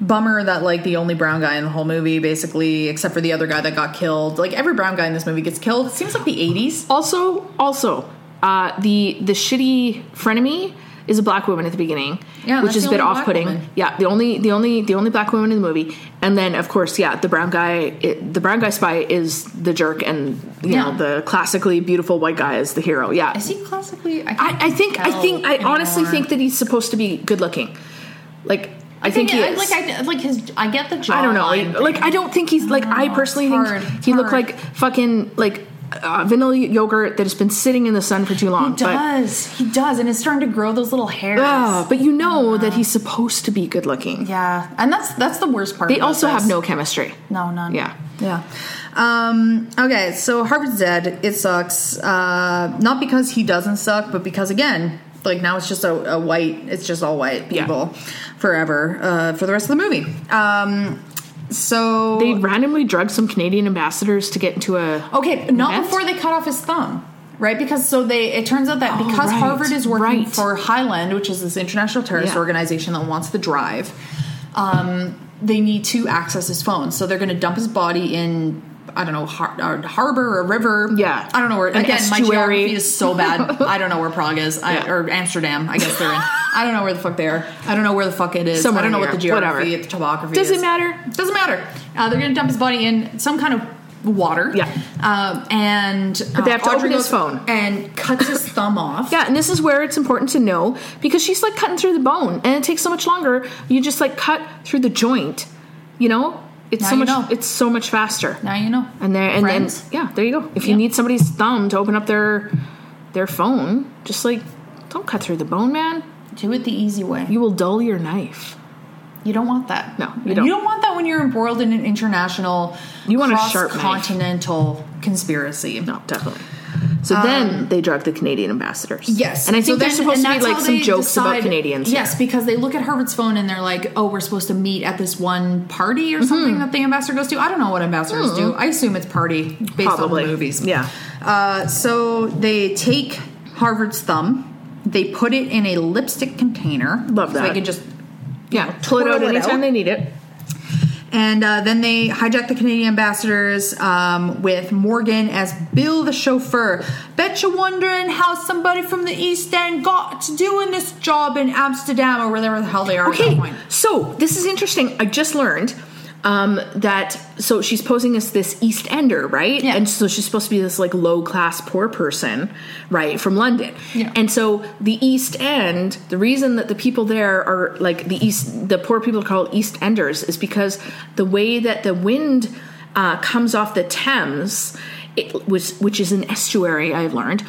Speaker 2: bummer that like the only brown guy in the whole movie, basically, except for the other guy that got killed. Like every brown guy in this movie gets killed. It seems like the '80s.
Speaker 1: Also, also, uh, the the shitty frenemy is a black woman at the beginning,
Speaker 2: Yeah,
Speaker 1: which
Speaker 2: that's
Speaker 1: is a
Speaker 2: the
Speaker 1: bit
Speaker 2: only black
Speaker 1: off putting.
Speaker 2: woman.
Speaker 1: Yeah, the only the only the only black woman in the movie, and then of course, yeah, the brown guy, it, the brown guy spy is the jerk, and you
Speaker 2: Yeah.
Speaker 1: know the classically beautiful white guy is the hero. Yeah,
Speaker 2: Is he classically? I,
Speaker 1: I, I think I think I honestly think that he's supposed to be good looking. Like I, think he
Speaker 2: I,
Speaker 1: is.
Speaker 2: like I like his. I get the job.
Speaker 1: I don't know. Like, like, I don't think he's like I
Speaker 2: know.
Speaker 1: personally
Speaker 2: Oh, It's
Speaker 1: think
Speaker 2: hard. It's
Speaker 1: he looked
Speaker 2: hard.
Speaker 1: like fucking like uh, vanilla yogurt that has been sitting in the sun for too long.
Speaker 2: He does. he does, and it's starting to grow those little hairs.
Speaker 1: But, Ah, but you know that he's supposed to be good looking.
Speaker 2: yeah, and that's that's the worst part.
Speaker 1: They
Speaker 2: about
Speaker 1: also have
Speaker 2: this.
Speaker 1: no chemistry.
Speaker 2: No, none.
Speaker 1: Yeah.
Speaker 2: Yeah. Um, okay, so Harvard's dead. It sucks. Uh, not because he doesn't suck, but because, again, like now it's just a, a white, it's just all white
Speaker 1: Yeah.
Speaker 2: people forever uh, for the rest of the movie. Um, so.
Speaker 1: They randomly drugged some Canadian ambassadors to get into a.
Speaker 2: okay, not
Speaker 1: Event?
Speaker 2: before they cut off his thumb. Right, because so they it turns out that
Speaker 1: Oh,
Speaker 2: because
Speaker 1: right,
Speaker 2: Harvard is working
Speaker 1: right.
Speaker 2: for Highland, which is this international terrorist
Speaker 1: Yeah.
Speaker 2: organization that wants the drive, um, they need to access his phone. So they're going to dump his body in I don't know har- a harbor or river.
Speaker 1: Yeah.
Speaker 2: I don't know where.
Speaker 1: An
Speaker 2: again, my
Speaker 1: estuary.
Speaker 2: geography is
Speaker 1: [LAUGHS]
Speaker 2: so bad. I don't know where Prague is I,
Speaker 1: Yeah.
Speaker 2: or Amsterdam. I guess they're in. I don't know where the fuck they are. I don't know where the fuck it is.
Speaker 1: Somewhere
Speaker 2: I don't know
Speaker 1: in
Speaker 2: what the
Speaker 1: Europe.
Speaker 2: geography,
Speaker 1: Whatever.
Speaker 2: the topography.
Speaker 1: Does
Speaker 2: is.
Speaker 1: it matter?
Speaker 2: Doesn't matter. Uh, they're going to dump his body in some kind of water.
Speaker 1: Yeah.
Speaker 2: Um, and uh,
Speaker 1: they have to
Speaker 2: Audrey
Speaker 1: open his
Speaker 2: goes
Speaker 1: phone.
Speaker 2: and cuts his thumb off.
Speaker 1: Yeah, and this is where it's important to know because she's like cutting through the bone, and it takes so much longer. You just like cut through the joint, you know. It's
Speaker 2: Now
Speaker 1: so
Speaker 2: you
Speaker 1: much.
Speaker 2: know.
Speaker 1: It's so much faster.
Speaker 2: Now you know.
Speaker 1: And there and
Speaker 2: Friends.
Speaker 1: then yeah, there you go. If you
Speaker 2: Yep.
Speaker 1: need somebody's thumb to open up their their phone, just like don't cut through the bone, man.
Speaker 2: Do it the easy way. You,
Speaker 1: You will dull your knife.
Speaker 2: you don't want that.
Speaker 1: No, you
Speaker 2: And
Speaker 1: don't.
Speaker 2: You don't want that when you're embroiled in an international,
Speaker 1: You want a sharp knife.
Speaker 2: continental conspiracy.
Speaker 1: No, definitely. So then they drug the Canadian ambassadors.
Speaker 2: Um, Yes,
Speaker 1: and I
Speaker 2: So
Speaker 1: think there's
Speaker 2: then-
Speaker 1: supposed
Speaker 2: and
Speaker 1: to be
Speaker 2: that's
Speaker 1: like
Speaker 2: how
Speaker 1: some
Speaker 2: they
Speaker 1: jokes about
Speaker 2: decide-
Speaker 1: Canadians.
Speaker 2: Yes, because they look at Herbert's phone and they're like, "Oh, we're supposed to meet at this one party or
Speaker 1: Mm-hmm.
Speaker 2: something that the ambassador goes to." I don't know what ambassadors do. I assume it's party based
Speaker 1: Probably.
Speaker 2: on the movies.
Speaker 1: Yeah.
Speaker 2: Uh, so they take Harvard's thumb, they put it in a lipstick container.
Speaker 1: Love
Speaker 2: So
Speaker 1: that.
Speaker 2: they can just
Speaker 1: yeah. Pull it out
Speaker 2: Twirl it
Speaker 1: anytime
Speaker 2: out.
Speaker 1: they need it.
Speaker 2: and uh, then they hijack the Canadian ambassadors um, with Morgan as Bill the chauffeur. Bet you wondering how somebody from the East End got to doing this job in Amsterdam or wherever the hell they are. At that
Speaker 1: Okay,
Speaker 2: point.
Speaker 1: so this is interesting. I just learned um, that so she's posing as this East Ender, right?
Speaker 2: Yeah.
Speaker 1: And so she's supposed to be this like low class poor person, right, from London.
Speaker 2: Yeah.
Speaker 1: And so the East End, the reason that the people there are like the East, the poor people are called East Enders, is because the way that the wind uh, comes off the Thames, it was which is an estuary. I've learned.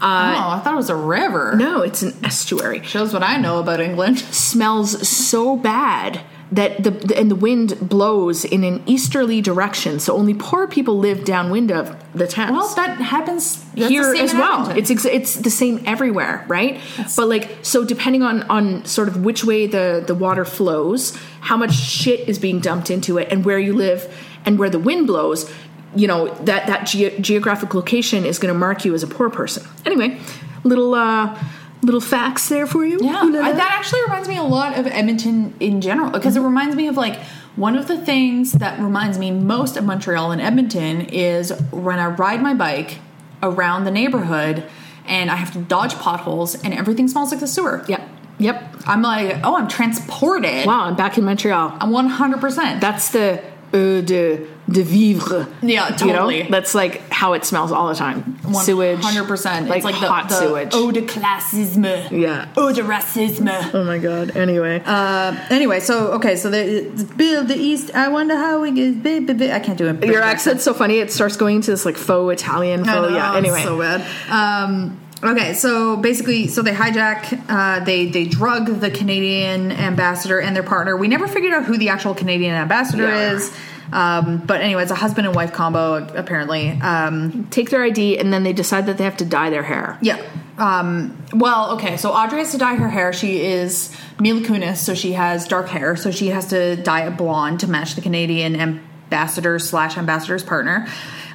Speaker 1: Uh,
Speaker 2: Oh, I thought it was a river.
Speaker 1: no, it's an estuary
Speaker 2: Shows what I know about England.
Speaker 1: smells so bad that the, the and the wind blows in an easterly direction so only poor people live downwind of the Thames
Speaker 2: Well, that happens that's the
Speaker 1: here
Speaker 2: same
Speaker 1: as
Speaker 2: in
Speaker 1: well
Speaker 2: Edmonton.
Speaker 1: it's ex- it's the same everywhere right but like so depending on on sort of which way the the water flows how much shit is being dumped into it and where you live and where the wind blows you know that that ge- geographic location is going to mark you as a poor person anyway little uh little facts there for you
Speaker 2: Yeah, I, that actually reminds me a lot of Edmonton in general because it reminds me of like one of the things that reminds me most of Montreal and Edmonton is when I ride my bike around the neighborhood and I have to dodge potholes and everything smells like the sewer.
Speaker 1: yep yep
Speaker 2: I'm like, oh, I'm transported.
Speaker 1: Wow, I'm back in Montreal.
Speaker 2: I'm 100. percent
Speaker 1: That's the eau de, de vivre.
Speaker 2: Yeah, totally.
Speaker 1: You know? That's like how it smells all the time. Sewage.
Speaker 2: 100. percent
Speaker 1: Like,
Speaker 2: It's like the,
Speaker 1: hot
Speaker 2: the
Speaker 1: sewage.
Speaker 2: eau de classisme.
Speaker 1: Yeah.
Speaker 2: eau de racisme.
Speaker 1: Oh my god. Anyway.
Speaker 2: Uh, anyway, so okay, so the it's Bill the East. I wonder how we get. bi- bi- bi- I can't do it.
Speaker 1: your accent's so funny. It starts going into this like faux Italian
Speaker 2: I
Speaker 1: faux.
Speaker 2: know,
Speaker 1: yeah.
Speaker 2: it's
Speaker 1: Anyway.
Speaker 2: so bad. Um, okay, so basically, so they hijack, uh, they they drug the Canadian ambassador and their partner. We never figured out who the actual Canadian ambassador
Speaker 1: Yeah.
Speaker 2: is. Um, but anyway, it's a husband and wife combo apparently. Um,
Speaker 1: Take their ID and then they decide that they have to dye their hair.
Speaker 2: yeah. Um, well, okay. So Audrey has to dye her hair. She is Mila Kunis, so she has dark hair. So she has to dye it blonde to match the Canadian ambassador slash ambassador's partner.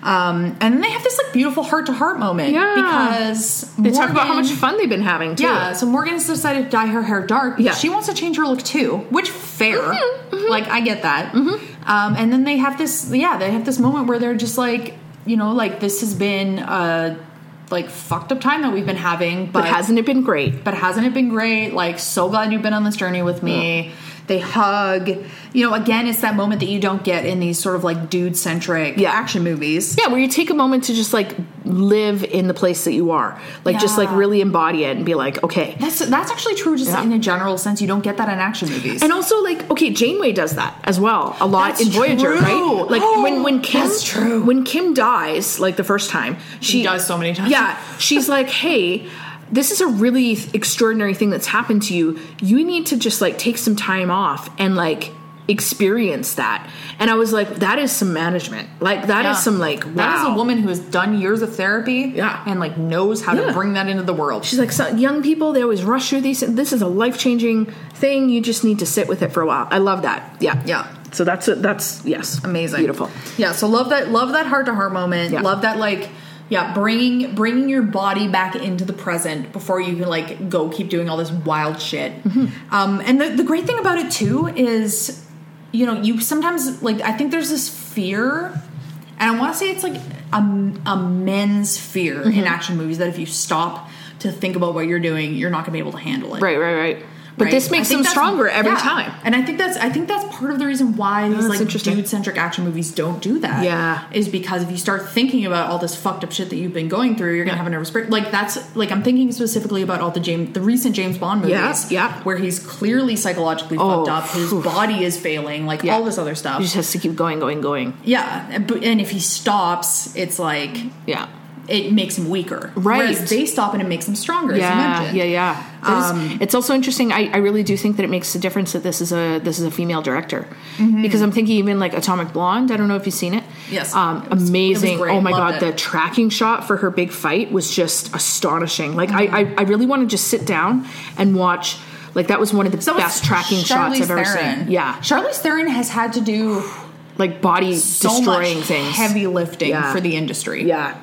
Speaker 2: Um, and then they have this like beautiful heart to heart moment
Speaker 1: Yeah.
Speaker 2: because
Speaker 1: They talk about how
Speaker 2: Morgan-
Speaker 1: much fun they've been having too.
Speaker 2: yeah, so Morgan's decided to dye her hair dark. but
Speaker 1: Yeah. Mm-hmm,
Speaker 2: She wants to change her look too, which fair. Like I get that. Um, and then they have this yeah, they have this moment where they're just like, you know, like this has been a like fucked up time that we've been having, but
Speaker 1: But hasn't it been great?
Speaker 2: but hasn't it been great? Like, so glad you've been on this journey with me. They hug. You know, again, it's that moment that you don't get in these sort of like dude centric
Speaker 1: Yeah.
Speaker 2: action movies.
Speaker 1: Yeah, where you take a moment to just like live in the place that you are. Like just like
Speaker 2: Yeah.
Speaker 1: really embody it and be like, okay,
Speaker 2: That's that's actually true just
Speaker 1: Yeah.
Speaker 2: in a general sense. You don't get that in action movies.
Speaker 1: And also, like, okay, Janeway does that as well a lot
Speaker 2: That's
Speaker 1: in Voyager,
Speaker 2: true. Oh,
Speaker 1: right? Like when when Kim
Speaker 2: That's true.
Speaker 1: when Kim dies, like the first time, she,
Speaker 2: dies so many times.
Speaker 1: Yeah, she's like, hey. This is a really extraordinary thing that's happened to you. You need to just like take some time off and like experience that. And I was like, that is some management. Like that is
Speaker 2: Yeah.
Speaker 1: some like wow.
Speaker 2: That is a woman who has done years of therapy
Speaker 1: Yeah.
Speaker 2: and like knows how
Speaker 1: Yeah.
Speaker 2: to bring that into the world.
Speaker 1: She's like, so young people, they always rush through these. This is a life changing thing. You just need to sit with it for a while. I love that. Yeah,
Speaker 2: Yeah.
Speaker 1: So that's it. That's yes,
Speaker 2: amazing.
Speaker 1: beautiful.
Speaker 2: Yeah, so love that love that heart to heart moment.
Speaker 1: Yeah.
Speaker 2: Love that like yeah, bringing bringing your body back into the present before you can like go keep doing all this wild shit. Um, and the, the great thing about it too is, you know, you sometimes like I think there's this fear, and I want to say it's like a, a men's fear in action movies that if you stop to think about what you're doing, you're not going to be able to handle it
Speaker 1: Right, right, right. But
Speaker 2: right?
Speaker 1: this makes
Speaker 2: I think
Speaker 1: them
Speaker 2: that's-
Speaker 1: stronger every
Speaker 2: yeah.
Speaker 1: time. Oh,
Speaker 2: And I think that's I think that's part of the reason why these
Speaker 1: that's
Speaker 2: like
Speaker 1: interesting.
Speaker 2: dude centric action movies don't do that.
Speaker 1: Yeah.
Speaker 2: Is because if you start thinking about all this fucked up shit that you've been going through, you're gonna
Speaker 1: Yeah.
Speaker 2: have a nervous break. Like that's like I'm thinking specifically about all the James the recent James Bond movies.
Speaker 1: Yeah, yeah.
Speaker 2: Where he's clearly psychologically
Speaker 1: Oh,
Speaker 2: fucked up, his
Speaker 1: phew.
Speaker 2: body is failing, like
Speaker 1: Yeah.
Speaker 2: all this other stuff.
Speaker 1: He just has to keep going, going, going.
Speaker 2: yeah. But and if he stops, it's like
Speaker 1: Yeah.
Speaker 2: it makes him weaker.
Speaker 1: Right.
Speaker 2: Whereas they stop and it makes him stronger, as you
Speaker 1: Yeah,
Speaker 2: mentioned. Um,
Speaker 1: yeah, yeah. There's- it's also interesting. I, I really do think that it makes a difference that this is a this is a female director because I'm thinking even like Atomic Blonde. I don't know if you've seen it.
Speaker 2: Mm-hmm. Yes.
Speaker 1: um,
Speaker 2: It was- it was
Speaker 1: amazing.
Speaker 2: great.
Speaker 1: Oh my
Speaker 2: Loved
Speaker 1: god,
Speaker 2: it.
Speaker 1: the tracking shot for her big fight was just astonishing. Like I,
Speaker 2: Mm-hmm.
Speaker 1: I, I really want to just sit down and watch. Like that was one of the
Speaker 2: So
Speaker 1: best
Speaker 2: it's
Speaker 1: tracking shots
Speaker 2: Charlize
Speaker 1: I've ever
Speaker 2: Theron.
Speaker 1: seen. Yeah,
Speaker 2: Charlize Theron has had to do
Speaker 1: like body
Speaker 2: so
Speaker 1: destroying
Speaker 2: much
Speaker 1: things.
Speaker 2: heavy lifting
Speaker 1: Yeah.
Speaker 2: for the industry.
Speaker 1: Yeah.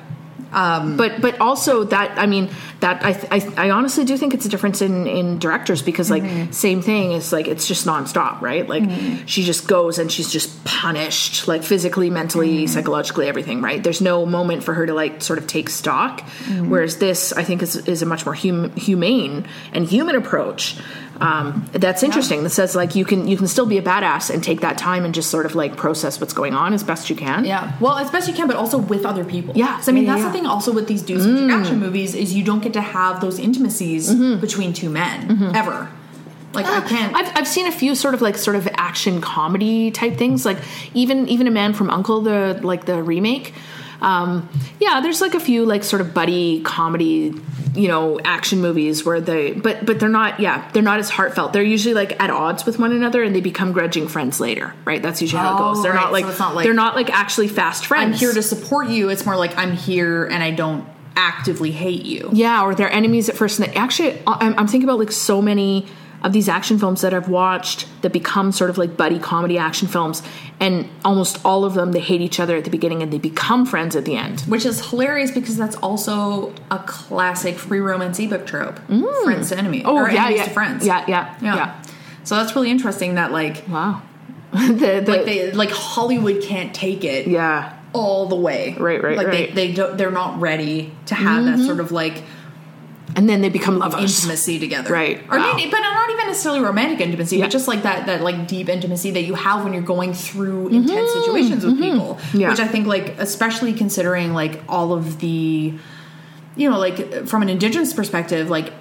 Speaker 1: but but also that I mean that I, I I honestly do think it's a difference in in directors because like same thing is like it's just nonstop right like she just goes and she's just punished like physically mentally psychologically everything right there's no moment for her to like sort of take stock whereas this I think is is a much more hum, humane and human approach um, that's interesting that says like you can you can still be a badass and take that time and just sort of like process what's going on as best you can
Speaker 2: Yeah. Well, as best you can, but also with other people.
Speaker 1: Yeah.
Speaker 2: 'Cause, I mean,
Speaker 1: Yeah,
Speaker 2: that's
Speaker 1: yeah,
Speaker 2: the
Speaker 1: yeah.
Speaker 2: thing also with these dudes in action movies is you don't get to have those intimacies between two men ever. Like I can't.
Speaker 1: I've, I've seen a few sort of like sort of action comedy type things. Like even even a man from Uncle the like the remake. Um, yeah, there's like a few like sort of buddy comedy, you know, action movies where they but but they're not yeah they're not as heartfelt. They're usually like at odds with one another and they become grudging friends later, right? That's usually how it
Speaker 2: Oh,
Speaker 1: goes. They're
Speaker 2: right,
Speaker 1: not
Speaker 2: so
Speaker 1: like,
Speaker 2: it's not like-
Speaker 1: they're not like actually fast friends.
Speaker 2: I'm here to support you. It's more like I'm here and I don't actively hate you.
Speaker 1: Yeah, or they're enemies at first. And they, actually, I- I'm, I'm thinking about like so many of these action films that I've watched that become sort of like buddy comedy action films, and almost all of them they hate each other at the beginning and they become friends at the end.
Speaker 2: Which is hilarious because that's also a classic free romance ebook trope. Friends to enemies.
Speaker 1: Oh
Speaker 2: or
Speaker 1: yeah,
Speaker 2: enemies
Speaker 1: yeah,
Speaker 2: to friends.
Speaker 1: yeah, yeah,
Speaker 2: yeah.
Speaker 1: yeah,
Speaker 2: So that's really interesting that like
Speaker 1: Wow, [LAUGHS] the, the,
Speaker 2: like they like Hollywood can't take it
Speaker 1: yeah,
Speaker 2: all the way.
Speaker 1: Right, right,
Speaker 2: like
Speaker 1: right. Mm-hmm.
Speaker 2: They, they don't, they're not ready to have that sort of like
Speaker 1: and then they become lovers.
Speaker 2: intimacy together,
Speaker 1: Right,
Speaker 2: Or
Speaker 1: wow.
Speaker 2: maybe, but not even necessarily romantic intimacy,
Speaker 1: Yeah.
Speaker 2: but just like that that like deep intimacy that you have when you're going through intense situations with people.
Speaker 1: Mm-hmm. Yeah.
Speaker 2: Which I think like especially considering like all of the, you know, like from an indigenous perspective, like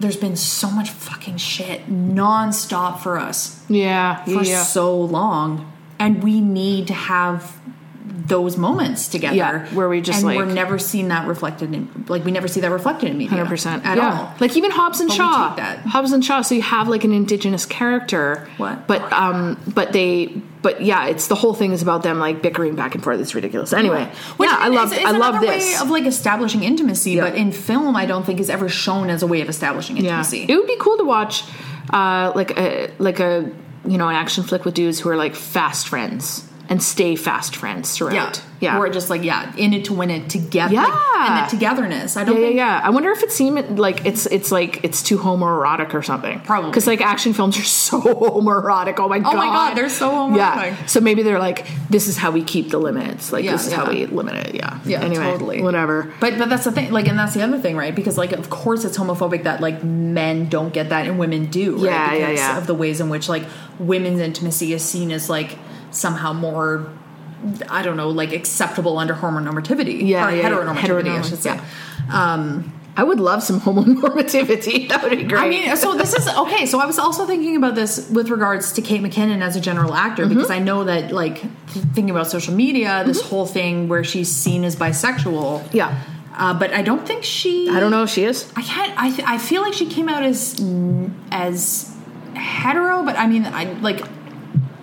Speaker 2: there's been so much fucking shit nonstop for us
Speaker 1: Yeah,
Speaker 2: for
Speaker 1: yeah.
Speaker 2: so long, and we need to have those moments together
Speaker 1: Yeah, where we just,
Speaker 2: and we're
Speaker 1: like-
Speaker 2: never seen that reflected in like we never see that reflected in media
Speaker 1: Hundred percent
Speaker 2: at
Speaker 1: yeah.
Speaker 2: all.
Speaker 1: Like even Hobbs and
Speaker 2: But we
Speaker 1: Shaw.
Speaker 2: take that.
Speaker 1: Hobbs and Shaw. So you have like an indigenous character.
Speaker 2: What?
Speaker 1: But um. But they. But yeah, it's the whole thing is about them like bickering back and forth. It's ridiculous. Anyway,
Speaker 2: Which
Speaker 1: yeah, I
Speaker 2: mean,
Speaker 1: love.
Speaker 2: it's-
Speaker 1: I
Speaker 2: it's
Speaker 1: love
Speaker 2: another
Speaker 1: this.
Speaker 2: way of like establishing intimacy,
Speaker 1: Yeah.
Speaker 2: but in film, I don't think is ever shown as a way of establishing
Speaker 1: yeah,
Speaker 2: intimacy.
Speaker 1: it would be cool to watch, uh, like a like a you know an action flick with dudes who are like fast friends and stay fast friends
Speaker 2: Yeah,
Speaker 1: throughout. Yeah,
Speaker 2: We're just like yeah, in it to win it together.
Speaker 1: Yeah.
Speaker 2: and the togetherness. I don't
Speaker 1: Yeah, yeah,
Speaker 2: think
Speaker 1: yeah. I wonder if it seemed like it's it's like it's too homoerotic or something.
Speaker 2: Probably.
Speaker 1: because like action films are [LAUGHS] so homoerotic. Oh my god,
Speaker 2: my God, they're so homoerotic.
Speaker 1: Yeah. So maybe they're like, this is how we keep the limits. Like
Speaker 2: Yeah,
Speaker 1: this is how we
Speaker 2: yeah.
Speaker 1: limit it. Yeah,
Speaker 2: Yeah,
Speaker 1: Anyway,
Speaker 2: totally.
Speaker 1: Whatever.
Speaker 2: But but that's the thing, like, and that's the other thing, right? Because like, of course, it's homophobic that like men don't get that and women do, right?
Speaker 1: Yeah, yeah,
Speaker 2: because
Speaker 1: yeah.
Speaker 2: Of the ways in which like women's intimacy is seen as like somehow more, I don't know, like acceptable under heteronormativity,
Speaker 1: Yeah, yeah,
Speaker 2: or
Speaker 1: yeah.
Speaker 2: heteronormativity, I
Speaker 1: Heteronorm-
Speaker 2: should say.
Speaker 1: yeah. I would love some [LAUGHS] homonormativity. [LAUGHS] That would be great.
Speaker 2: I mean, so this is okay. So I was also thinking about this with regards to Kate McKinnon as a general actor
Speaker 1: Mm-hmm.
Speaker 2: because I know that, like, th- thinking about social media, this whole thing where she's seen as bisexual.
Speaker 1: yeah.
Speaker 2: Uh, but I don't think she.
Speaker 1: I don't know if she is.
Speaker 2: I can't. I, th- I feel like she came out as as hetero, but I mean, I like.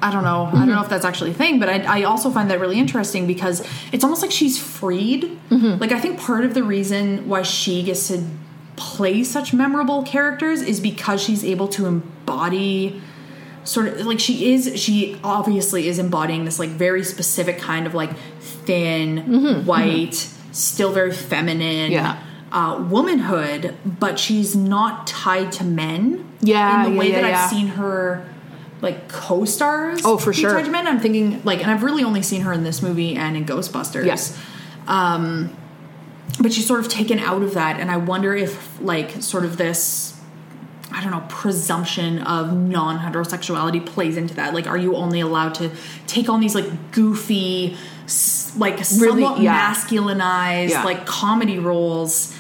Speaker 2: I don't know. I don't know if that's actually a thing, but I, I also find that really interesting because it's almost like she's freed. Like I think part of the reason why she gets to play such memorable characters is because she's able to embody sort of like she is she obviously is embodying this like very specific kind of like thin white still very feminine
Speaker 1: Yeah.
Speaker 2: uh, womanhood but she's not tied to men
Speaker 1: Yeah,
Speaker 2: in the way
Speaker 1: yeah, yeah,
Speaker 2: that
Speaker 1: yeah.
Speaker 2: i've seen her like co-stars
Speaker 1: Oh, for
Speaker 2: be
Speaker 1: sure.
Speaker 2: tied to men i'm thinking like and i've really only seen her in this movie and in ghostbusters Um,
Speaker 1: Yeah.
Speaker 2: but she's sort of taken out of that and i wonder if like sort of this I don't know, presumption of non heterosexuality plays into that. Like, are you only allowed to take on these like goofy, s- like
Speaker 1: Really,
Speaker 2: somewhat
Speaker 1: yeah.
Speaker 2: masculinized
Speaker 1: Yeah.
Speaker 2: like comedy roles?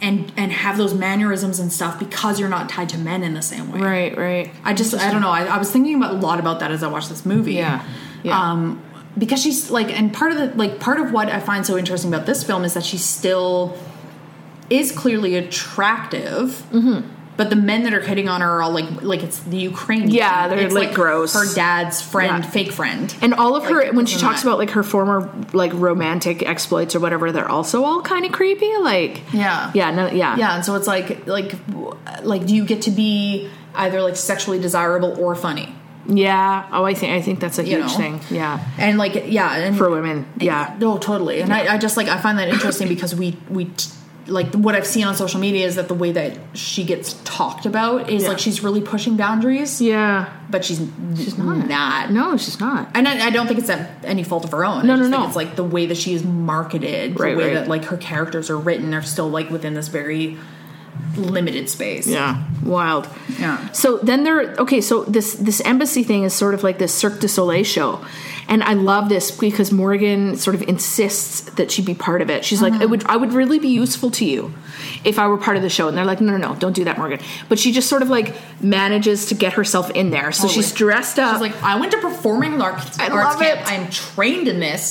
Speaker 2: And, and have those mannerisms and stuff because you're not tied to men in the same way.
Speaker 1: Right, right.
Speaker 2: I just I don't know. I, I was thinking about a lot about that as I watched this movie.
Speaker 1: Yeah. Yeah.
Speaker 2: Um, because she's like, and part of the like part of what I find so interesting about this film is that she still is clearly attractive.
Speaker 1: Mm-hmm.
Speaker 2: But the men that are hitting on her are all like, like it's the Ukrainian.
Speaker 1: Yeah, they're,
Speaker 2: It's,
Speaker 1: like, gross.
Speaker 2: Her dad's friend,
Speaker 1: Yeah.
Speaker 2: fake friend,
Speaker 1: And all of her,
Speaker 2: Like,
Speaker 1: when she
Speaker 2: isn't
Speaker 1: talks
Speaker 2: that-
Speaker 1: about like her former like romantic exploits or whatever, they're also all kind of creepy. Like,
Speaker 2: Yeah.
Speaker 1: yeah, no, yeah,
Speaker 2: yeah. And so it's like, like, w- like, do you get to be either like sexually desirable or funny?
Speaker 1: yeah. Oh, I think I think that's a
Speaker 2: You
Speaker 1: huge
Speaker 2: know.
Speaker 1: thing. Yeah,
Speaker 2: And like, yeah, and
Speaker 1: for women. Yeah,
Speaker 2: no totally and I, I just like i find that interesting because we we t- like what i've seen on social media is that the way that she gets talked about is
Speaker 1: Yeah.
Speaker 2: like she's really pushing boundaries
Speaker 1: yeah.
Speaker 2: but she's she's
Speaker 1: not.
Speaker 2: not,
Speaker 1: No, she's not.
Speaker 2: and I, I don't think it's at any fault of her own.
Speaker 1: No,
Speaker 2: I just
Speaker 1: no,
Speaker 2: think
Speaker 1: no.
Speaker 2: It's like the way that she is marketed,
Speaker 1: Right,
Speaker 2: the way
Speaker 1: right.
Speaker 2: that like her characters are written, they're still like within this very limited space.
Speaker 1: Yeah, wild.
Speaker 2: Yeah.
Speaker 1: So then there. Okay, so this this embassy thing is sort of like this Cirque du Soleil show, and I love this because Morgan sort of insists that she be part of it. She's
Speaker 2: Uh-huh.
Speaker 1: like, "It would I would really be useful to you if I were part of the show." And they're like, "No, no, no, don't do that, Morgan." But she just sort of like manages to get herself in there. So she's
Speaker 2: Totally.
Speaker 1: dressed up.
Speaker 2: She's like, I went to performing arts,
Speaker 1: I
Speaker 2: arts
Speaker 1: love
Speaker 2: camp.
Speaker 1: it. Oh,
Speaker 2: I'm trained in this.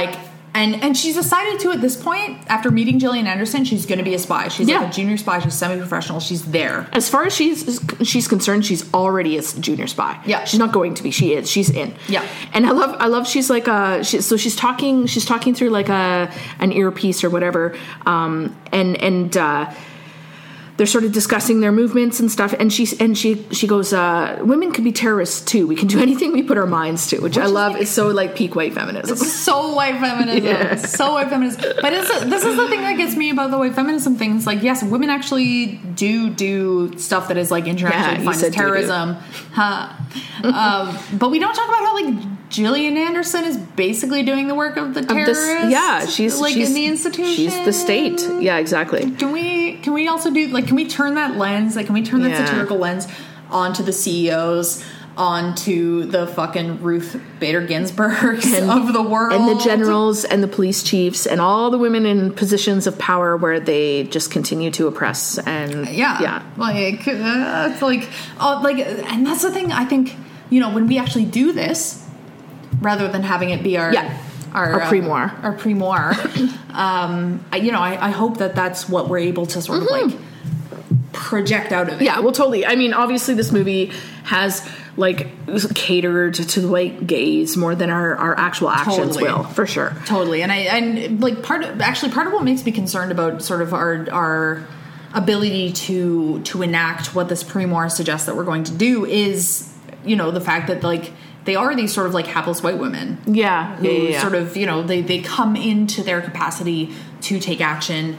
Speaker 2: like, and and she's decided to at this point after meeting Gillian Anderson, she's going to be a spy. She's
Speaker 1: Yeah.
Speaker 2: like a junior spy. She's semi-professional. She's there.
Speaker 1: as far as she's she's concerned, she's already a junior spy.
Speaker 2: Yeah.
Speaker 1: she's not going to be. She is. She's in.
Speaker 2: Yeah.
Speaker 1: and I love I love she's like uh she, so she's talking she's talking through like a an earpiece or whatever um and and uh they're sort of discussing their movements and stuff and she and she she goes uh women can be terrorists too we can do [LAUGHS] anything we put our minds to which, I love it's so like peak white feminism
Speaker 2: So white feminism. So white feminism. But it's, this is the thing that gets me about the white feminism thing. It's like, yes, women actually do do stuff that is like
Speaker 1: Yeah,
Speaker 2: internationally
Speaker 1: you
Speaker 2: defined
Speaker 1: said do
Speaker 2: as
Speaker 1: do.
Speaker 2: terrorism. Huh. um, but we don't talk about how like Gillian Anderson is basically doing the work of the
Speaker 1: Of [LAUGHS] this-
Speaker 2: terrorists.
Speaker 1: yeah she's
Speaker 2: like
Speaker 1: she's-
Speaker 2: in the institution.
Speaker 1: she's the state yeah exactly
Speaker 2: Can we can we also do like can we turn that lens like can we turn that
Speaker 1: Yeah.
Speaker 2: satirical lens onto the CEOs onto the fucking Ruth Bader Ginsburgs
Speaker 1: And-
Speaker 2: of the world
Speaker 1: and the generals and the police chiefs and all the women in positions of power where they just continue to oppress and
Speaker 2: yeah
Speaker 1: yeah
Speaker 2: like uh, it's like oh like and that's the thing I think you know when we actually do this rather than having it be our
Speaker 1: Yeah.
Speaker 2: our,
Speaker 1: Our
Speaker 2: uh,
Speaker 1: primoire.
Speaker 2: our
Speaker 1: [COUGHS]
Speaker 2: primoire um I, you know I, I hope that that's what we're able to sort of like project out of it
Speaker 1: Mm-hmm. yeah well totally i mean obviously this movie has like catered to the white gaze more than our, our actual actions
Speaker 2: Totally.
Speaker 1: will for sure
Speaker 2: Totally, and I and like part of, actually part of what makes me concerned about sort of our our ability to to enact what this primoire suggests that we're going to do is you know the fact that like they are these sort of like hapless white women
Speaker 1: yeah,
Speaker 2: who
Speaker 1: yeah, yeah, yeah.
Speaker 2: sort of you know they they come into their capacity to take action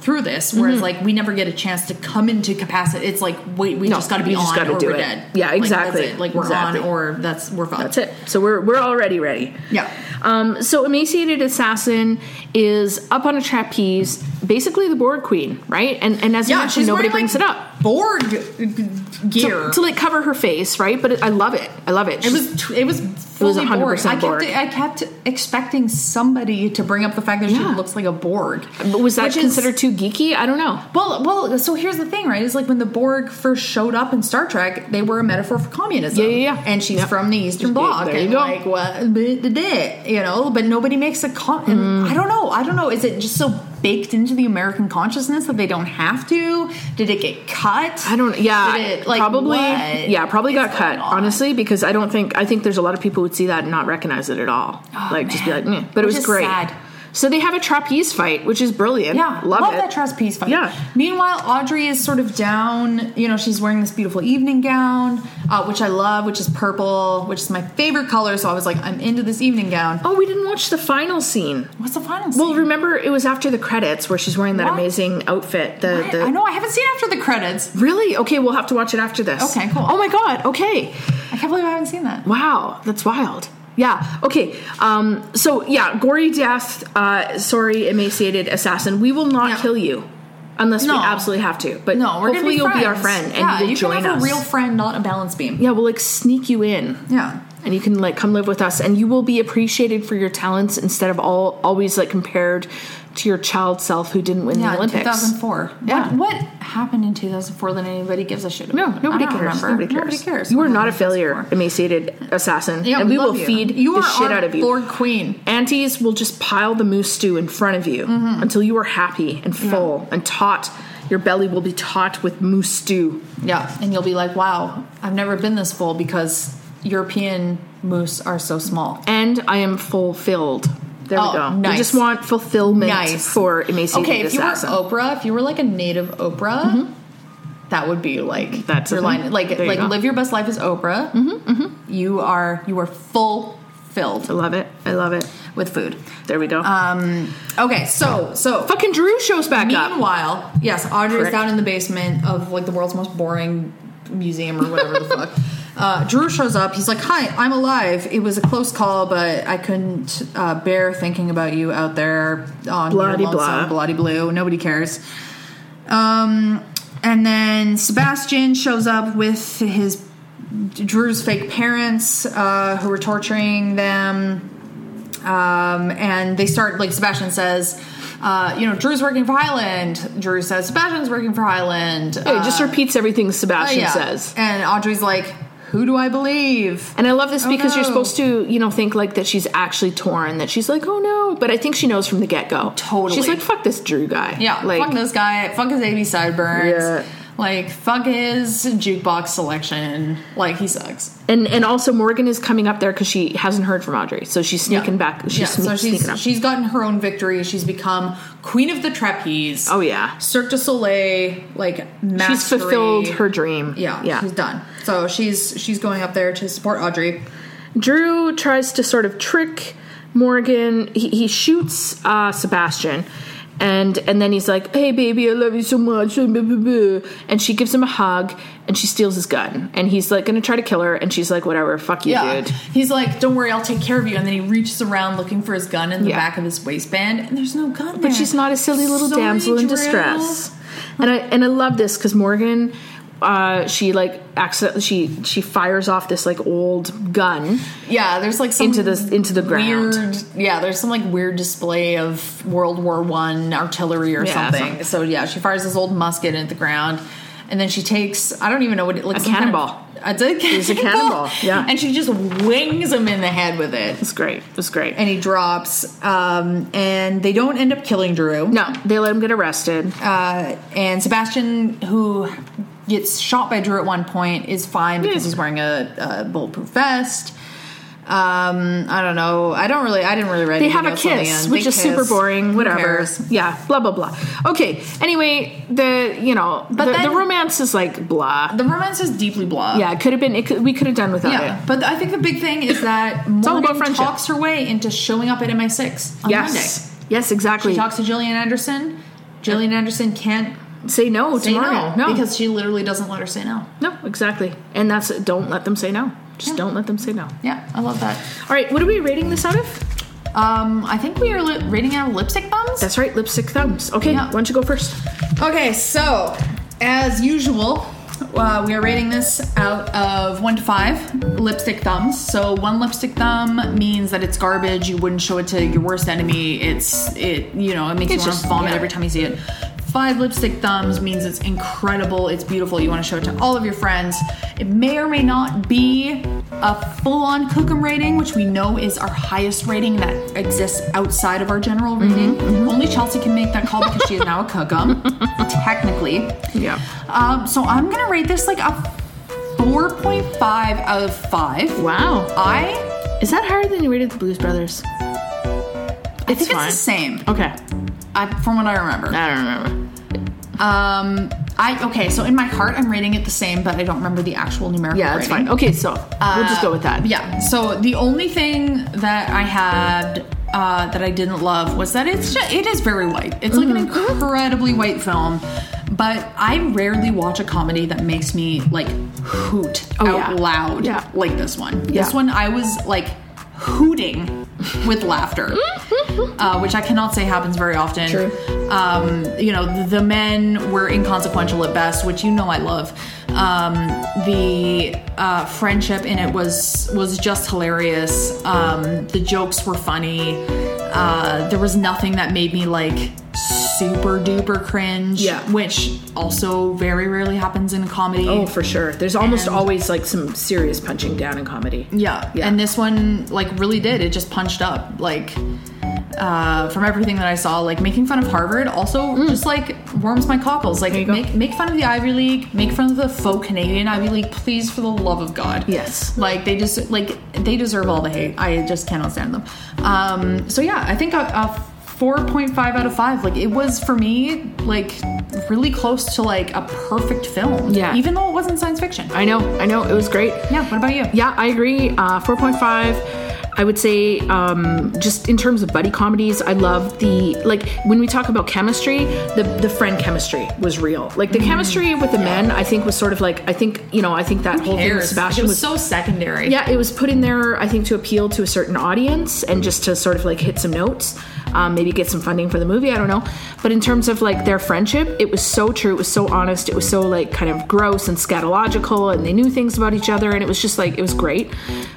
Speaker 2: through this
Speaker 1: Mm-hmm.
Speaker 2: whereas like we never get a chance to come into capacity it's like wait we
Speaker 1: No,
Speaker 2: just got to be
Speaker 1: you just
Speaker 2: on
Speaker 1: gotta
Speaker 2: or
Speaker 1: do
Speaker 2: we're
Speaker 1: it.
Speaker 2: dead
Speaker 1: Yeah,
Speaker 2: Like, that's
Speaker 1: exactly.
Speaker 2: it. like, we're
Speaker 1: Exactly.
Speaker 2: on or that's we're fucked
Speaker 1: that's it so we're we're already ready
Speaker 2: yeah
Speaker 1: Um, so emaciated assassin is up on a trapeze, basically the board queen, right? And and as you mentioned, nobody
Speaker 2: wearing,
Speaker 1: brings
Speaker 2: like,
Speaker 1: it up.
Speaker 2: Borg gear.
Speaker 1: to, to, like cover her face, right? But it, I love it. I love it.
Speaker 2: it
Speaker 1: She's-
Speaker 2: was tw- it was fully
Speaker 1: 100%
Speaker 2: Borg.
Speaker 1: Borg.
Speaker 2: I kept I kept expecting somebody to bring up the fact that
Speaker 1: Yeah.
Speaker 2: she looks like a Borg.
Speaker 1: but was that
Speaker 2: which is-
Speaker 1: considered too geeky? I don't know.
Speaker 2: Well, well. So here's the thing, right? Is like when the Borg first showed up in Star Trek, they were a metaphor for communism.
Speaker 1: Yeah, yeah, yeah.
Speaker 2: And she's
Speaker 1: Yeah.
Speaker 2: from the Eastern
Speaker 1: Yeah,
Speaker 2: Bloc.
Speaker 1: there you
Speaker 2: and
Speaker 1: go.
Speaker 2: Like what? blah, blah, blah, You know, but nobody makes a com.
Speaker 1: Mm.
Speaker 2: and I don't know. I don't know. Is it just so baked into the American consciousness that they don't have to? Did it get cut?
Speaker 1: I don't. Yeah,
Speaker 2: Did it, like,
Speaker 1: probably.
Speaker 2: what
Speaker 1: Yeah, probably
Speaker 2: is
Speaker 1: got cut.
Speaker 2: going on?
Speaker 1: Honestly, because I don't think I think there's a lot of people who'd see that and not recognize it at all. like just be like,
Speaker 2: man.
Speaker 1: "Meh." but it
Speaker 2: Which
Speaker 1: was
Speaker 2: is
Speaker 1: great.
Speaker 2: sad.
Speaker 1: So they have a trapeze fight, which is brilliant.
Speaker 2: Yeah,
Speaker 1: love, it.
Speaker 2: that trapeze fight.
Speaker 1: Yeah.
Speaker 2: Meanwhile, Audrey is sort of down. You know, she's wearing this beautiful evening gown, uh, which I love, which is purple, which is my favorite color. So I was like, I'm into this evening gown.
Speaker 1: oh, we didn't watch the final scene.
Speaker 2: What's the final?
Speaker 1: Well,
Speaker 2: scene?
Speaker 1: remember it was after the credits where she's wearing that
Speaker 2: What?
Speaker 1: amazing outfit. The,
Speaker 2: I,
Speaker 1: the
Speaker 2: I know I haven't seen after the credits.
Speaker 1: Really? Okay, we'll have to watch it after this.
Speaker 2: Okay, cool.
Speaker 1: Oh my god. Okay.
Speaker 2: I can't believe I haven't seen that.
Speaker 1: Wow, that's wild. Yeah. Okay. Um, so yeah, gory death. Uh, sorry, emaciated assassin. We will not
Speaker 2: Yeah.
Speaker 1: kill you. unless
Speaker 2: No.
Speaker 1: we absolutely have to. But
Speaker 2: No, we're
Speaker 1: hopefully
Speaker 2: gonna
Speaker 1: you'll
Speaker 2: be
Speaker 1: be our
Speaker 2: friends.
Speaker 1: friend and
Speaker 2: yeah,
Speaker 1: you will
Speaker 2: you
Speaker 1: join
Speaker 2: can have
Speaker 1: us.
Speaker 2: a real friend, not a balance beam.
Speaker 1: yeah, we'll like sneak you in.
Speaker 2: Yeah.
Speaker 1: and you can like come live with us and you will be appreciated for your talents instead of all always like compared to your child self who didn't win
Speaker 2: Yeah,
Speaker 1: the olympics
Speaker 2: 2004.
Speaker 1: Yeah.
Speaker 2: What, what happened in 2004 that anybody gives a shit
Speaker 1: no
Speaker 2: about?
Speaker 1: nobody
Speaker 2: I don't
Speaker 1: cares.
Speaker 2: remember.
Speaker 1: nobody cares
Speaker 2: Nobody cares.
Speaker 1: you
Speaker 2: What
Speaker 1: are not a
Speaker 2: happened in
Speaker 1: failure
Speaker 2: 2004?
Speaker 1: emaciated assassin
Speaker 2: Yeah,
Speaker 1: and we, will
Speaker 2: love you.
Speaker 1: feed
Speaker 2: you
Speaker 1: the
Speaker 2: are
Speaker 1: shit
Speaker 2: our
Speaker 1: out of you
Speaker 2: Lord Queen.
Speaker 1: aunties will just pile the moose stew in front of you
Speaker 2: Mm-hmm.
Speaker 1: until you are happy and full and taut your belly will be taut with moose stew
Speaker 2: Yeah, and you'll be like, wow, I've never been this full because European moose are so small.
Speaker 1: and i am fulfilled there
Speaker 2: Oh,
Speaker 1: we go we
Speaker 2: nice.
Speaker 1: just want fulfillment
Speaker 2: Nice.
Speaker 1: for emaciated
Speaker 2: Okay, if you were
Speaker 1: assassin
Speaker 2: Oprah, if you were like a native Oprah, that would be like
Speaker 1: That's
Speaker 2: your
Speaker 1: the thing.
Speaker 2: line. Like,
Speaker 1: There you
Speaker 2: like
Speaker 1: go. Mm-hmm,
Speaker 2: live your best life as Oprah. You are you are fulfilled
Speaker 1: i love it i love it
Speaker 2: with food.
Speaker 1: There we go.
Speaker 2: Um, okay, so so
Speaker 1: Fucking Drew shows back up.
Speaker 2: Meanwhile, yes, Audrey is
Speaker 1: Correct.
Speaker 2: down in the basement of like the world's most boring museum or whatever the
Speaker 1: [LAUGHS]
Speaker 2: fuck. Uh, Drew shows up. He's like, "Hi, I'm alive. It was a close call, but I couldn't uh, bear thinking about you out there on
Speaker 1: Bloody
Speaker 2: your lonesome,
Speaker 1: blah.
Speaker 2: bloody blue. Nobody cares." Um, and then Sebastian shows up with his Drew's fake parents uh, who were torturing them. Um, and they start like Sebastian says, uh, you know, Drew's working for Highland. Drew says Sebastian's working for Highland. Uh,
Speaker 1: It just repeats everything Sebastian
Speaker 2: Oh, yeah.
Speaker 1: says.
Speaker 2: and Audrey's like, who do I believe?
Speaker 1: And I love this because you're
Speaker 2: Oh, no.
Speaker 1: supposed to, you know, think like that she's actually torn, that she's like, oh no. But I think she knows from the get go.
Speaker 2: Totally.
Speaker 1: She's like, fuck this Drew guy.
Speaker 2: Yeah,
Speaker 1: Like,
Speaker 2: fuck this guy. Fuck his AB sideburns.
Speaker 1: Yeah.
Speaker 2: Like fuck his jukebox selection. Like he sucks.
Speaker 1: and and also Morgan is coming up there because she hasn't heard from Audrey, so she's sneaking back. She's
Speaker 2: yeah,
Speaker 1: sne-
Speaker 2: so
Speaker 1: sneaking up.
Speaker 2: she's she's gotten her own victory. She's become queen of the trapeze.
Speaker 1: oh yeah,
Speaker 2: Cirque du Soleil, like mastery.
Speaker 1: she's fulfilled her dream.
Speaker 2: Yeah,
Speaker 1: yeah.
Speaker 2: she's done. So she's she's going up there to support Audrey.
Speaker 1: Drew tries to sort of trick Morgan. He, he shoots uh, Sebastian, and and then he's like, "Hey, baby, I love you so much." blah, blah, blah, blah." And she gives him a hug, and she steals his gun, and he's like, "Gonna try to kill her," and she's like, "Whatever, fuck you, dude."
Speaker 2: he's like, "Don't worry, I'll take care of you." And then he reaches around looking for his gun in the
Speaker 1: Yeah.
Speaker 2: back of his waistband, and there's no gun.
Speaker 1: But she's not a silly little damsel in distress. And I and I love this because Morgan, uh, she like accidentally she she fires off this like old gun.
Speaker 2: Yeah, there's like some
Speaker 1: Into the- into the ground.
Speaker 2: Weird, yeah, there's some like weird display of World War One artillery or
Speaker 1: Yeah,
Speaker 2: something. So yeah, she fires this old musket at the ground, and then she takes I don't even know what it looks like some kind of-
Speaker 1: cannonball.
Speaker 2: It's a cannonball.
Speaker 1: a cannonball, yeah.
Speaker 2: and she just wings him in the head with it,
Speaker 1: It's great. It's great.
Speaker 2: and he drops. Um, and they don't end up killing Drew.
Speaker 1: no, they let him get arrested.
Speaker 2: uh, and Sebastian, who gets shot by Drew at one point, is fine because
Speaker 1: Yeah.
Speaker 2: he's wearing a, a bulletproof vest. Um, I don't know. I don't really. I didn't really write.
Speaker 1: they
Speaker 2: anything
Speaker 1: have a
Speaker 2: else on the
Speaker 1: kiss,
Speaker 2: end.
Speaker 1: which
Speaker 2: They
Speaker 1: is super
Speaker 2: kiss.
Speaker 1: boring.
Speaker 2: Who
Speaker 1: Whatever.
Speaker 2: cares?
Speaker 1: Yeah. Blah blah blah. Okay. Anyway, the you know, but the,
Speaker 2: then-
Speaker 1: the romance is like blah.
Speaker 2: The romance is deeply blah.
Speaker 1: yeah, it could have been. It could, we could have done without
Speaker 2: yeah.
Speaker 1: it.
Speaker 2: But I think the big thing is that
Speaker 1: all about
Speaker 2: Morgan
Speaker 1: friendship.
Speaker 2: talks her way into showing up at MI6 on
Speaker 1: Yes. Yes. Exactly.
Speaker 2: Monday. She talks to Gillian Anderson. Gillian Anderson can't
Speaker 1: say no
Speaker 2: say
Speaker 1: to Morgan.
Speaker 2: no
Speaker 1: No.
Speaker 2: because she literally doesn't let her say no.
Speaker 1: no. Exactly. And that's don't let them say no. Just don't let them say no.
Speaker 2: Yeah, I love that.
Speaker 1: All right. What are we rating this out of?
Speaker 2: Um, I think we are li- rating out lipstick bums.
Speaker 1: That's right. Lipstick thumbs. Okay.
Speaker 2: Yeah.
Speaker 1: Why don't you go first?
Speaker 2: Okay, so as usual, uh, we are rating this out of one to five lipstick thumbs. So one lipstick thumb means that it's garbage. You wouldn't show it to your worst enemy. It's it you know it makes
Speaker 1: It's
Speaker 2: you want
Speaker 1: just-
Speaker 2: to vomit
Speaker 1: yeah.
Speaker 2: every time you see it. Five lipstick thumbs means it's incredible. It's beautiful. You want to show it to all of your friends. It may or may not be a full-on Cookham rating, which we know is our highest rating that exists outside of our general
Speaker 1: Mm-hmm,
Speaker 2: rating. Only Chelsea can make that call because she is now
Speaker 1: [LAUGHS]
Speaker 2: a Cookham, technically.
Speaker 1: Yeah.
Speaker 2: Um, so I'm gonna rate this like a 4.5 out of 5.
Speaker 1: Wow.
Speaker 2: I,
Speaker 1: Is that higher than you rated the Blues Brothers?
Speaker 2: I think
Speaker 1: fine.
Speaker 2: it's the same
Speaker 1: Okay.
Speaker 2: I, from what I remember.
Speaker 1: I don't remember.
Speaker 2: Um, I okay, so in my heart I'm rating it the same, but I don't remember the actual numerical.
Speaker 1: Yeah, that's
Speaker 2: rating.
Speaker 1: fine. Okay, so we'll just go with that.
Speaker 2: Yeah. So the only thing that I had uh, that I didn't love was that it's just, it is very white. It's like
Speaker 1: Mm-hmm.
Speaker 2: an incredibly white film, but I rarely watch a comedy that makes me like hoot
Speaker 1: Oh,
Speaker 2: out
Speaker 1: yeah.
Speaker 2: loud
Speaker 1: Yeah.
Speaker 2: like this one.
Speaker 1: Yeah.
Speaker 2: This one I was like hooting with laughter,
Speaker 1: Mm-hmm.
Speaker 2: uh, which I cannot say happens very often.
Speaker 3: True.
Speaker 2: Um, you know, the men were inconsequential at best, which you know I love. Um, the uh, friendship in it was was just hilarious. Um, the jokes were funny. Uh, there was nothing that made me like super duper cringe,
Speaker 1: Yeah.
Speaker 2: which also very rarely happens in comedy.
Speaker 1: Oh, for sure. There's almost
Speaker 2: And-
Speaker 1: always like some serious punching down in comedy.
Speaker 2: Yeah.
Speaker 1: Yeah.
Speaker 2: And this one like really did. It just punched up. Like uh, from everything that I saw, like making fun of Harvard also just like warms my cockles. Like
Speaker 1: Mm. go.
Speaker 2: make make fun of the Ivy League, make fun of the faux Canadian Ivy League, please for the love of God.
Speaker 1: Yes.
Speaker 2: Like they just like they deserve all the hate. I just cannot stand them. Um, so yeah, I think a, a 4.5 out of 5. Like it was for me like really close to like a perfect film.
Speaker 1: Yeah.
Speaker 2: Even though it wasn't science fiction.
Speaker 1: I know, I know. It was great.
Speaker 2: yeah, what about you?
Speaker 1: Yeah, I agree. Uh, 4.5. I would say, um, just in terms of buddy comedies, I love the like when we talk about chemistry, the the friend chemistry was real. Like
Speaker 2: Mm-hmm.
Speaker 1: the chemistry with the men, I think was sort of like I think you know I think that whole thing with
Speaker 2: cares? Like, it
Speaker 1: Sebastian
Speaker 2: was,
Speaker 1: was
Speaker 2: so secondary.
Speaker 1: yeah, it was put in there, I think, to appeal to a certain audience and just to sort of like hit some notes, um, maybe get some funding for the movie. I don't know. But in terms of like their friendship, it was so true. It was so honest. It was so like kind of gross and scatological, and they knew things about each other, and it was just like it was great.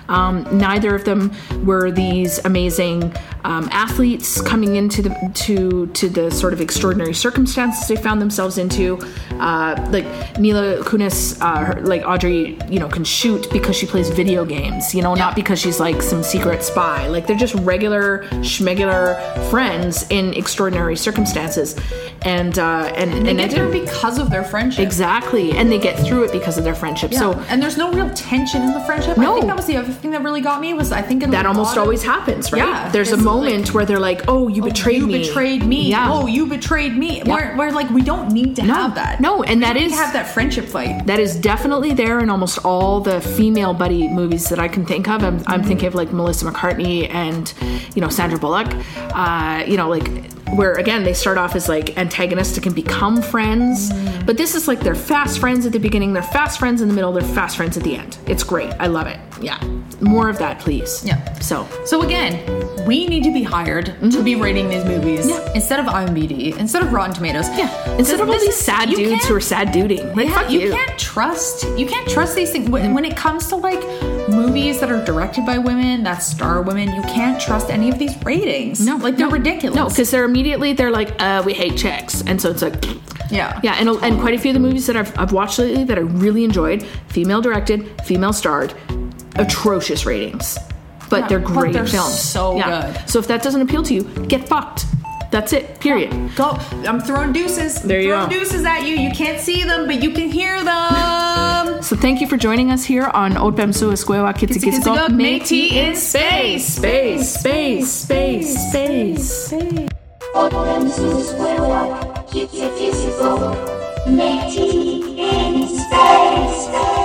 Speaker 1: Um, neither of them were these amazing um, athletes coming into the to to the sort of extraordinary circumstances they found themselves into. Uh, like Mila Kunis, uh, her, like Audrey, you know, can shoot because she plays video games, you know, not because she's like some secret spy. Like they're just regular schmegular friends in extraordinary circumstances, and uh, and and,
Speaker 2: They
Speaker 1: I
Speaker 2: get there
Speaker 1: didn't-
Speaker 2: because of their friendship.
Speaker 1: exactly, and they get through it because of their friendship.
Speaker 2: Yeah.
Speaker 1: So.
Speaker 2: and there's no real tension in the friendship. I
Speaker 1: No.
Speaker 2: think that was the other thing that really got me was I think in
Speaker 1: That
Speaker 2: a
Speaker 1: almost
Speaker 2: lot of-
Speaker 1: always happens, right?
Speaker 2: Yeah,
Speaker 1: There's a
Speaker 2: it's
Speaker 1: moment
Speaker 2: like,
Speaker 1: where they're like, "Oh, you betrayed
Speaker 2: you
Speaker 1: me.
Speaker 2: betrayed me.
Speaker 1: Yeah.
Speaker 2: Oh, you betrayed me. Where, where like we don't need to
Speaker 1: No.
Speaker 2: have that.
Speaker 1: No, and
Speaker 2: we
Speaker 1: that
Speaker 2: don't need
Speaker 1: is-
Speaker 2: to have that friendship fight.
Speaker 1: That is definitely there in almost all the female buddy movies that I can think of. I'm, I'm thinking of like Melissa McCartney and, you know, Sandra Bullock. Uh, you know, like where again they start off as like antagonistic and become friends. But this is like they're fast friends at the beginning, they're fast friends in the middle, they're fast friends at the end. It's great. I love it. Yeah. More of that, please.
Speaker 2: Yeah.
Speaker 1: So
Speaker 2: So again, we need to be hired to be rating these movies
Speaker 1: Mm-hmm. Yeah.
Speaker 2: instead of IMDb, instead of Rotten Tomatoes.
Speaker 1: yeah. Instead of all
Speaker 2: This
Speaker 1: these
Speaker 2: is-
Speaker 1: sad
Speaker 2: you
Speaker 1: dudes who
Speaker 2: can't-
Speaker 1: are sad duding. Like
Speaker 2: Yeah,
Speaker 1: fuck
Speaker 2: you,
Speaker 1: you.
Speaker 2: can't trust you can't trust these things when, when it comes to like movies that are directed by women that star women you can't trust any of these ratings like they're
Speaker 1: no.
Speaker 2: ridiculous
Speaker 1: No, because they're immediately they're like, uh, we hate chicks, and so it's like
Speaker 2: yeah
Speaker 1: Yeah, and, and quite a few of the movies that I've, I've watched lately that I really enjoyed, female directed, female starred, atrocious ratings. But
Speaker 2: Yeah,
Speaker 1: they're
Speaker 2: but
Speaker 1: great
Speaker 2: they're
Speaker 1: films.
Speaker 2: so
Speaker 1: Yeah.
Speaker 2: good.
Speaker 1: So if that doesn't appeal to you, get fucked. That's it, period.
Speaker 2: go i'm throwing deuces
Speaker 1: There you
Speaker 2: throwing
Speaker 1: go.
Speaker 2: deuces at you you can't see them but you can hear them
Speaker 1: So thank you for joining us here on Old Sua Squewa Kitsi
Speaker 2: Kitsi Kitsi Gok,
Speaker 1: Kitsi
Speaker 2: Métis in Space.
Speaker 1: Space, space, space, space.
Speaker 4: Open source web, keep your physical, native in space.